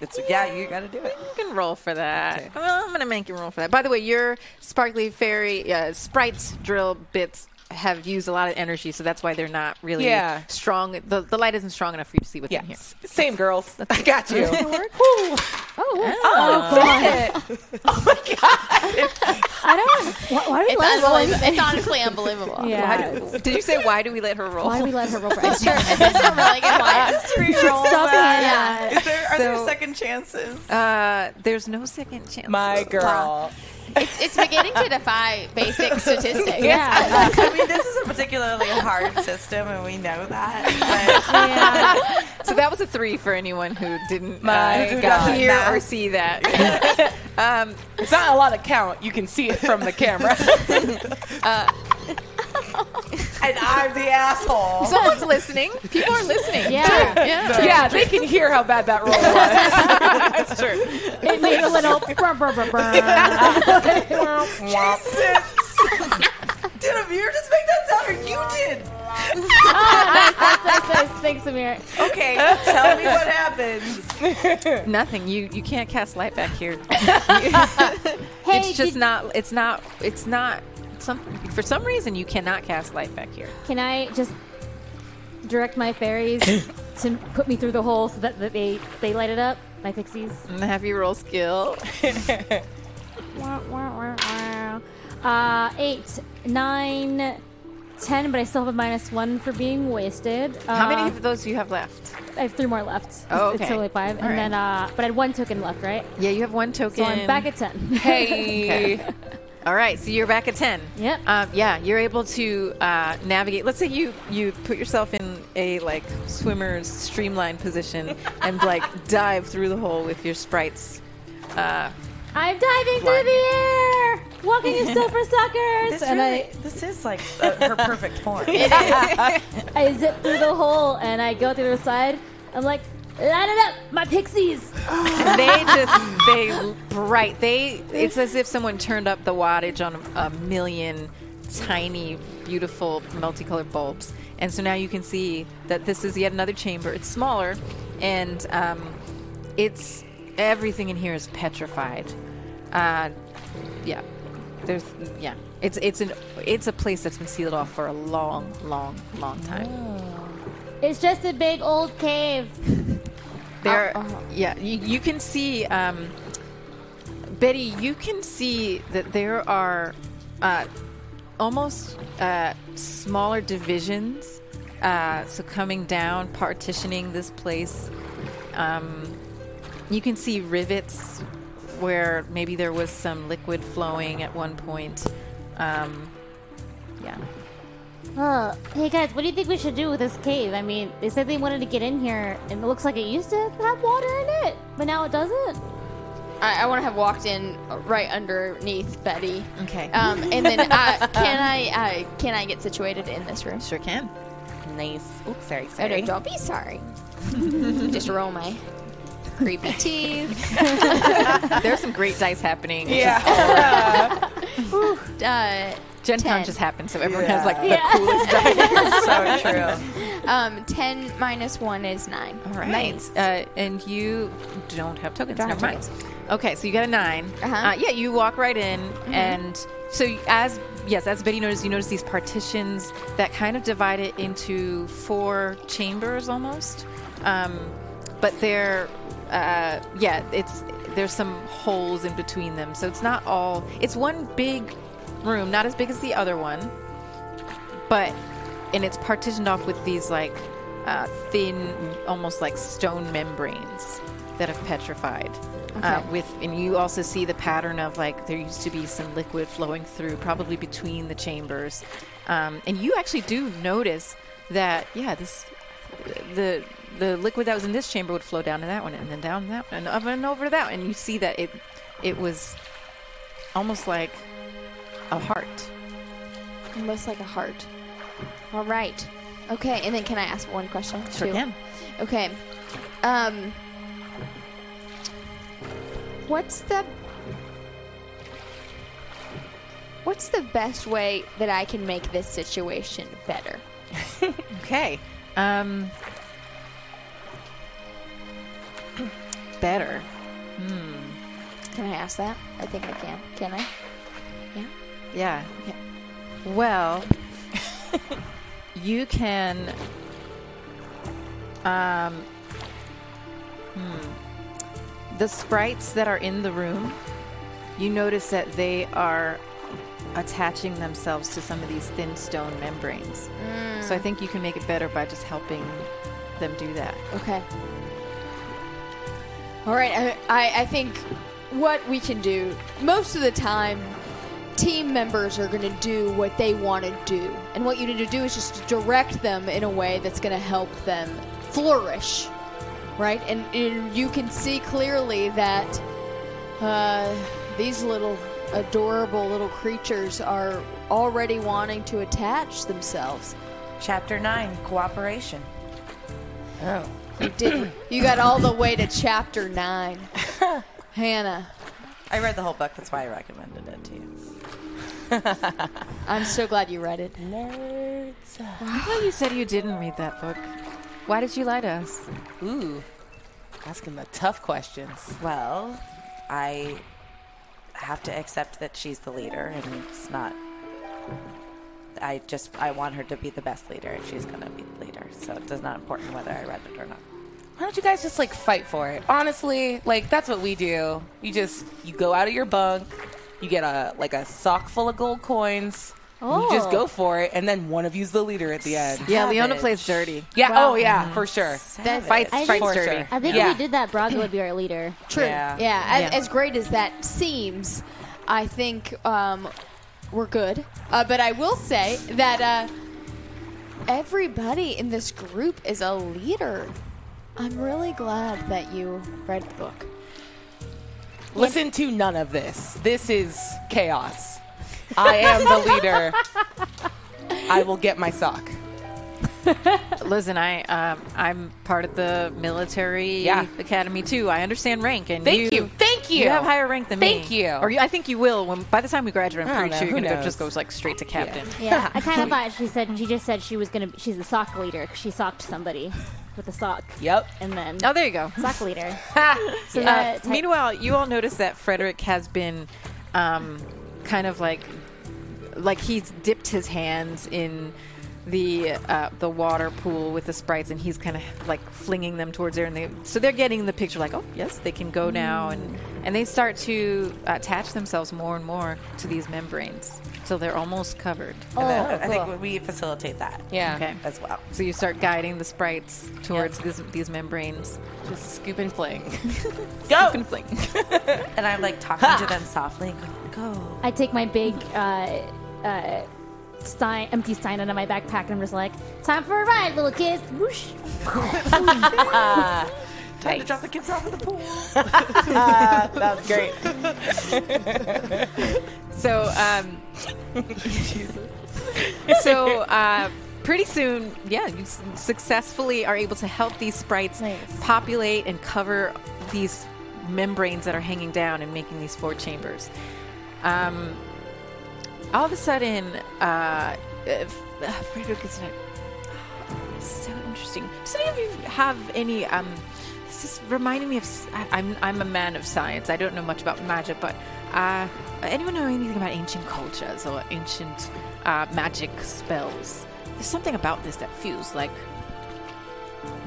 It's yeah, you got to do it.
you can roll for that. Well, I'm gonna make you roll for that. By the way, your sparkly fairy uh, sprites drill bits have used a lot of energy, so that's why they're not really
Yeah.
strong. The, the light isn't strong enough for you to see what's
Yeah.
in here.
s- Same girls. I got you.
I don't. Why, why do we
It's,
let her roll?
unbelievable. it's honestly unbelievable.
Yeah.
Did you say why do we let her roll?
Why do we let her roll for
Sure, It's a really good one.
Stop
Yeah.
Is there are there
So-
second chances?
Uh, there's no second chance.
My girl.
It's, it's beginning to defy basic statistics.
Yeah.
uh, I mean, this is a particularly hard system, and we know that. But
So that was a three for anyone who didn't
My
uh,
God.
hear or see that.
It's not a lot of count. You can see it from the camera.
and I'm the asshole.
Someone's listening. People are listening.
Yeah.
yeah, they can hear how bad that roll was. That's true.
It made a little. brr, brr, brr, brr.
did Amir just make that sound, or you did?
That's nice, nice. Thanks, Amir.
Okay, tell me what happens.
Nothing. You you can't cast light back here.
Hey,
it's just
did-
not. It's not. It's not. Some for some reason you cannot cast light back here.
can I just direct my fairies to put me through the hole so that, that they they light it up? My pixies.
I'm gonna have you roll skill.
Wah, wah, wah, wah. Uh, eight, nine, ten. But I still have a minus one for being wasted. Uh,
How many of those do you have left?
I have three more left.
Oh,
It's
okay.
totally five.
All
and
right.
then, uh, but I had one token left, right?
Yeah, you have one token.
So I'm back at ten.
Hey.
All right, so you're back at ten.
Yep.
Um, yeah, you're able to uh, navigate. Let's say you you put yourself in a like swimmer's streamline position and like dive through the hole with your sprites. Uh,
I'm diving through the air, walking in silver suckers,
This
and
really, this is like uh, her perfect form.
I, I zip through the hole and I go through the side. I'm like, light it up, my pixies.
they just they bright. They it's as if someone turned up the wattage on a million tiny, beautiful, multicolored bulbs, and so now you can see that this is yet another chamber. It's smaller, and um, it's everything in here is petrified. Uh, yeah, there's yeah. It's it's an it's a place that's been sealed off for a long, long, long time.
It's just a big old cave.
There, yeah, you, you can see, um, Betty. You can see that there are uh, almost uh, smaller divisions, uh, so coming down, partitioning this place. Um, you can see rivets where maybe there was some liquid flowing at one point. Um, yeah,
Oh, hey guys, what do you think we should do with this cave? I mean, they said they wanted to get in here, and it looks like it used to have water in it, but now it doesn't.
I, I want to have walked in right underneath Betty.
Okay.
Um, and then uh, can I uh, can I get situated in this room?
sure can.
Nice. Oops, sorry,
Oh, no,
sorry.
don't be sorry. Just roll my creepy teeth.
There's some great dice happening.
Yeah.
Uh,
Gen Con
Ten.
just happened, so everyone has like the
Yeah.
coolest dice.
so true.
um, ten minus one is nine.
All right. Uh, and you don't have tokens.
Don't
Never
have
mind. Okay, so you got a 9
Uh-huh. Mm-hmm.
Uh, yeah, you walk right in, and so you- as yes, as Betty noticed, you notice these partitions that kind of divide it into four chambers almost. Um, but they're uh, yeah, it's there's some holes in between them, so it's not all. It's one big room, not as big as the other one, but and it's partitioned off with these like uh, thin, almost like stone membranes that have petrified. Uh, with and you also see the pattern of like there used to be some liquid flowing through, probably between the chambers, um, and you actually do notice that yeah, this the the liquid that was in this chamber would flow down to that one, and then down to that one, and up and over to that, one. and you see that it it was almost like a heart.
Almost like a heart. All right. Okay, and then can I ask one question?
Sure
too?
can.
Okay. Um. What's the What's the best way that I can make this situation better?
Okay. Um, better.
Can I ask that? I think I can. Can I?
Yeah. Well, you can. Um, hmm. The sprites that are in the room, you notice that they are attaching themselves to some of these thin stone membranes. So I think you can make it better by just helping them do that.
Okay. All right. I, I, I think what we can do most of the time, team members are going to do what they want to do, and what you need to do is just direct them in a way that's going to help them flourish, right? And, and you can see clearly that uh, these little adorable little creatures are already wanting to attach themselves.
Chapter 9 Cooperation.
Did, you got all the way to chapter nine, Hannah.
I read the whole book, that's why I recommended it to you.
I'm so glad you read it.
I thought you said you didn't read that book. Why did you lie to us?
Ooh, asking the tough questions.
Well, I have to accept that she's the leader, and it's not. I just I want her to be the best leader, and she's gonna be the leader. So it does not important whether I read it or not.
Why don't you guys just like fight for it? Honestly, like that's what we do. You just you go out of your bunk, you get a like a sock full of gold coins. and You just
Oh.
go for it, and then one of you's the leader at the end.
Yeah, Leona plays dirty.
Yeah. Oh, yeah, for sure.
That's-
Fights,
I
fights
think-
dirty.
sure.
I think
Yeah.
if we did that, Braga would be our leader.
True.
Yeah.
Yeah. As, as great as that seems, I think um, we're good. Uh, but I will say that uh, everybody in this group is a leader. I'm really glad that you read the book.
Listen to none of this. This is chaos. I am the leader. I will get my sock.
Listen, I um, I'm part of the military
Yeah.
academy too. I understand rank, and
Thank you. Thank you.
You have higher rank than me.
Thank you.
Or you, I think you will. When by the time we graduate,
I
I'm
don't
pretty
know.
sure you're
Who
gonna go,
knows?
just goes like straight to captain.
Yeah, I kind of thought she said she just said she was gonna. She's the sock leader because she socked somebody with a sock.
Yep.
And then
Oh, there you go.
sock leader. so
Uh,
that type-
meanwhile, you all notice that Frederick has been um, kind of like like he's dipped his hands in the uh, the water pool with the sprites, and he's kind of like flinging them towards there, and they so they're getting the picture like, oh yes, they can
Mm.
go now, and and they start to attach themselves more and more to these membranes, so they're almost covered.
And then I think we facilitate that
Oh, Yeah.
Okay.
as well.
So you start guiding the sprites towards these, these membranes.
Just scoop and fling. go. and fling.
And I'm like talking to them softly. Go, go.
I take my big uh, uh, stein, empty stein out of my backpack and I'm just like, time for a ride, little kids. Whoosh.
Time to drop the kids off at the pool.
That was great.
So, um, so uh, pretty soon, yeah, you s- successfully are able to help these sprites populate and cover these membranes that are hanging down and making these four chambers. Um, all of a sudden, uh, if, uh, Frederick is like, so interesting. Does any of you have any? Um, this is reminding me of. s- I, am I'm a man of science. I don't know much about magic, but uh, anyone know anything about ancient cultures or ancient uh, magic spells? There's something about this that feels like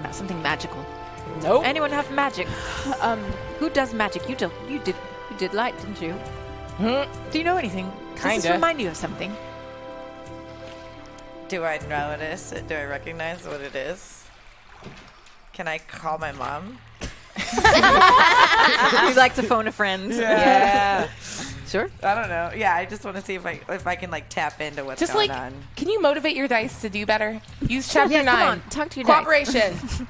ma- something magical.
Nope.
Anyone have magic? Um, who does magic? You did. You did. You did light, didn't you? Do you know anything? Does this
Kinda.
remind you of something?
Do I know what it is? Do I recognize what it is? Can I call my mom?
We'd like to phone a friend.
Yeah. sure. I don't know. Yeah, I just want to see if I if I can like tap into what's
Just
going
like,
on.
can you motivate your dice to do better? Use chapter
Yeah, come
nine.
on, talk to your dice.
cooperation.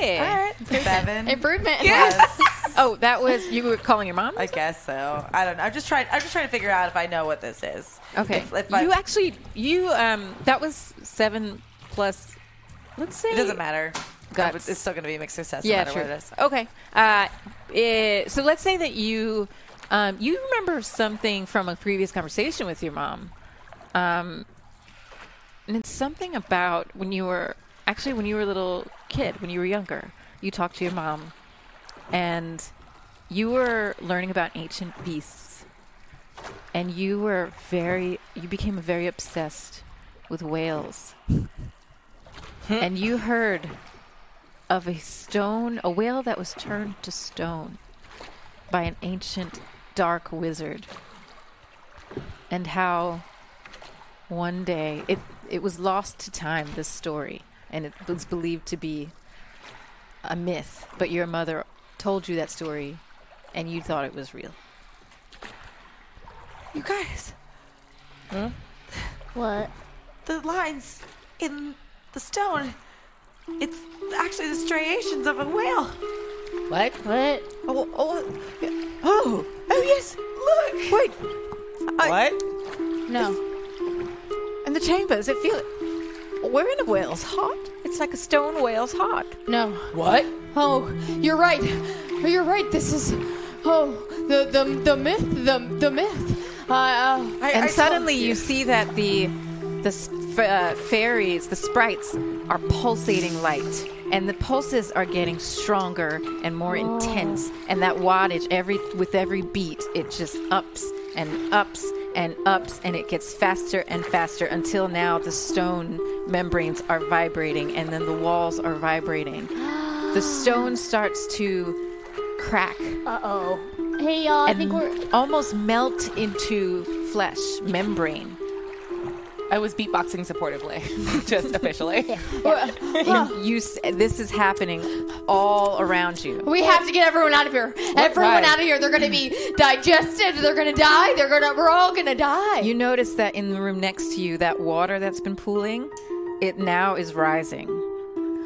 Yeah.
Seven.
Improvement.
Yes.
Oh, that was you were calling your mom.
I guess so. I don't know. I'm just trying. I'm just trying to figure out if I know what this is.
Okay.
If, if I,
you actually you um that was seven plus. Let's say
it doesn't matter.
Guts.
It's it's still going to be a mixed success.
Yeah,
no matter
sure.
what it is.
Okay. Uh, eh, so let's say that you um, you remember something from a previous conversation with your mom, um, and it's something about when you were actually when you were a little kid, when you were younger, you talked to your mom, and you were learning about ancient beasts, and you were very you became very obsessed with whales, and you heard of a stone, a whale that was turned to stone by an ancient dark wizard. And how one day it it was lost to time this story and it was believed to be a myth, but your mother told you that story and you thought it was real.
You guys,
What?
Hmm? the lines in the stone. It's actually the striations of a whale.
What?
What?
Oh, oh, oh, oh yes. Look. Wait.
What?
No.
And the chambers, it feel we're in a whale's heart. It's like a stone whale's heart.
No.
What?
Oh, you're right. You're right. This is. Oh, the the the myth. The the myth. Uh, uh,
and suddenly you. see that the the s- f- uh, fairies, the sprites, are pulsating light, and the pulses are getting stronger and more intense. And that wattage, every with every beat, it just ups and ups and ups, and it gets faster and faster until now the stone membranes are vibrating, and then the walls are vibrating. the stone starts to crack
Uh oh. Hey y'all, I
and
think we're.
almost melt into flesh membrane.
I was beatboxing supportively, just officially.
And you, s- this is happening all around you.
We have to get everyone out of here. everyone
Right.
out of here. They're going to be digested. They're going to die. They're going to. We're all going to die.
You notice that in the room next to you, that water that's been pooling, it now is rising,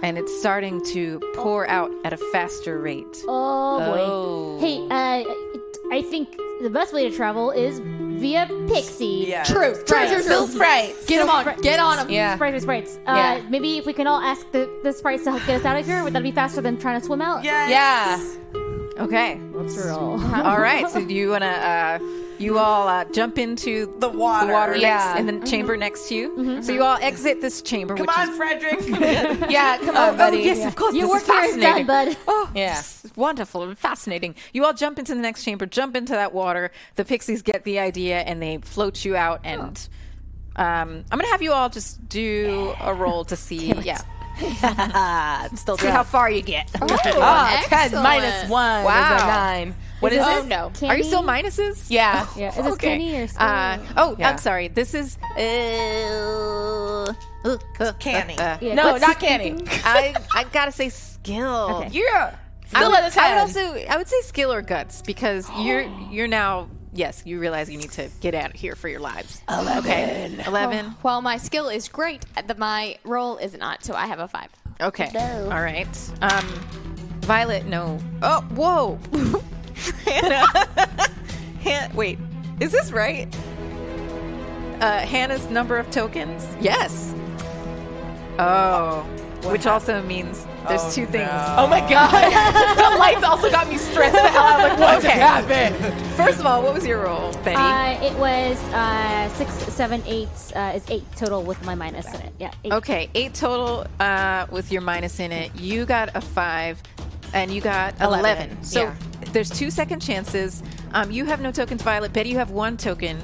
and it's starting to pour out at a faster rate.
Oh boy. Hey, uh, I think the best way to travel is via Pixie.
Yeah.
true. True. True. True.
Sprites.
Get them on. Get on them.
Yeah.
Sprites are sprites. Uh,
Yeah.
Maybe if we can all ask the, the sprites to help get us out of here, would that be faster than trying to swim out?
Yes.
Okay.
Let's roll.
All right. So do you wanna, uh, you all uh, jump into
The water.
the water
Yeah.
next, in the chamber next to you. So you all exit this chamber,
Mm-hmm. Come
which
on,
is
Frederick.
yeah, come on, buddy. yes, of course.
Your work here is done, bud.
Oh,
Yeah.
yes. Wonderful and fascinating. You all jump into the next chamber, jump into that water. The pixies get the idea and they float you out.
Oh.
And um, I'm going to have you all just do a roll to see. Yeah. Still see how far you get.
Oh, 10
Excellent.
minus 1
Wow.
is a 9.
What is
Oh
this?
no.
Are you still minuses? Oh,
Yeah.
Yeah, is this candy or something?
Uh, oh,
Yeah.
I'm sorry. This is uh,
Canny.
Yeah,
No,
let's-
not canny.
I I gotta say skill.
Okay.
Yeah.
I
Still
would,
at a
I
10.
would also I would say skill or guts because you're you're now yes you realize you need to get out of here for your lives. Eleven. Okay. Eleven.
While my skill is great, the, my roll is not, so I have a five.
Oh,
Okay. All right. Um, Violet. No. Oh. Whoa. Hannah. Han- Wait. Is this right? Uh, Hannah's number of tokens. Yes. Oh. Which also means there's two things.
Oh my god. the lights also got me stressed out. I'm like, what just happened?
First of all, what was your roll, Benny?
Uh, it was uh, six, seven, eight. Uh, is eight total with my minus in it. Yeah. Eight.
Okay, eight total uh, with your minus in it. You got a five, and you got eleven. So
yeah.
there's two second chances. Um, you have no tokens, Violet. Betty, you have one token,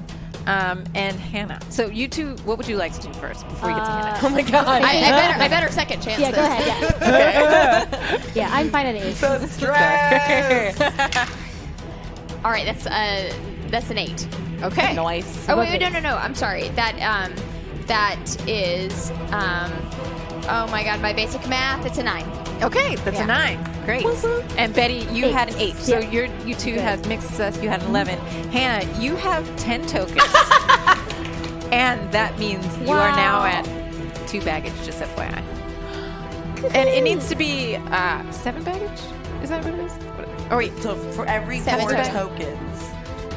um, and Hannah. So you two, what would you like to do first before you get to
Oh
Hannah?
my god.
I, I better. I better second chance.
Yeah.
this.
Go ahead. Yeah. yeah. I'm fine at eight.
Stress.
All right. That's uh. That's an eight.
Okay.
Nice.
Oh wait, wait, no, no, no. I'm sorry. That um, that is um, oh my god, my basic math. It's a nine.
Okay, that's
Yeah.
a nine. Great. And Betty, you had an eight. So
Yeah.
you're you two have mixed success. You had an eleven. Hannah, you have ten tokens, and that means you are now at two baggage. Just FYI. and it needs to be uh, seven baggage. Is that what it is? What- Oh wait.
So for every
Seven
four
tokens.
tokens,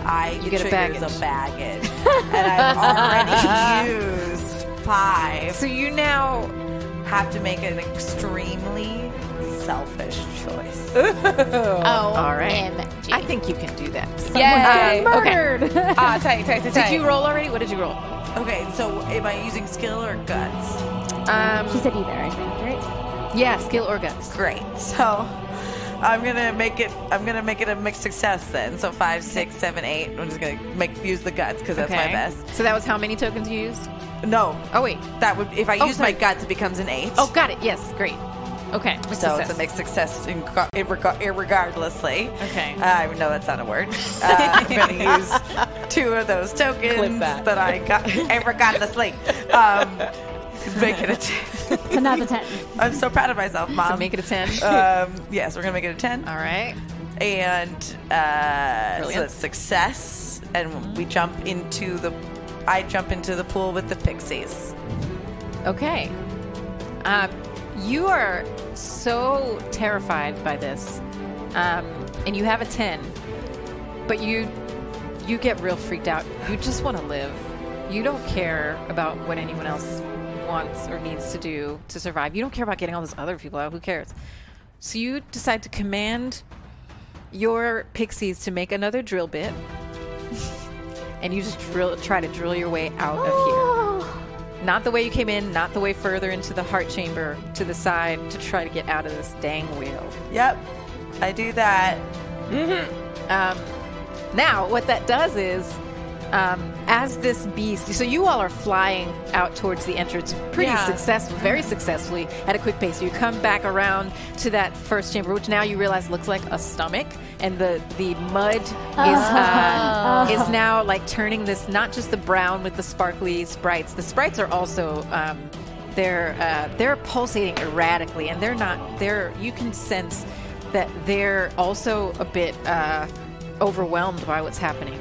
I
You get a baggage.
triggers a baggage, and I've already used five.
So you now
Have to make an extremely selfish choice.
Oh, Oh,
all right.
OMG.
I think you can do that.
Yay.
Uh, okay.
Ah, tight, tight, tight,
Did
tight.
you roll already? What did you roll?
Okay, so am I using skill or guts?
Um,
She said either, I think, right?
yeah, skill or guts.
Great. So I'm gonna make it. I'm gonna make it a mixed success then. So five, six, seven, eight. I'm just gonna make use the guts because that's my best.
So that was how many tokens you used?
No,
Oh wait.
that would if I
Oh,
use
sorry.
my guts, it becomes an eight.
Oh, got it. Yes, great. Okay.
So it's a mixed success in, irreg- irregardlessly.
Okay.
Uh, I know that's not a word. Uh, I'm going to use two of those tokens
that.
that. I got irregardlessly. Um, make it a 10.
So not the 10.
I'm so proud of myself, Mom.
So make it a ten.
um, yes, we're going to make it a 10.
All right.
And uh, so
Brilliant.
it's success. And we jump into the. I jump into the pool with the pixies.
Okay. Um, you are so terrified by this, um, and you have a ten, but you you get real freaked out. You just want to live. You don't care about what anyone else wants or needs to do to survive. You don't care about getting all those other people out. Who cares? So you decide to command your pixies to make another drill bit, and you just drill, try to drill your way out of here. Not the way you came in, not the way further into the heart chamber, to the side, to try to get out of this dang wheel.
Yep, I do that.
Um, now, what that does is, um, as this beast, so you all are flying out towards the entrance pretty
Yeah.
successful, very successfully at a quick pace. You come back around to that first chamber, which now you realize looks like a stomach, and the the mud is uh, is now like turning this not just the brown with the sparkly sprites. The sprites are also. Um, they're uh, they're pulsating erratically, and they're not. They're you can sense that they're also a bit uh, overwhelmed by what's happening.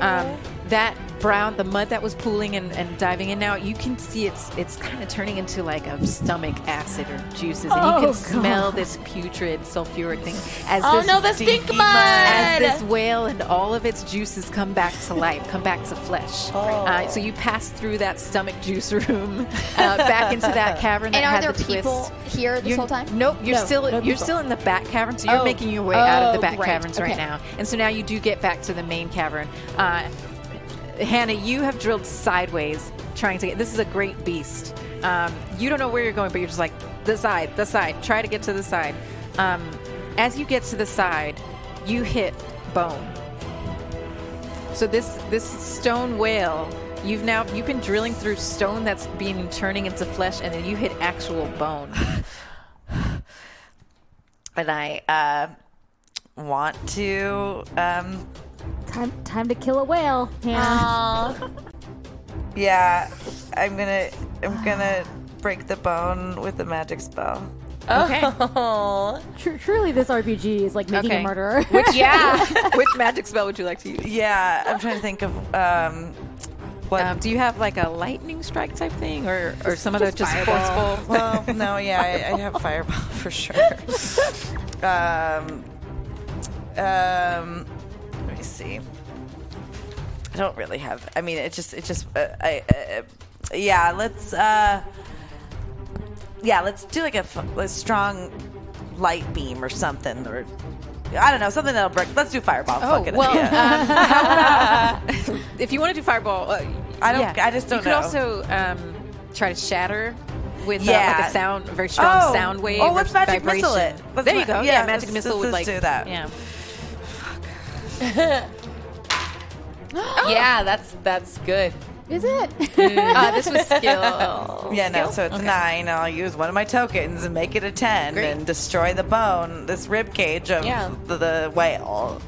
Um, that brown, the mud that was pooling and, and diving in now, you can see it's it's kind of turning into like a stomach acid or juices, and you can smell this putrid sulfuric thing as
Oh
this
no, the
stinky
stink mud.
as this whale and all of its juices come back to life, come back to flesh.
Oh.
Uh, so you pass through that stomach juice room, uh, back into that cavern.
and
that
are
had
there
the
people
twist.
here this
You're-
whole time?
Nope, you're
No,
still
no
you're
people.
still in the back cavern, so you're
Oh.
making your way out of the
Oh,
back
great.
caverns right
Okay.
now. And so now you do get back to the main cavern. Uh, Hannah, you have drilled sideways trying to get. This is a great beast. Um, you don't know where you're going, but you're just like the side, the side. Try to get to the side. Um, as you get to the side, you hit bone. So this this stone whale, you've now you've been drilling through stone that's been turning into flesh, and then you hit actual bone.
And I uh, want to um,
Time, time to kill a whale. Yeah.
Oh,
Yeah, I'm gonna I'm gonna break the bone with the magic spell.
Okay.
Tru- truly, this RPG is like making
Okay.
a murderer.
Which yeah. Which magic spell would you like to use?
Yeah, I'm trying to think of um what.
Um, do you have like a lightning strike type thing, or or some other just
fireball.
forceful?
well, no, yeah, I, I have fireball for sure. um, um, let me see. I don't really have. I mean, it just it just uh, I uh, yeah. Let's uh, yeah, let's do like a, f- a strong light beam or something or. I don't know something that'll break. Let's do fireball.
Oh
Fuck it.
well,
Yeah.
um, how about- if you want to do fireball, uh,
I don't- I just don't
You could
know.
also um, try to shatter with uh,
Yeah.
like a sound, a very strong
Oh.
sound wave.
Oh,
or
let's magic missile
vibration.
it. Let's
there
ma-
you go.
yeah,
Yeah,
let's-
magic missile
let's
would like
just do that.
Yeah.
yeah, that's that's good. Mm.
is it?
Uh, this was skill.
Yeah, no, so it's nine. and I'll use one of my tokens and make it a ten and destroy the bone, this rib cage of
Yeah.
the, the whale.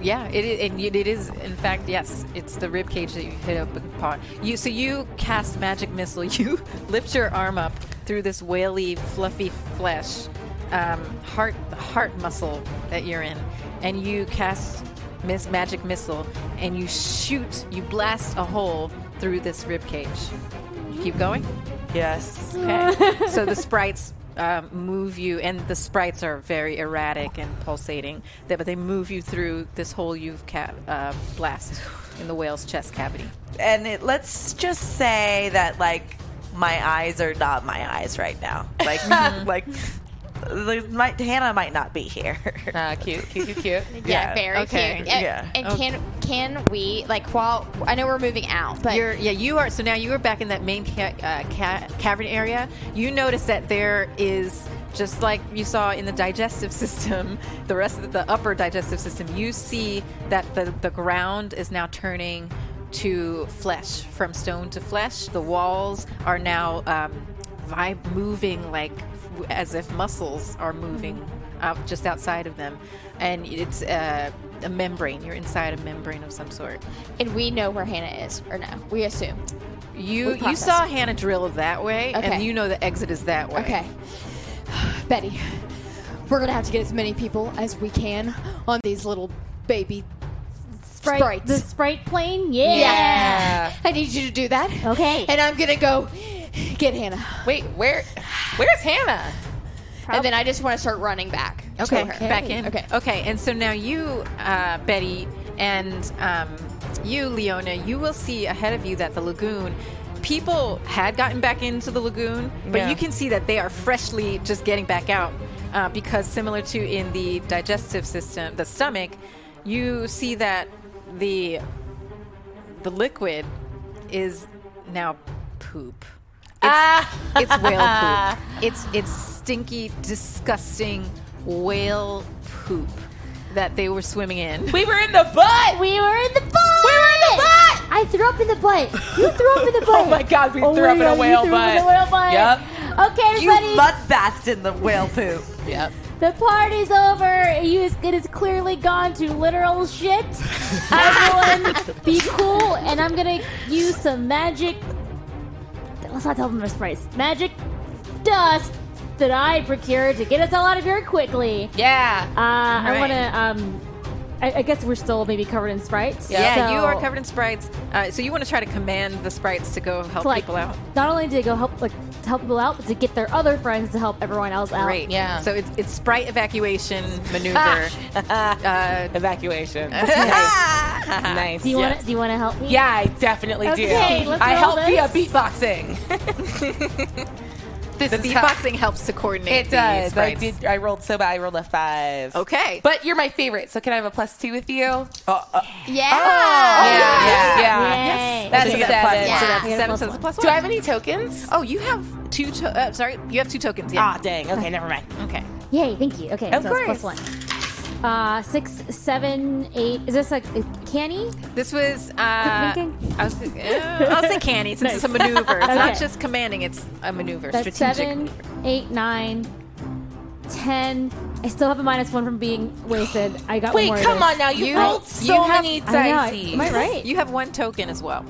Yeah, it is, and it it is. In fact, yes, it's the rib cage that you hit open upon. You so you cast magic missile. You lift your arm up through this whaley, fluffy flesh, um, heart heart muscle that you're in, and you cast miss magic missile, and you shoot, you blast a hole through this rib cage. You keep going.
Yes.
Okay. so the sprites um, move you, and the sprites are very erratic and pulsating, They- but they move you through this hole you've ca- uh, blast in the whale's chest cavity.
And it, let's just say that like my eyes are not my eyes right now. Like like like, my, Hannah might not be here.
Uh,
Ah, cute, cute, cute, cute.
Yeah,
Yeah, very
okay,
cute.
yeah,
And, and can can we like while I know we're moving out, but
You're, yeah, you are. So now you are back in that main ca- uh, ca- cavern area. You notice that there is just like you saw in the digestive system, the rest of the upper digestive system. You see that the the ground is now turning to flesh, from stone to flesh. The walls are now um, vibe moving like as if muscles are moving out just outside of them, and it's. Uh, a membrane. You're inside a membrane of some sort.
and we know where Hannah is or no? We assume.
You you
process.
saw Hannah drill that way,
Okay.
and you know the exit is that way.
Okay. Betty, we're gonna have to get as many people as we can on these little baby
Sprite,
sprites.
The sprite plane? Yeah.
yeah. I need you to do that.
Okay.
And I'm gonna go get Hannah.
Wait, where? Where's Hannah?
and then I just want to start running back. to
Okay,
her.
back in.
Okay.
okay. And so now you, uh, Betty, and um, you, Leona, you will see ahead of you that the lagoon. People had gotten back into the lagoon, but you can see that they are freshly just getting back out uh, because, similar to in the digestive system, the stomach, you see that the the liquid is now poop. It's,
Ah.
it's whale poop. It's it's stinky, disgusting whale poop that they were swimming in.
We were in the butt.
We were in the butt! Oh. We were in the butt! I threw up in the butt. You threw up in the butt.
Oh my God, we threw
my
up in a
God, you
whale
threw up in
butt.
a whale butt.
Yep.
Okay, everybody.
You mud bathed in the whale poop.
Yep.
The party's over. You is, it is clearly gone to literal shit. Everyone, be cool, and I'm gonna use some magic. Let's not tell them the price. Magic dust that I procured to get us all out of here quickly.
Yeah.
Uh, I
Right.
want to. Um, I, I guess we're still maybe covered in sprites.
Yeah,
so-
you are covered in sprites. Uh, so you want to try to command the sprites to go help
to, like,
people out.
Not only to go help like to help people out, but to get their other friends to help everyone else out.
Great.
Yeah.
So it's, it's sprite evacuation
Ah.
maneuver. uh,
Evacuation. nice.
Do you
yes.
want to? Do you want to help me?
Yeah, I definitely
Okay,
do.
let's
I
roll
help via
this.
beatboxing.
this
This is how-
beatboxing helps to coordinate.
It
the
does. I
sprites.
did. I rolled so bad. I rolled a five.
Okay.
But you're my favorite, so can I have a plus two with you? Oh, uh,
Yeah.
Oh, yeah, yeah.
Yay.
That's
So
a
you get a plus
one.
seven.
So
Yeah.
that's seven. So it's a plus one.
Do I have any tokens?
Oh, you have two. To- uh, sorry, you have two tokens. Yeah.
Ah, dang. Okay, never mind.
Okay.
Yay! Thank you. Okay,
Of
so it's
course.
plus one. Uh, six, seven, eight. Is this like a canny?
This was. Uh, I
thinking.
was, uh, I'll say canny since it's a maneuver. It's not
Okay.
just commanding; it's a maneuver,
That's
strategic.
seven, eight, nine, ten. I still have a minus one from being wasted. I got
Wait,
one more. of
come
this.
on now. You,
You-
rolled
you
so
have-
many
I know. I-
dices.
Am I right?
You have one token as well.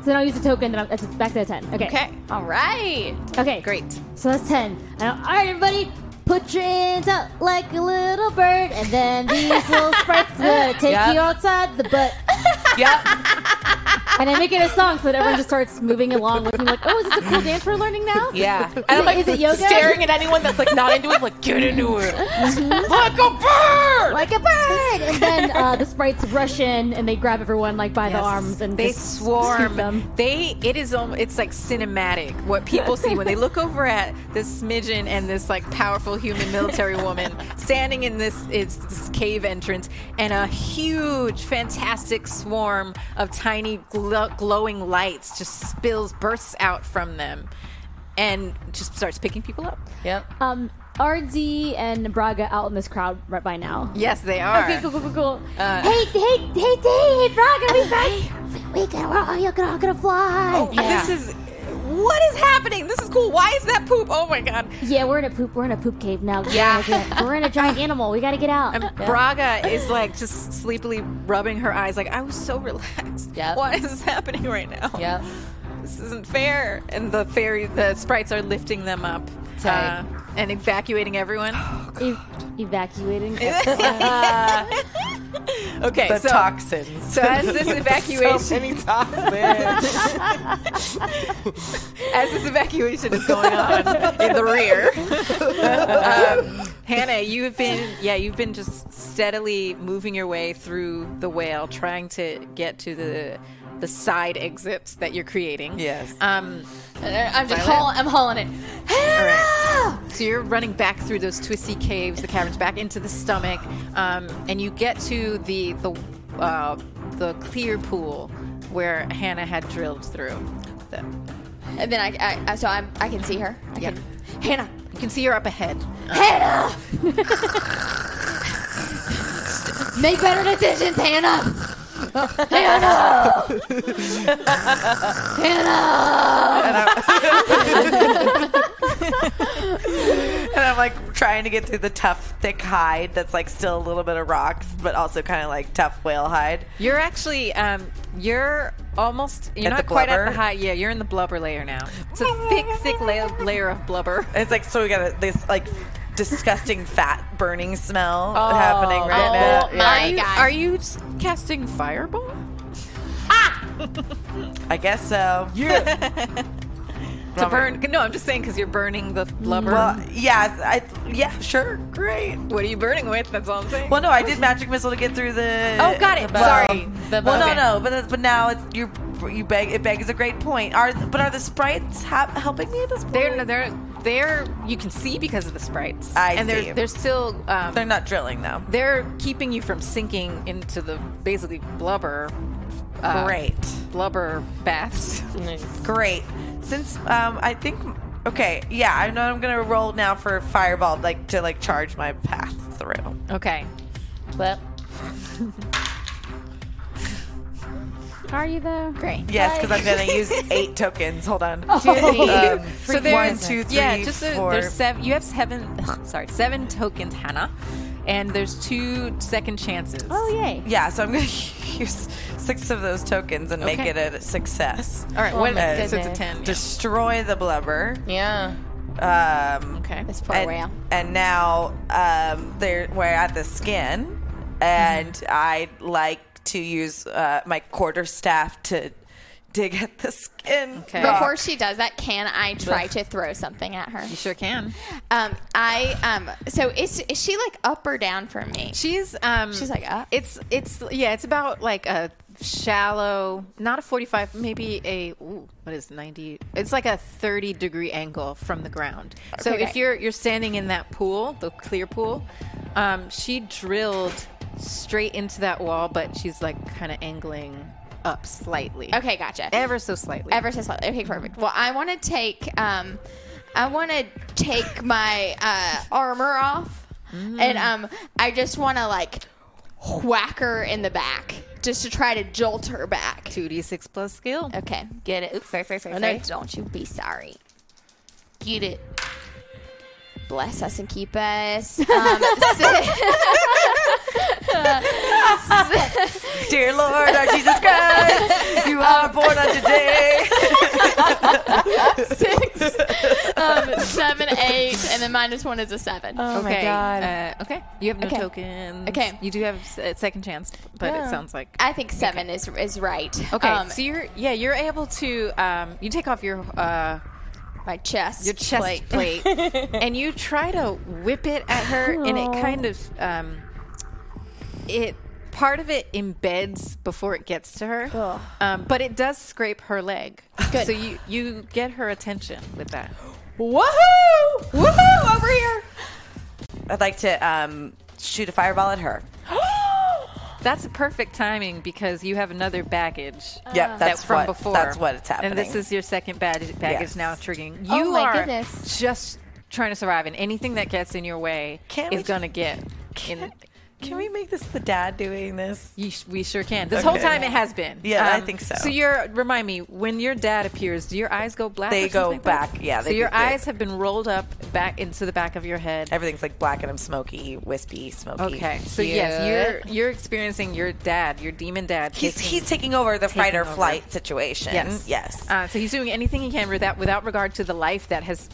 so then I'll use the token. Then I'm, that's back to the ten. Okay.
Okay.
All right.
Okay.
Great.
So that's ten. Now, all right, everybody, put your hands out like a little bird, and then these little sprites will take
Yep.
you outside the butt.
Yep.
And I make it a song so that everyone just starts moving along with me, like, oh, is this a cool dance we're learning now?
Yeah. And
it-
I'm like
is it yoga?
staring at anyone that's like not into it. Like get into it.
Mm-hmm.
like a bird.
like a bird. And then uh, the sprites rush in and they grab everyone like by the arms and
they
just scoop
swarm.
them.
They it is almost, it's like cinematic what people see when they look over at this smidgen and this like powerful human military woman standing in this it's this cave entrance and a huge fantastic swarm of tiny glo- glowing lights just spills bursts out from them and just starts picking people up.
Yep.
Um, RD and Braga out in this crowd right by now.
Yes, they are.
Okay, cool, cool, cool, cool.
Hey, hey, hey, hey, Braga, we back. We can, we're all gonna, all gonna fly.
This is what is happening? This is cool. Why is that poop? Oh my god.
Yeah, we're in a poop. We're in a poop cave now. Yeah, we're in a
Ah.
giant animal. We gotta get out.
And Braga is like just sleepily rubbing her eyes, like I was so relaxed.
Yep.
What is happening right now?
Yep.
This isn't fair. And the fairy, the sprites are lifting them up uh,
Tight.
and evacuating everyone.
Oh,
E- evacuating.
Okay,
The
so
toxins.
so as this evacuation
Oh.
as this evacuation is going on in the rear, um, Hannah, you've been yeah, you've been just steadily moving your way through the whale, trying to get to the the side exits that you're creating.
Yes.
Um,
I'm just
Violet?
hauling, I'm hauling it.
So you're running back through those twisty caves, the caverns, back into the stomach, um, and you get to the the uh, the clear pool where Hannah had drilled through. The-
And then I, I- I so I'm, I can see her. I
Yeah.
can, Hannah,
you can see her up ahead.
Hannah,
Uh.
make better decisions, Hannah. Hannah, Hannah.
And I'm like trying to get through the tough, thick hide that's like still a little bit of rocks, but also kind of like tough whale hide.
You're actually um, you're almost you're
At the
not quite at the
blubber?
high. Yeah, you're in the blubber layer now. It's a thick, thick layer, layer of blubber.
And it's like, so we got a, this like disgusting fat burning smell
Oh,
happening right now.
oh my
Are you,
God.
are you s- casting fireball?
I guess so.
To burn? No, I'm just saying because you're burning the blubber.
Well, yeah, I, yeah, sure, great.
what are you burning with? That's all I'm saying.
Well, no, I did magic missile to get through the.
Oh, got it.
the bow.
Sorry. The
well,
bow.
no, no, but but now it's you. You beg. It begs a great point. Are but are the sprites ha- helping me at this point?
They're they're they're you can see because of the sprites.
I
and
see.
they're they're still um,
They're
they're,
not drilling though.
keeping you from sinking into the basically blubber uh,
Great.
blubber baths.
Great. Since um, I think okay, yeah, I know I'm gonna roll now for fireball, like to like charge my path through.
Okay.
Well,
Are you though? Great.
Yes, because I'm gonna use eight tokens. Hold on.
Um,
One,
so there's
two, three,
yeah, just so
four.
there's seven. You have seven. Sorry, seven tokens, Hannah, and there's two second chances.
Oh yay!
Yeah, so I'm gonna use six of those tokens and make
Okay.
it a success.
All right, what
Oh, my
is it? So it's a
goodness.
ten. yeah.
Destroy the blubber.
yeah.
Um,
Okay.
This poor
and,
whale.
and now um, they're we're at the skin, and I like to use uh, my quarter staff to dig at the skin.
Okay.
Before she does that, can I try to throw something at her?
You sure can.
Um, I um, so is is she like up or down from me?
She's um
She's like up?
It's it's yeah, it's about like a shallow, not a 45, maybe a ooh, what is 90? It's like a 30 degree angle from the ground. So
Okay.
if you're you're standing in that pool, the clear pool, um she drilled straight into that wall, but she's like kind of angling up slightly.
Okay, gotcha.
Ever so slightly.
Ever so slightly. Okay, perfect. Well, I want to take um, I want to take my uh, armor off, and um, I just want to like whack her in the back just to try to jolt her back.
2d6 plus skill.
Okay,
Get it. Oops, sorry, sorry, sorry.
and then don't you be sorry.
Get it.
Bless us and keep us. Um, si-
Dear Lord, our Jesus Christ, you are born unto day.
um, seven, eight, and then minus one is a seven.
okay. Uh, Oh okay. You have no
Okay.
tokens.
Okay.
You do have s- a second chance, but it sounds like
I think seven is is right.
Okay,
Um,
so you're yeah, you're able to um, you take off your uh,
my chest.
your chest
plate.
plate, and you try to whip it at her, and it kind of um, it part of it embeds before it gets to her, um, but it does scrape her leg. So you you get her attention with that.
Woohoo! Woohoo! Over here. I'd like to um, shoot a fireball at her.
That's perfect timing because you have another baggage. uh,
yep, that's
that from
what,
before.
That's what it's happening.
And this is your second bad baggage
Yes.
now triggering. You
Oh my
are
goodness.
just trying to survive, and anything that gets in your way
Can't
is
we-
going to get in.
Can we make this the dad doing this?
You sh- we sure can. This whole time it has been. Um,
Yeah, I think so.
So your remind me when your dad appears, do your eyes go black?
They
or
go
something like that?
back. Yeah,
So
they
your
get big.
eyes have been rolled up back into the back of your head.
Everything's like black and I'm smoky, wispy, smoky.
Okay. So yes, you're you're experiencing your dad, your demon dad.
He's
taking-
he's taking over the fight or
over.
flight situation.
Yes.
Mm, Yes.
Uh, so he's doing anything he can without without regard to the life that has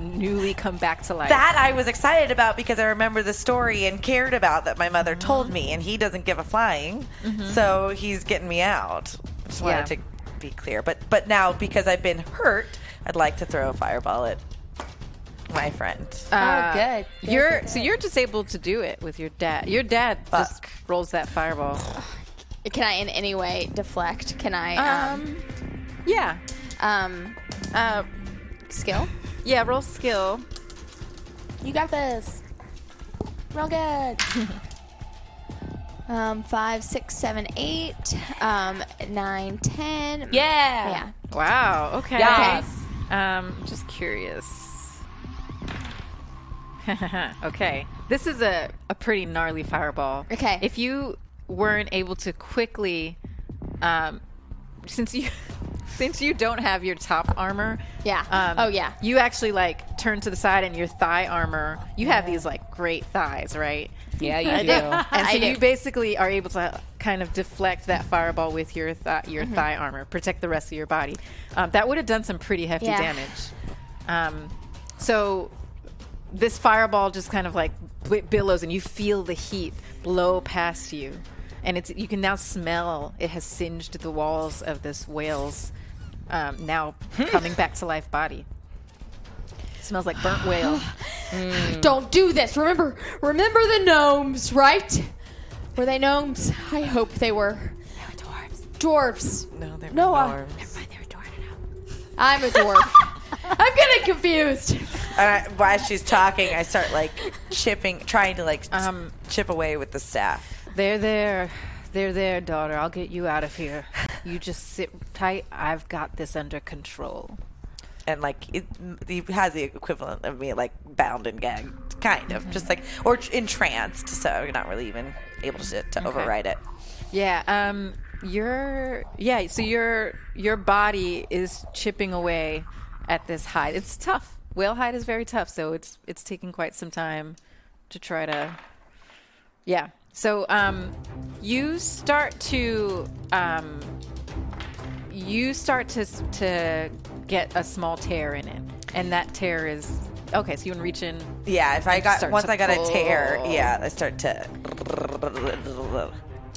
newly come back to life.
that I was excited about because I remember the story and cared about that my mother
Mm-hmm.
told me, and he doesn't give a flying, so he's getting me out. Just wanted
Yeah.
to be clear, but but now because I've been hurt, I'd like to throw a fireball at my friend.
Uh,
good. Good,
You're so you're just able to do it with your dad. Your dad just
Fuck.
rolls that fireball.
Can I in any way deflect? Can I um
Yeah.
um
Uh,
skill?
yeah. Roll skill.
You got this. Real good.
Um five, six, seven, eight, um, nine, ten.
Yeah.
Yeah.
Wow. Okay.
Yes.
Um, just curious. okay. This is a, a pretty gnarly fireball.
Okay.
If you weren't able to quickly, um, since you. Since you don't have your top armor, um,
Yeah. Oh, yeah.
you actually like turn to the side and your thigh armor. You have these like great thighs, right?
Yeah, you do.
And
I
so
do.
you basically are able to kind of deflect that fireball with your th- your
Mm-hmm.
thigh armor, protect the rest of your body. Um, that would have done some pretty hefty
Yeah.
damage. Um, so this fireball just kind of like b- billows, and you feel the heat blow past you, and it's you can now smell. It has singed the walls of this whale's um, now
Hmm.
coming back to life body. smells like burnt whale.
Don't do this. Remember remember the gnomes, right? Were they gnomes? I hope they were. They were dwarves. Dwarves.
No, they're
No, I-
warm.
I'm a dwarf. I'm getting confused.
And I, while she's talking, I start like chipping, trying to like
Um,
chip away with the staff.
They're there. They're there, daughter. I'll get you out of here. You just sit tight. I've got this under control.
and like it, he has the equivalent of me like bound and gagged, kind of just like or tr- entranced. So you're not really even able to to override it.
Yeah, um your yeah, so your your body is chipping away at this hide. It's tough. Whale hide is very tough, so it's it's taking quite some time to try to Yeah. So um you start to um you start to s- to get a small tear in it. And that tear is okay, so you can reach in
Yeah, if I got
start
once
to
I got a tear,
pull.
yeah, I start to.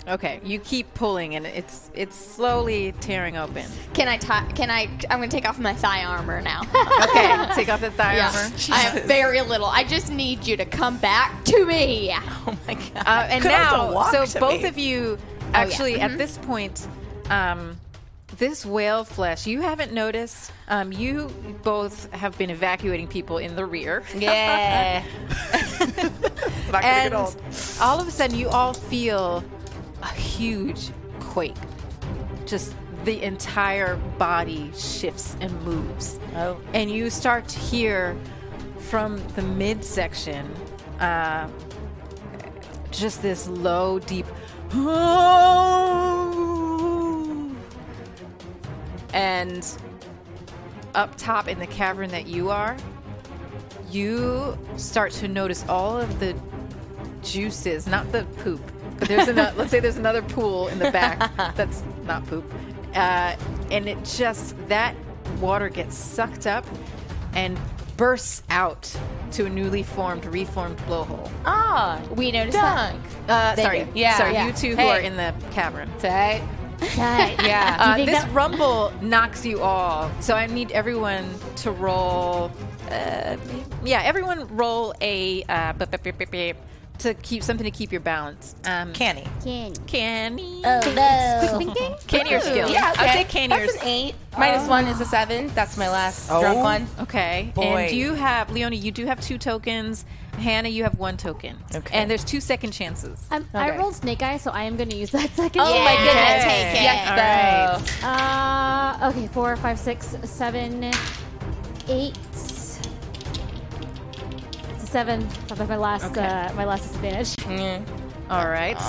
Okay, you keep pulling, and it's it's slowly tearing open.
Can I? T- can I? I'm gonna take off my thigh armor now.
Okay, take off the thigh
Yeah.
armor.
I have very little. I just need you to come back to me.
Uh, and
Could also
now,
walk
so both
to me. Oh, Mm-hmm.
of you actually at this point, um, this whale flesh you haven't noticed. Um, you both have been evacuating people in the rear.
Yeah.
and all of a sudden you all feel a huge quake just the entire body shifts and moves oh. and you start to hear from the midsection uh, just this low deep and up top in the cavern that you are you start to notice all of the juices, not the poop. But there's another, let's say there's another pool in the back that's not poop, uh, and it just that water gets sucked up and bursts out to a newly formed, reformed blowhole.
Ah,
We noticed
dunk.
Uh, sorry,
you. Yeah.
sorry,
Yeah.
you two who
Hey.
are in the cavern.
Tight. Yeah.
Uh,
think
this
that-
rumble knocks you all, so I need everyone to roll. Uh, yeah, everyone roll a uh, bup, bup, bup, bup, bup, to keep something to keep your balance. Um,
Canny.
Can.
candy.
Oh no.
Candy or skill?
Yeah, okay.
I'd say candy or
That's an eight. Minus one is a seven. That's my last
Oh.
drunk one.
Okay.
Boy.
And you have Leonie, you do have two tokens. Hannah, you have one token.
Okay.
And there's two second chances.
I'm, Um, I rolled snake eye, so I am going to use that second.
Oh my goodness.
Take it.
All
Yes, though.
Uh, okay, four, five, six, seven, eight. It's a seven. That's my last, uh, my last disadvantage.
All right.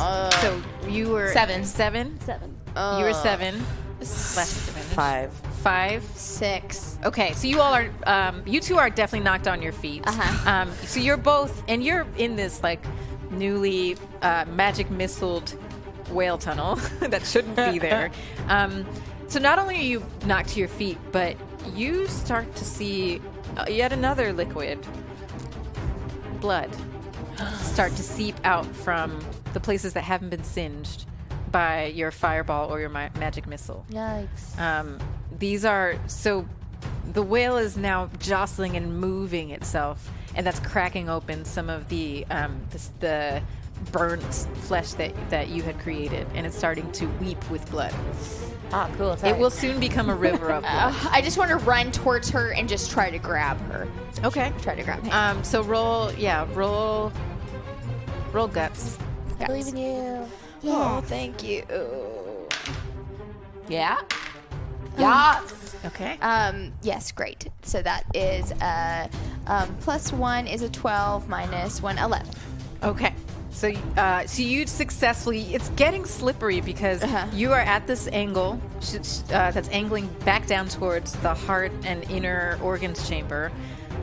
so you were
Seven.
Seven.
Seven.
you were seven. Less than
Five.
Five.
Six.
Okay, so you all are, um, you two are definitely knocked on your feet.
Uh-huh.
Um, so you're both, and you're in this like newly uh, magic missiled whale tunnel that shouldn't be there. um, so not only are you knocked to your feet, but you start to see uh, yet another liquid, blood, start to seep out from the places that haven't been singed by your fireball or your mi- magic missile.
Yikes.
Um, these are so the whale is now jostling and moving itself, and that's cracking open some of the um, this, the burnt flesh that that you had created, and it's starting to weep with blood.
Ah, cool. It's
It will soon become a river of blood.
Uh, I just want to run towards her and just try to grab her.
Okay.
Try to grab her.
Um, so roll, yeah, roll, roll guts.
I believe in you. Oh, thank you.
Yeah.
Um, Yeah.
Okay.
Um, yes, great. So that is uh, um, plus one is a 12, minus one, 11.
Okay. So, uh, so you successfully. It's getting slippery because
Uh-huh.
you are at this angle sh- sh- uh, that's angling back down towards the heart and inner organs chamber,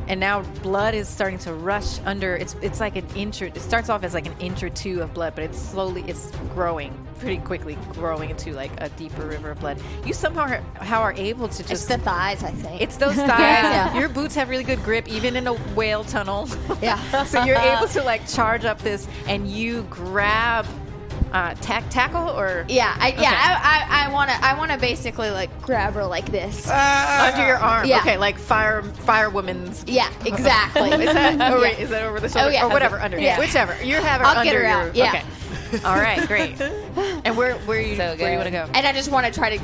and now blood is starting to rush under. It's it's like an inch. Or, it starts off as like an inch or two of blood, but it's slowly it's growing pretty quickly, growing into like a deeper river of blood. You somehow are, how are able to
It's
just.
the thighs, I think.
it's those thighs.
Yeah.
Your boots have really good grip, even in a whale tunnel.
yeah.
so you're able to like charge up this and you grab uh tack tackle or
Yeah, I, yeah, I, I, I wanna, I wanna basically like grab her like this.
under your arm
yeah.
okay like fire firewoman's
yeah, exactly.
is that oh wait
Yeah.
is that over the shoulder
yeah.
or whatever under
Yeah.
whichever you have her
I'll
under
get her
your
out, yeah.
okay all right great and where where you where you want to go
And I just want to try to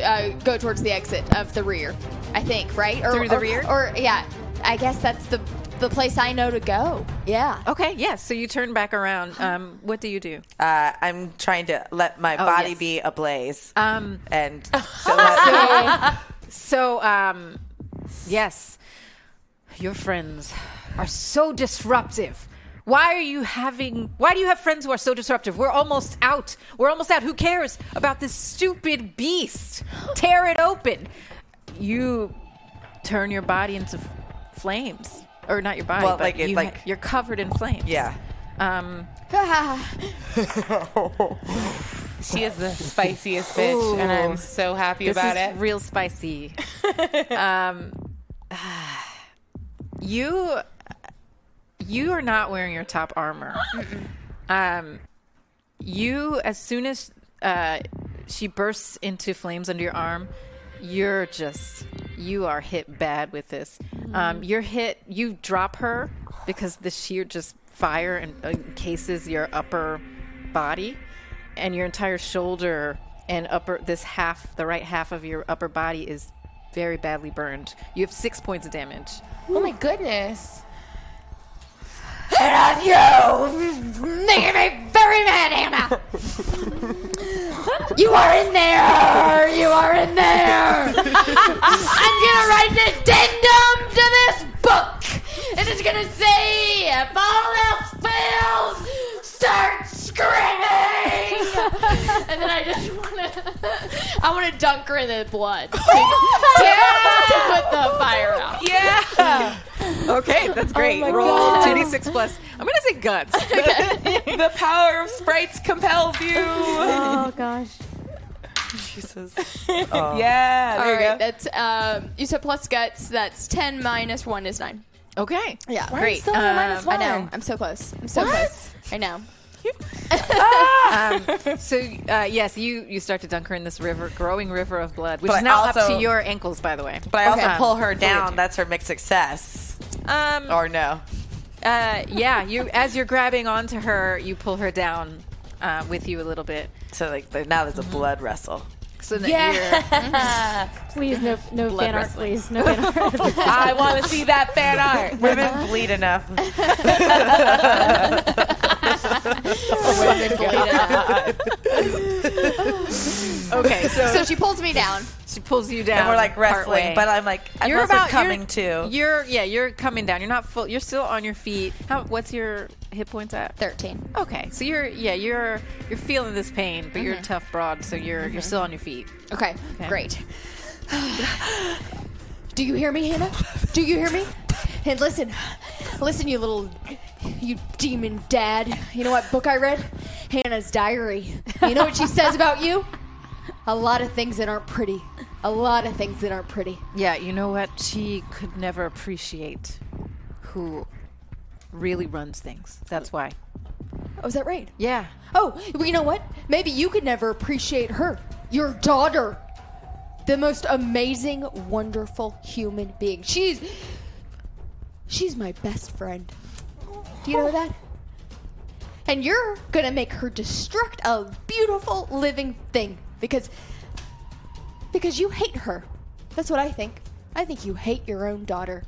uh, go towards the exit of the rear. I think, right? Or,
Through the
or-
rear?
Or yeah, I guess that's the the place I know to go. Yeah.
okay yes so you turn back around um what do you do
Uh, I'm trying to let my body
Oh, yes.
be ablaze.
um
and so that,
So, um, yes, your friends are so disruptive. Why are you having? Why do you have friends who are so disruptive? We're almost out. We're almost out. Who cares about this stupid beast? Tear it open. You turn your body into f- flames, or not your body,
Well,
but
like it-
you
like-
you're covered in flames.
yeah.
Um,
She is the spiciest bitch, and I'm so happy
this
about
is
it.
real spicy. um, you you are not wearing your top armor. um, you as soon as uh, she bursts into flames under your arm, you're just you are hit bad with this. Um, you're hit. You drop her because the sheer just fire en- encases your upper body and your entire shoulder and upper this half the right half of your upper body is very badly burned you have six points of damage
Oh my goodness.
Making me very mad, Anna. you are in there. You are in there. I'm gonna write an addendum to this book, and it's gonna say, if all else fails, start screaming. and then I just wanna, I wanna dunk her in the blood to, to- to put the fire out.
yeah okay
Oh
that's great roll 2d6 plus i'm gonna say guts
the power of sprites compels you.
Oh gosh.
Oh.
yeah,
All
there you
right,
go.
that's um, you said plus guts. That's ten minus one is nine.
okay
Yeah,
great
great. Um,
Um,
I know. I'm so close. I'm so close. I know.
so uh, yes you you start to dunk her in this river growing river of blood which
But
is now up
also-
to your ankles by the way
But I also
Okay.
pull her down. That's her mixed success.
um
Or no.
uh, yeah you as you're grabbing onto her you pull her down uh, with you a little bit
So like the, now there's a
Mm-hmm.
blood wrestle.
so that you're
Please no no fan art,
wrestling.
please. No fan art.
I want to see that fan art.
Women bleed enough.
okay so
So she pulls me down.
She pulls you down.
And we're like
partway.
wrestling, but I'm like, I'm also coming
you're,
to.
You're yeah, you're coming down. You're not full. You're still on your feet. How? What's your hit points at?
13.
Okay, so you're yeah you're you're feeling this pain, but you're a tough broad, so you're you're still on your feet.
Okay, great. Do you hear me, Hannah? Do you hear me? And listen, listen, you little, you demon dad. You know what book I read? Hannah's Diary. You know what she says about you? A lot of things that aren't pretty. A lot of things that aren't pretty.
Yeah, you know what? She could never appreciate who really runs things. That's why.
Oh, is that right?
Yeah.
Oh, well, you know what? Maybe you could never appreciate her, your daughter, the most amazing, wonderful human being. She's she's my best friend. Do you know that? And you're gonna make her destruct a beautiful living thing because because you hate her. That's what I think. I think you hate your own daughter.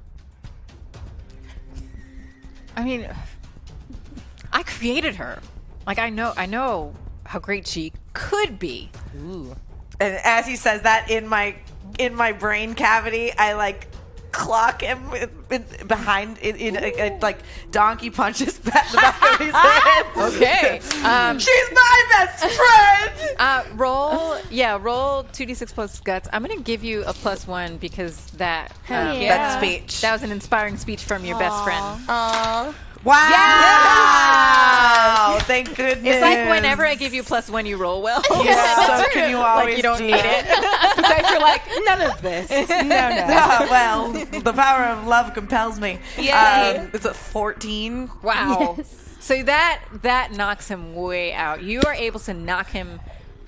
I mean, I created her. Like I know, I know how great she could be.
And as he says that in my in my brain cavity, I like clock him with, with- behind in, in a, a- like donkey punches back the back of his head.
Okay. Um,
She's my best friend.
uh, roll, yeah, roll two d six plus guts. I'm gonna give you a plus one because that uh,
That speech.
that was an inspiring speech from your best friend.
wow. Thank goodness.
It's like whenever I give you plus one, you roll well.
So can you always
like you don't
do
need
that.
it.
Guys are like, none of this. No, no.
Ah, well, the power of love compels me. Yeah. Um, it's a 14.
Wow. So that that knocks him way out. You are able to knock him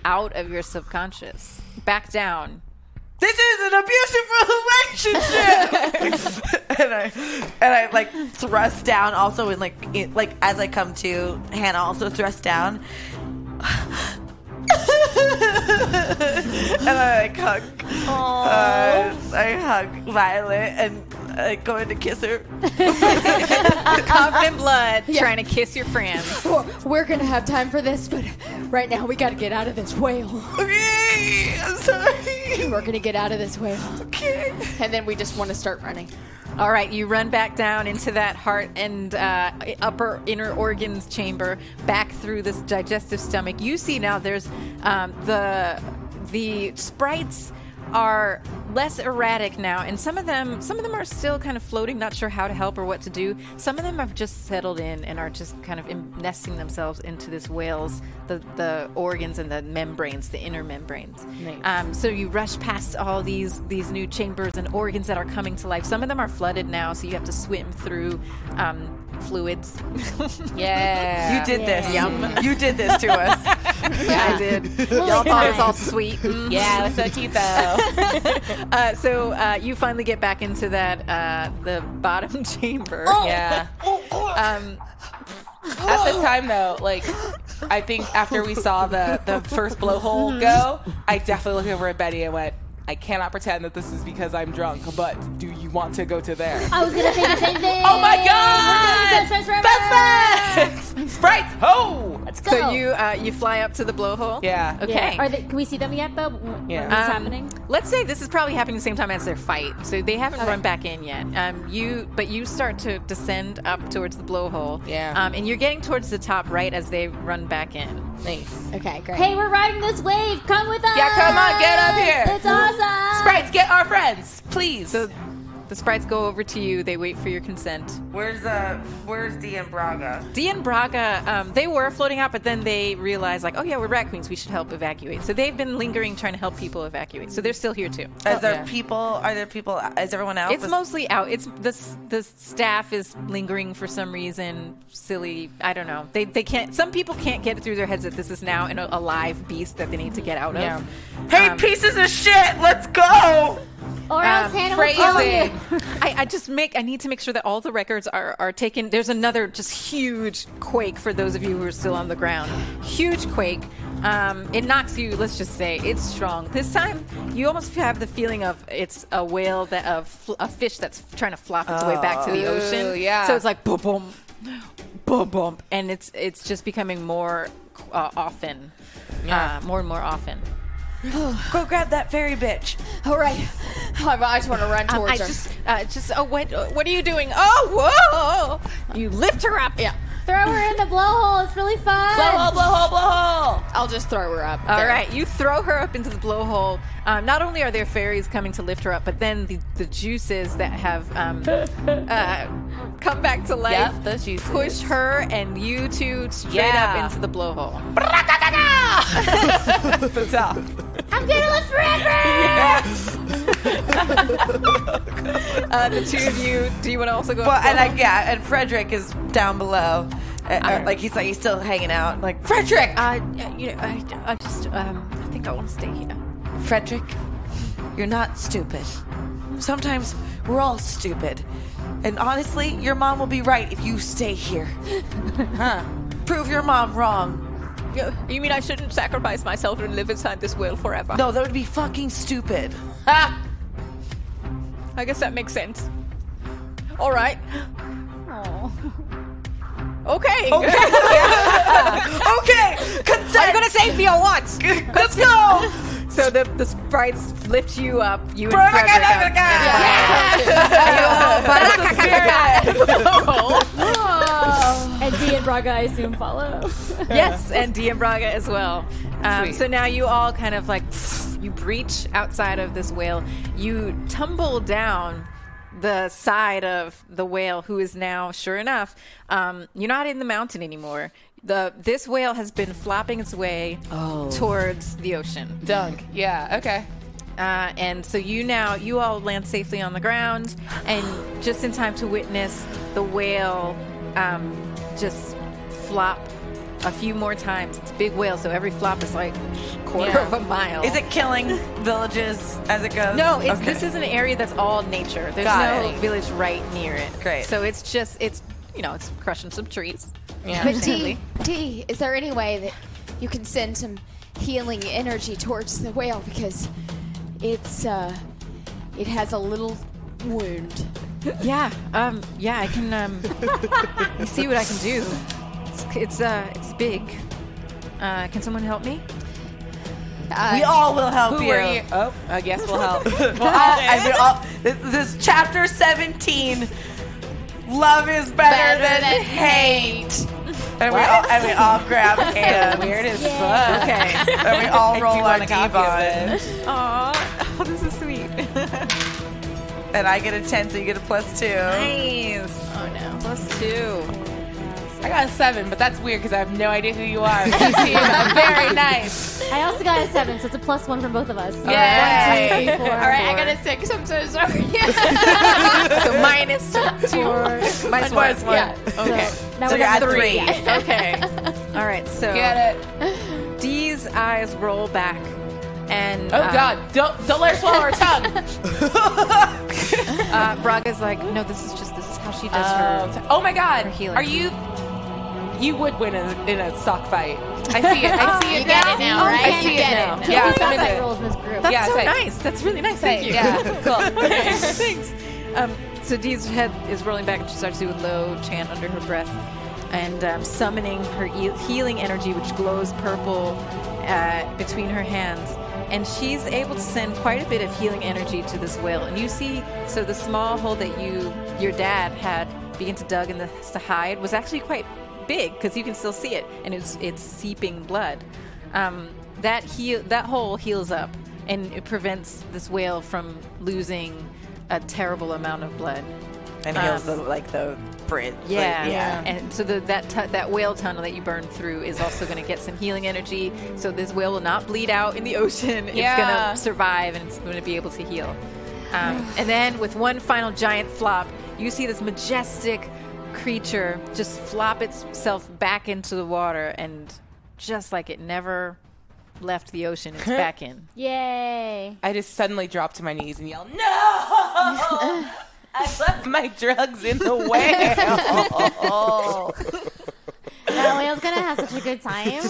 out of your subconscious, back down.
This is an abusive relationship. and I and I like thrust down also in like in, like as I come to Hannah also thrust down. and I like hug. Uh, I hug Violet and I go in to kiss her.
Covered in blood, trying to kiss your friends.
Well, We're gonna have time for this, but right now we gotta get out of this whale.
Okay, I'm sorry.
We're gonna get out of this whale.
Okay.
And then we just want to start running.
All right, you run back down into that heart and uh, upper inner organs chamber, back through this digestive stomach. You see now there's um, the the sprites are less erratic now, and some of them some of them are still kind of floating, not sure how to help or what to do. Some of them have just settled in and are just kind of im- nesting themselves into this whale's the the organs and the membranes, the inner membranes. Um, so you rush past all these these new chambers and organs that are coming to life. Some of them are flooded now, so you have to swim through um, fluids.
You did this. You did this to us.
I did. Y'all thought it was all sweet. Yeah, it was so cute though. Mm-hmm. uh, so uh, you finally get back into that uh, the bottom chamber.
Yeah.
Um,
At the time though, like I think after we saw the the first blowhole go, I definitely looked over at Betty and went, I cannot pretend that this is because I'm drunk, but do you want to go to there?
I was gonna say the same thing.
Oh my god!
Best friends forever.
Best friends! Sprites! Ho!
Let's go.
so you uh, you fly up to the blowhole.
Yeah.
Okay.
Are they, can we see them yet, though? When
Yeah.
this is
Um,
happening?
Let's say this is probably happening the same time as their fight, so they haven't run back in yet. Um, you, but you start to descend up towards the blowhole.
Yeah.
Um, and you're getting towards the top right as they run back in.
Nice.
Okay, great.
Hey, we're riding this wave. Come with us.
Yeah, come on, get up here!
It's awesome.
Sprites, get our friends, please!
So the sprites go over to you. They wait for your consent.
Where's uh where's Dean Braga?
Dee and Braga, um, they were floating out, but then they realized, like, oh yeah, we're rat queens. We should help evacuate. So they've been lingering, trying to help people evacuate. So they're still here too.
Is there people are there people is everyone out?
It's mostly out. It's the s- the staff is lingering for some reason. Silly, I don't know. They they can't. Some people can't get it through their heads that this is now an, a live beast that they need to get out of.
Hey, pieces of shit, let's go!
Or else Hannah will kill you.
Crazy. I, I just make. I need to make sure that all the records are are taken. There's another just huge quake for those of you who are still on the ground. Huge quake. Um, it knocks you. Let's just say it's strong. This time, you almost have the feeling of it's a whale that a, fl- a fish that's trying to flop its way back to the ocean.
yeah.
So it's like boom, boom, boom, boom, and it's it's just becoming more uh, often, uh, more and more often.
Go grab that fairy bitch.
All right. I, Um, I just want to run
Um, I
towards her.
just, uh, just oh, what, what are you doing? Oh, whoa! You lift her up. Yeah.
Throw her in the blowhole. It's really fun.
Blowhole, blowhole, blowhole.
I'll just throw her up.
All right, you throw her up into the blowhole. Um, not only are there fairies coming to lift her up, but then the, the juices that have um, uh, come back to life
Yep, those juices.
push her and you two straight
Yeah.
up into the blowhole.
the top.
I'm gonna live forever.
Uh, the two of you, do you want to also go?
Well,
up the
and I, yeah, and Frederick is down below. Uh, uh, like he's like he's still hanging out. Like Frederick,
blowhole? uh, you know, I, I just, um, I think I want to stay here.
Frederick, you're not stupid. Sometimes we're all stupid, and honestly, your mom will be right if you stay here. huh? Prove your mom wrong.
You- You mean I shouldn't sacrifice myself and live inside this world forever?
No, that would be fucking stupid.
I guess that makes sense. All right. Okay.
okay, consent.
I'm gonna save me a once.
Let's go.
so the the sprites lift you up. You and Frederick out.
Oh. And D and Braga, I assume, follow.
Yes, and DM Braga as well. Um, so now you all kind of like you breach outside of this whale. You tumble down the side of the whale, who is now, sure enough, um, you're not in the mountain anymore. The this whale has been flopping its way towards the ocean.
Dunk. Yeah. Okay.
Uh, and so you now, you all land safely on the ground, and just in time to witness the whale um, just flop a few more times. It's a big whale, so every flop is like quarter
Yeah.
of a mile.
Is it killing villages as it goes?
No, it's,
Okay.
this is an area that's all nature. There's
Got
no
it.
village right near it.
Great.
So it's just, it's you know, it's crushing some trees.
But D, D, is there any way that you can send some healing energy towards the whale because it's uh, it has a little wound.
Yeah, um, yeah, I can um, you see what I can do. It's, it's uh, it's big. Uh, can someone help me?
Uh,
we all will help
Who
you.
are you? Oh, I guess we'll help.
Well, I- I mean, all- this, this chapter 17. Love is better, than, hate. And we, all, and we all grab hands. Weird as fuck. Okay. And we all roll our D bond.
Aw, oh, this is sweet.
And I get a 10, so you get a plus 2.
Nice. Oh no. Plus two.
I got a seven, but that's weird because I have no idea who you are. You seem very nice.
I also got a seven, so it's a plus one from both of us.
Yay.
One, two, four,
All right, I got a six. I'm so sorry.
So minus two. minus one.
Plus one.
Yeah.
Okay.
Now
So
we
you're
got
at three.
okay. All right. So
Get it.
Dee's eyes roll back, and
Oh God! Don't don't let her swallow her tongue.
uh, Braga's like, no, this is just this is how she does
Oh,
her.
t- oh my God!
healing.
Are you? You would win in a, in a sock fight.
I see it. I see it.
You got it now, right?
I see
you
it
get
now.
it.
Yeah, I'm
Combat
into it.
rules in this group.
That's
Yeah,
so
say-
nice. That's really nice. Thank you.
Yeah, cool.
Thanks. Um, so Dee's head is rolling back and she starts to do a low chant under her breath and um, summoning her e- healing energy, which glows purple uh, between her hands. And she's able to send quite a bit of healing energy to this whale. And you see, so the small hole that you, your dad had begin to dug in the, to hide was actually quite big because you can still see it, and it's it's seeping blood. Um, that heal that hole heals up, and it prevents this whale from losing a terrible amount of blood.
And heals the, like, the bridge. like,
Yeah,
yeah.
And so the, that tu- that whale tunnel that you burned through is also going to get some healing energy. So this whale will not bleed out in the ocean. It's
Yeah.
going to survive and it's going to be able to heal. Um, and then with one final giant flop, you see this majestic creature just flop itself back into the water and just like it never left the ocean, it's back in.
Yay.
I just suddenly drop to my knees and yell, "No! I left my drugs in the whale."
That whale's gonna have such a good time.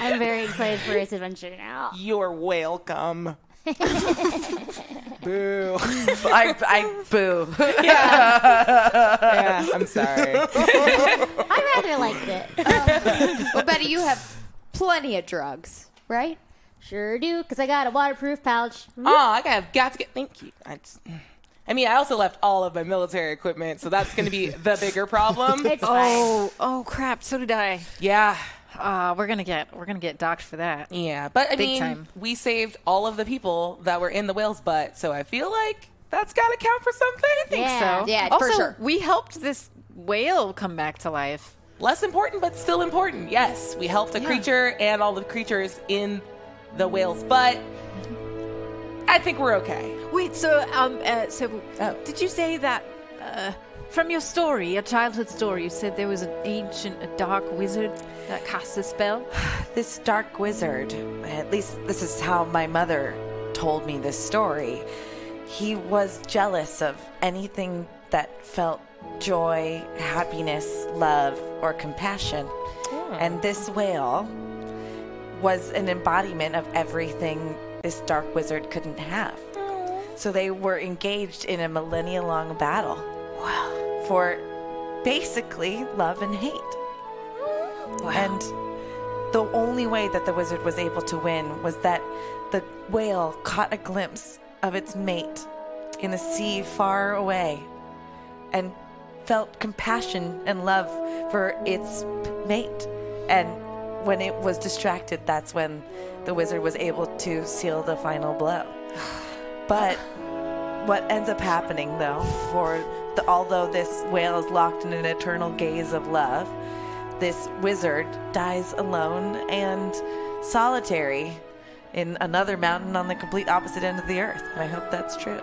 I'm very excited for his adventure now.
You're welcome. Boo.
I, I boo.
Yeah, I'm sorry.
I rather liked it.
Well, Betty, you have plenty of drugs, right?
Sure do, because I got a waterproof pouch.
Oh, I got, got to get. Thank you. I, just, I mean, I also left all of my military equipment, so that's going to be the bigger problem.
Oh, oh crap! So did I.
yeah.
Uh, we're gonna get we're gonna get docked for that.
Yeah. But I
Big
mean,
time.
we saved all of the people that were in the whale's butt, so I feel like that's got to count for something. I think
So
Yeah, for
also,
sure.
we helped this whale come back to life.
Less important, but still important. Yes, we helped a creature and all the creatures in the whale's butt. I think we're okay.
Wait, so um, uh, so did you say that uh, from your story, your childhood story, you said there was an ancient, a dark wizard that cast a spell?
this dark wizard, at least this is how my mother told me this story, he was jealous of anything that felt joy, happiness, love, or compassion. And this whale was an embodiment of everything this dark wizard couldn't have. So they were engaged in a millennia long battle for basically love and hate. And the only way that the wizard was able to win was that the whale caught a glimpse of its mate in the sea far away and felt compassion and love for its mate. And when it was distracted, that's when the wizard was able to seal the final blow. But what ends up happening, though, for the, although this whale is locked in an eternal gaze of love, this wizard dies alone and solitary in another mountain on the complete opposite end of the earth. I hope that's true.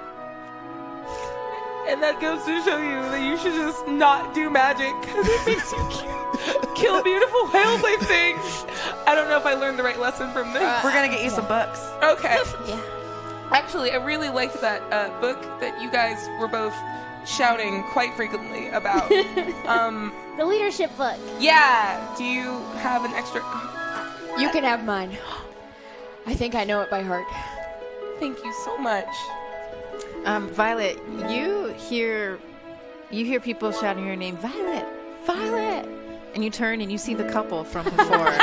And that goes to show you that you should just not do magic because it makes you cute. kill beautiful whales, I think. I don't know if I learned the right lesson from this.
We're gonna get you some books.
okay. Uh, Yeah. Actually, I really liked that uh, book that you guys were both shouting quite frequently about. um,
The leadership book.
yeah. Do you have an extra?
You can have mine. I think I know it by heart.
Thank you so much.
Um, Violet, you hear you hear people shouting your name, Violet, Violet, and you turn and you see the couple from before.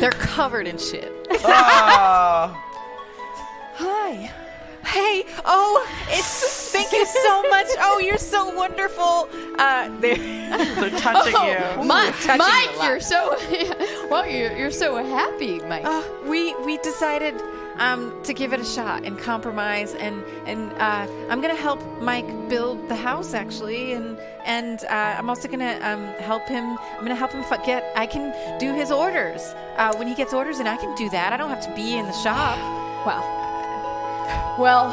They're covered in shit. Hi. Hey, oh, it's thank you so much. Oh, you're so wonderful. Uh, they're,
They're touching you.
Mike,
touching a
Oh, Mike,
lot.
you're so well. You're, you're so happy, Mike.
Uh, we we decided um, to give it a shot and compromise, and and uh, I'm gonna help Mike build the house actually, and and uh, I'm also gonna um, help him. I'm gonna help him fu- get. I can do his orders uh, when he gets orders, and I can do that. I don't have to be in the shop.
Wow. Well,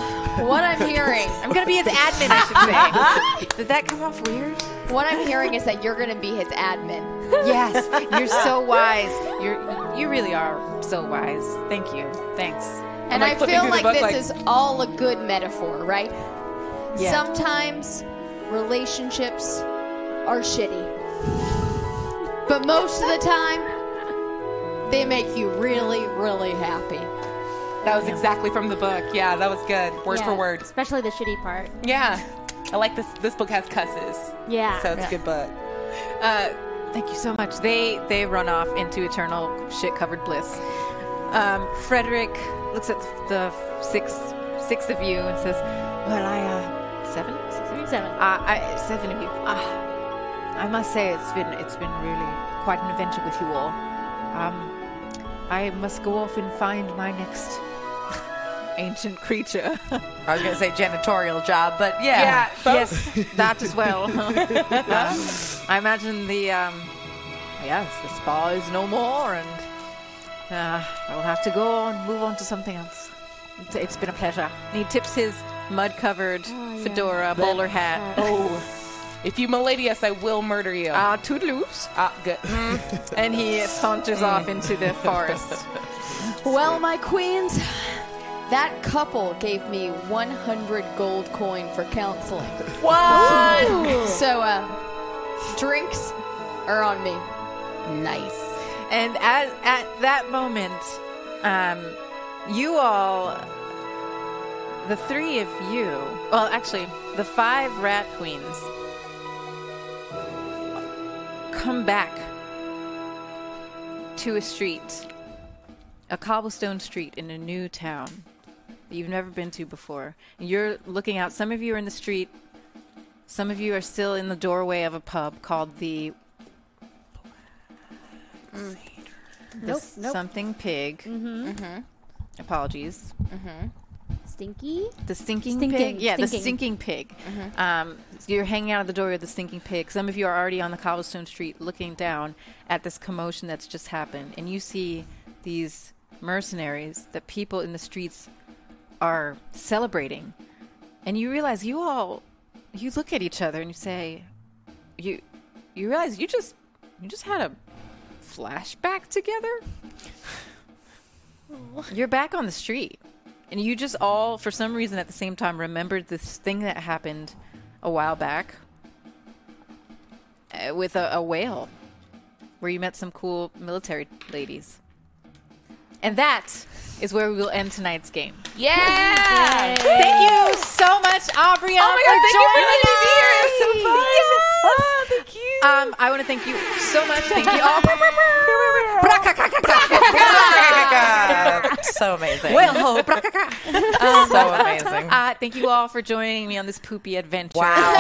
what I'm hearing,
I'm gonna be his admin, I should say. Did that come off weird?
what I'm hearing is that you're going to be his admin.
Yes, you're so wise. You're you really are so wise. Thank you. Thanks.
And
like,
I
flipping
feel
through
like
the book,
this
like-
is all a good metaphor, right?
Yeah.
Sometimes relationships are shitty. But most of the time, they make you really, really happy.
That was exactly from the book. Yeah, that was good. Word for
Yeah,
word.
Especially the shitty part.
Yeah. I like this. This book has cusses.
Yeah.
So it's a good book.
Uh, thank you so much. They they run off into eternal shit covered bliss. Um, Frederick looks at the six six of you and says, "Well, I uh, seven six of you
Seven.
uh, I, seven of you. Uh, I must say it's been it's been really quite an adventure with you all. Um, I must go off and find my next ancient creature.
I was gonna say janitorial job, but yeah.
Yes, that as well. Um, I imagine the um, yes, the spa is no more, and uh, I will have to go and move on to something else. It's, it's been a pleasure. He tips his mud-covered fedora, bowler hat.
Oh. If you milady us, I will murder you.
Ah, toodaloos.
ah, good. Mm.
And he saunters off into the forest.
Well, my queens, that couple gave me 100 gold coin for counseling. What? so, uh, drinks are on me.
And as at that moment, um, you all, the three of you, well, actually, the five rat queens, come back to a street, a cobblestone street in a new town, that you've never been to before. And you're looking out. Some of you are in the street. Some of you are still in the doorway of a pub called the The
Nope, nope.
something pig. Mm-hmm. Apologies.
Stinky.
The stinking,
Stinking,
pig. Yeah, the stinking
stinking. Mm-hmm.
pig. Um, so you're hanging out at the door of the stinking pig. Some of you are already on the cobblestone street, looking down at this commotion that's just happened, and you see these mercenaries that people in the streets are celebrating, and you realize you all, you look at each other and you say, you, you realize you just, you just had a flashback together. You're back on the street. And you just all, for some reason, at the same time, remembered this thing that happened a while back uh, with a, a whale where you met some cool military ladies. And that is where we will end tonight's game. Yeah! Thank you so much, Aubrey. Oh my God, thank you for letting me here. It was so fun. thank you. Um, I want to thank you so much. Thank you all.
so amazing.
Well,
so amazing.
Uh, thank you all for joining me on this poopy adventure.
Wow.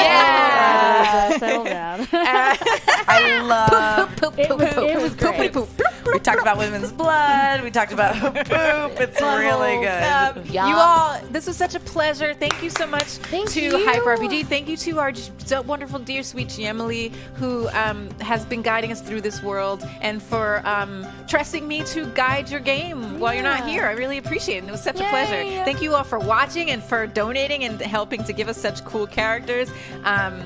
Uh, settle down.
I love.
it was, it was great.
We talked about women's blood. We talked about poop. It's really good.
Um, you all, this was such a pleasure. Thank you so much to
you.
Hyper RPG. Thank you to our just so wonderful, dear, sweet Emily, who um, has been guiding us through this world, and for um, trusting me to guide your game while you're not here. I really appreciate it. It was such a pleasure. Thank you all for watching and for donating and helping to give us such cool characters. Um,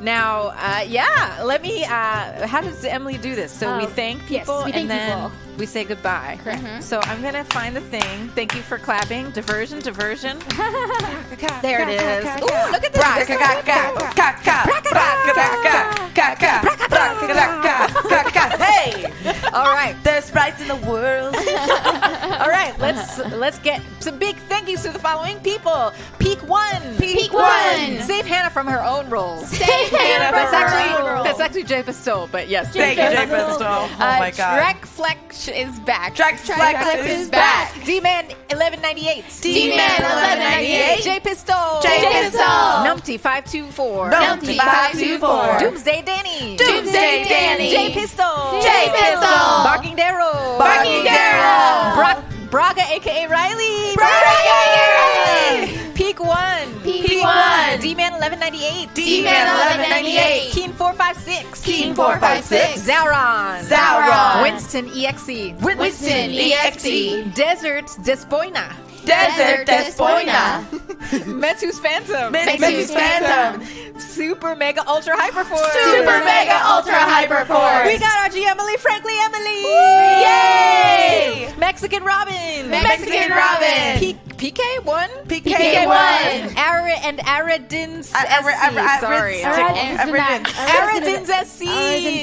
now, uh, yeah, let me. Uh, how does Emily do this? So Oh, we
Um,
thank people
yes, we
and
thank
then
people.
we say goodbye. Uh-huh. So I'm gonna find the thing. Thank you for clapping. Diversion, diversion. there it is. Ooh, look at this. There's a-
Hey,
All right,
there's sprites in the world.
all right. Let's let's get some big thank yous to the following people. Peak one. Peak
one.
Save Hannah from her own roles.
Save Hannah
that's
from her
actually
own roles.
that's actually Jay Pistol, but yes.
Thank you, Jay Pistol. Oh
Uh,
my god.
Drek Flex is back.
Drek Flex is back.
D-Man 1198.
D-Man 1198.
J Pistol.
J Pistol.
Numpty 524.
Numpty 524.
Doomsday Danny.
Doomsday Danny.
J Pistol.
J Pistol.
Barking Darrow.
Barking Darrow.
Bra- Braga aka Riley.
Braga, aka
Riley. Peak 1. Peak
1.
D-Man 1198.
D-Man 1198.
Keen 456.
Keen 456.
Zauron.
Zauron.
Winston EXE.
Winston E EXE.
Desert Despoina.
Desert Despoina.
Metus Phantom.
Metus Phantom.
Super Mega Ultra Hyperforce.
Super Mega Ultra Hyper
We
Force.
got our G Emily, Frankly Emily.
Yay!
Mexican Robin.
Mexican Robin.
P- PK1?
PK1.
Ara and Aradin's
I- I- I- I- I-
SC. Sorry.
I- I- I- I-
Aradin's SC.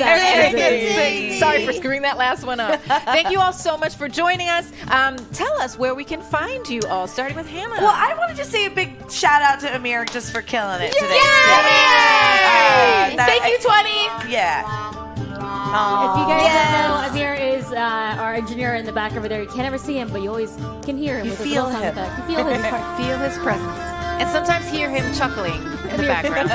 Aradin's SC. Sorry for screwing that last one up. Thank you all so much for joining us. Um, tell us where we can find you all, starting with Hannah.
Well, I want to just say a big shout out to Amir just for killing it today.
Yay!
Uh, that-
Thank you, 20.
Yeah.
If you
Aw.
guys don't know, Amir is uh, our engineer in the back over there. You can't ever see him, but you always can hear him.
You
with
feel
his little
him.
sound effect. You feel his heart.
Feel his presence. And sometimes hear him chuckling in the background.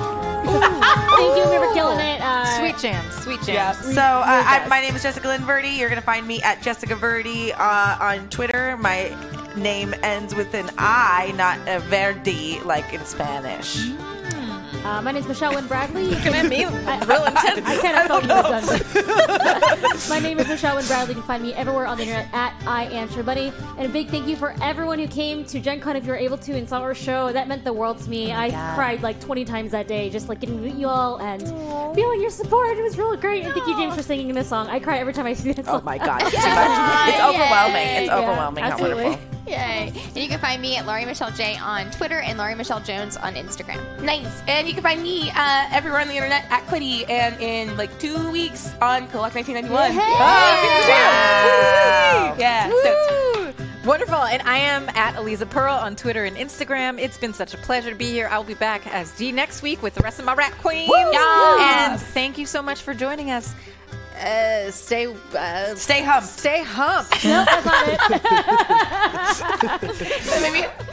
Thank you, Amir, for killing it. Uh,
sweet jams, sweet jams.
So uh, I, my name is Jessica Lynn Verdi. You're gonna find me at Jessica Verdi uh, on Twitter. My name ends with an I, not a Verdi, like in Spanish.
Uh, my name's Michelle Lynn Bradley. You
Looking
can-
at me, real intense.
I kind of felt you this one. My name is Michelle Wynn Bradley. You can find me everywhere on the internet at I am Sure Buddy. And a big thank you for everyone who came to Gen Con if you were able to and saw our show. That meant the world to
Oh
me. I cried like 20 times that day, just like getting to meet you all and feeling your support. It was really great. And thank you, James, for singing this song. I cry every time I see that
Oh
song.
my God, it's too much. It's overwhelming. It's
Yeah,
overwhelming. How
absolutely.
wonderful.
Yay. And you can find me at Laurie Michelle J on Twitter and Laurie Michelle Jones on Instagram.
Nice. And you can find me uh, everywhere on the internet at Quiddy and in like two weeks on Collect 1991.
Wow.
Yeah. So,
Wonderful. And I am at Eliza Pearl on Twitter and Instagram. It's been such a pleasure to be here. I'll be back as D next week with the rest of my rat queens.
Yeah.
And thank you so much for joining us. Uh, stay, uh,
Stay hump.
stay humped.
Nope, that's not it.
maybe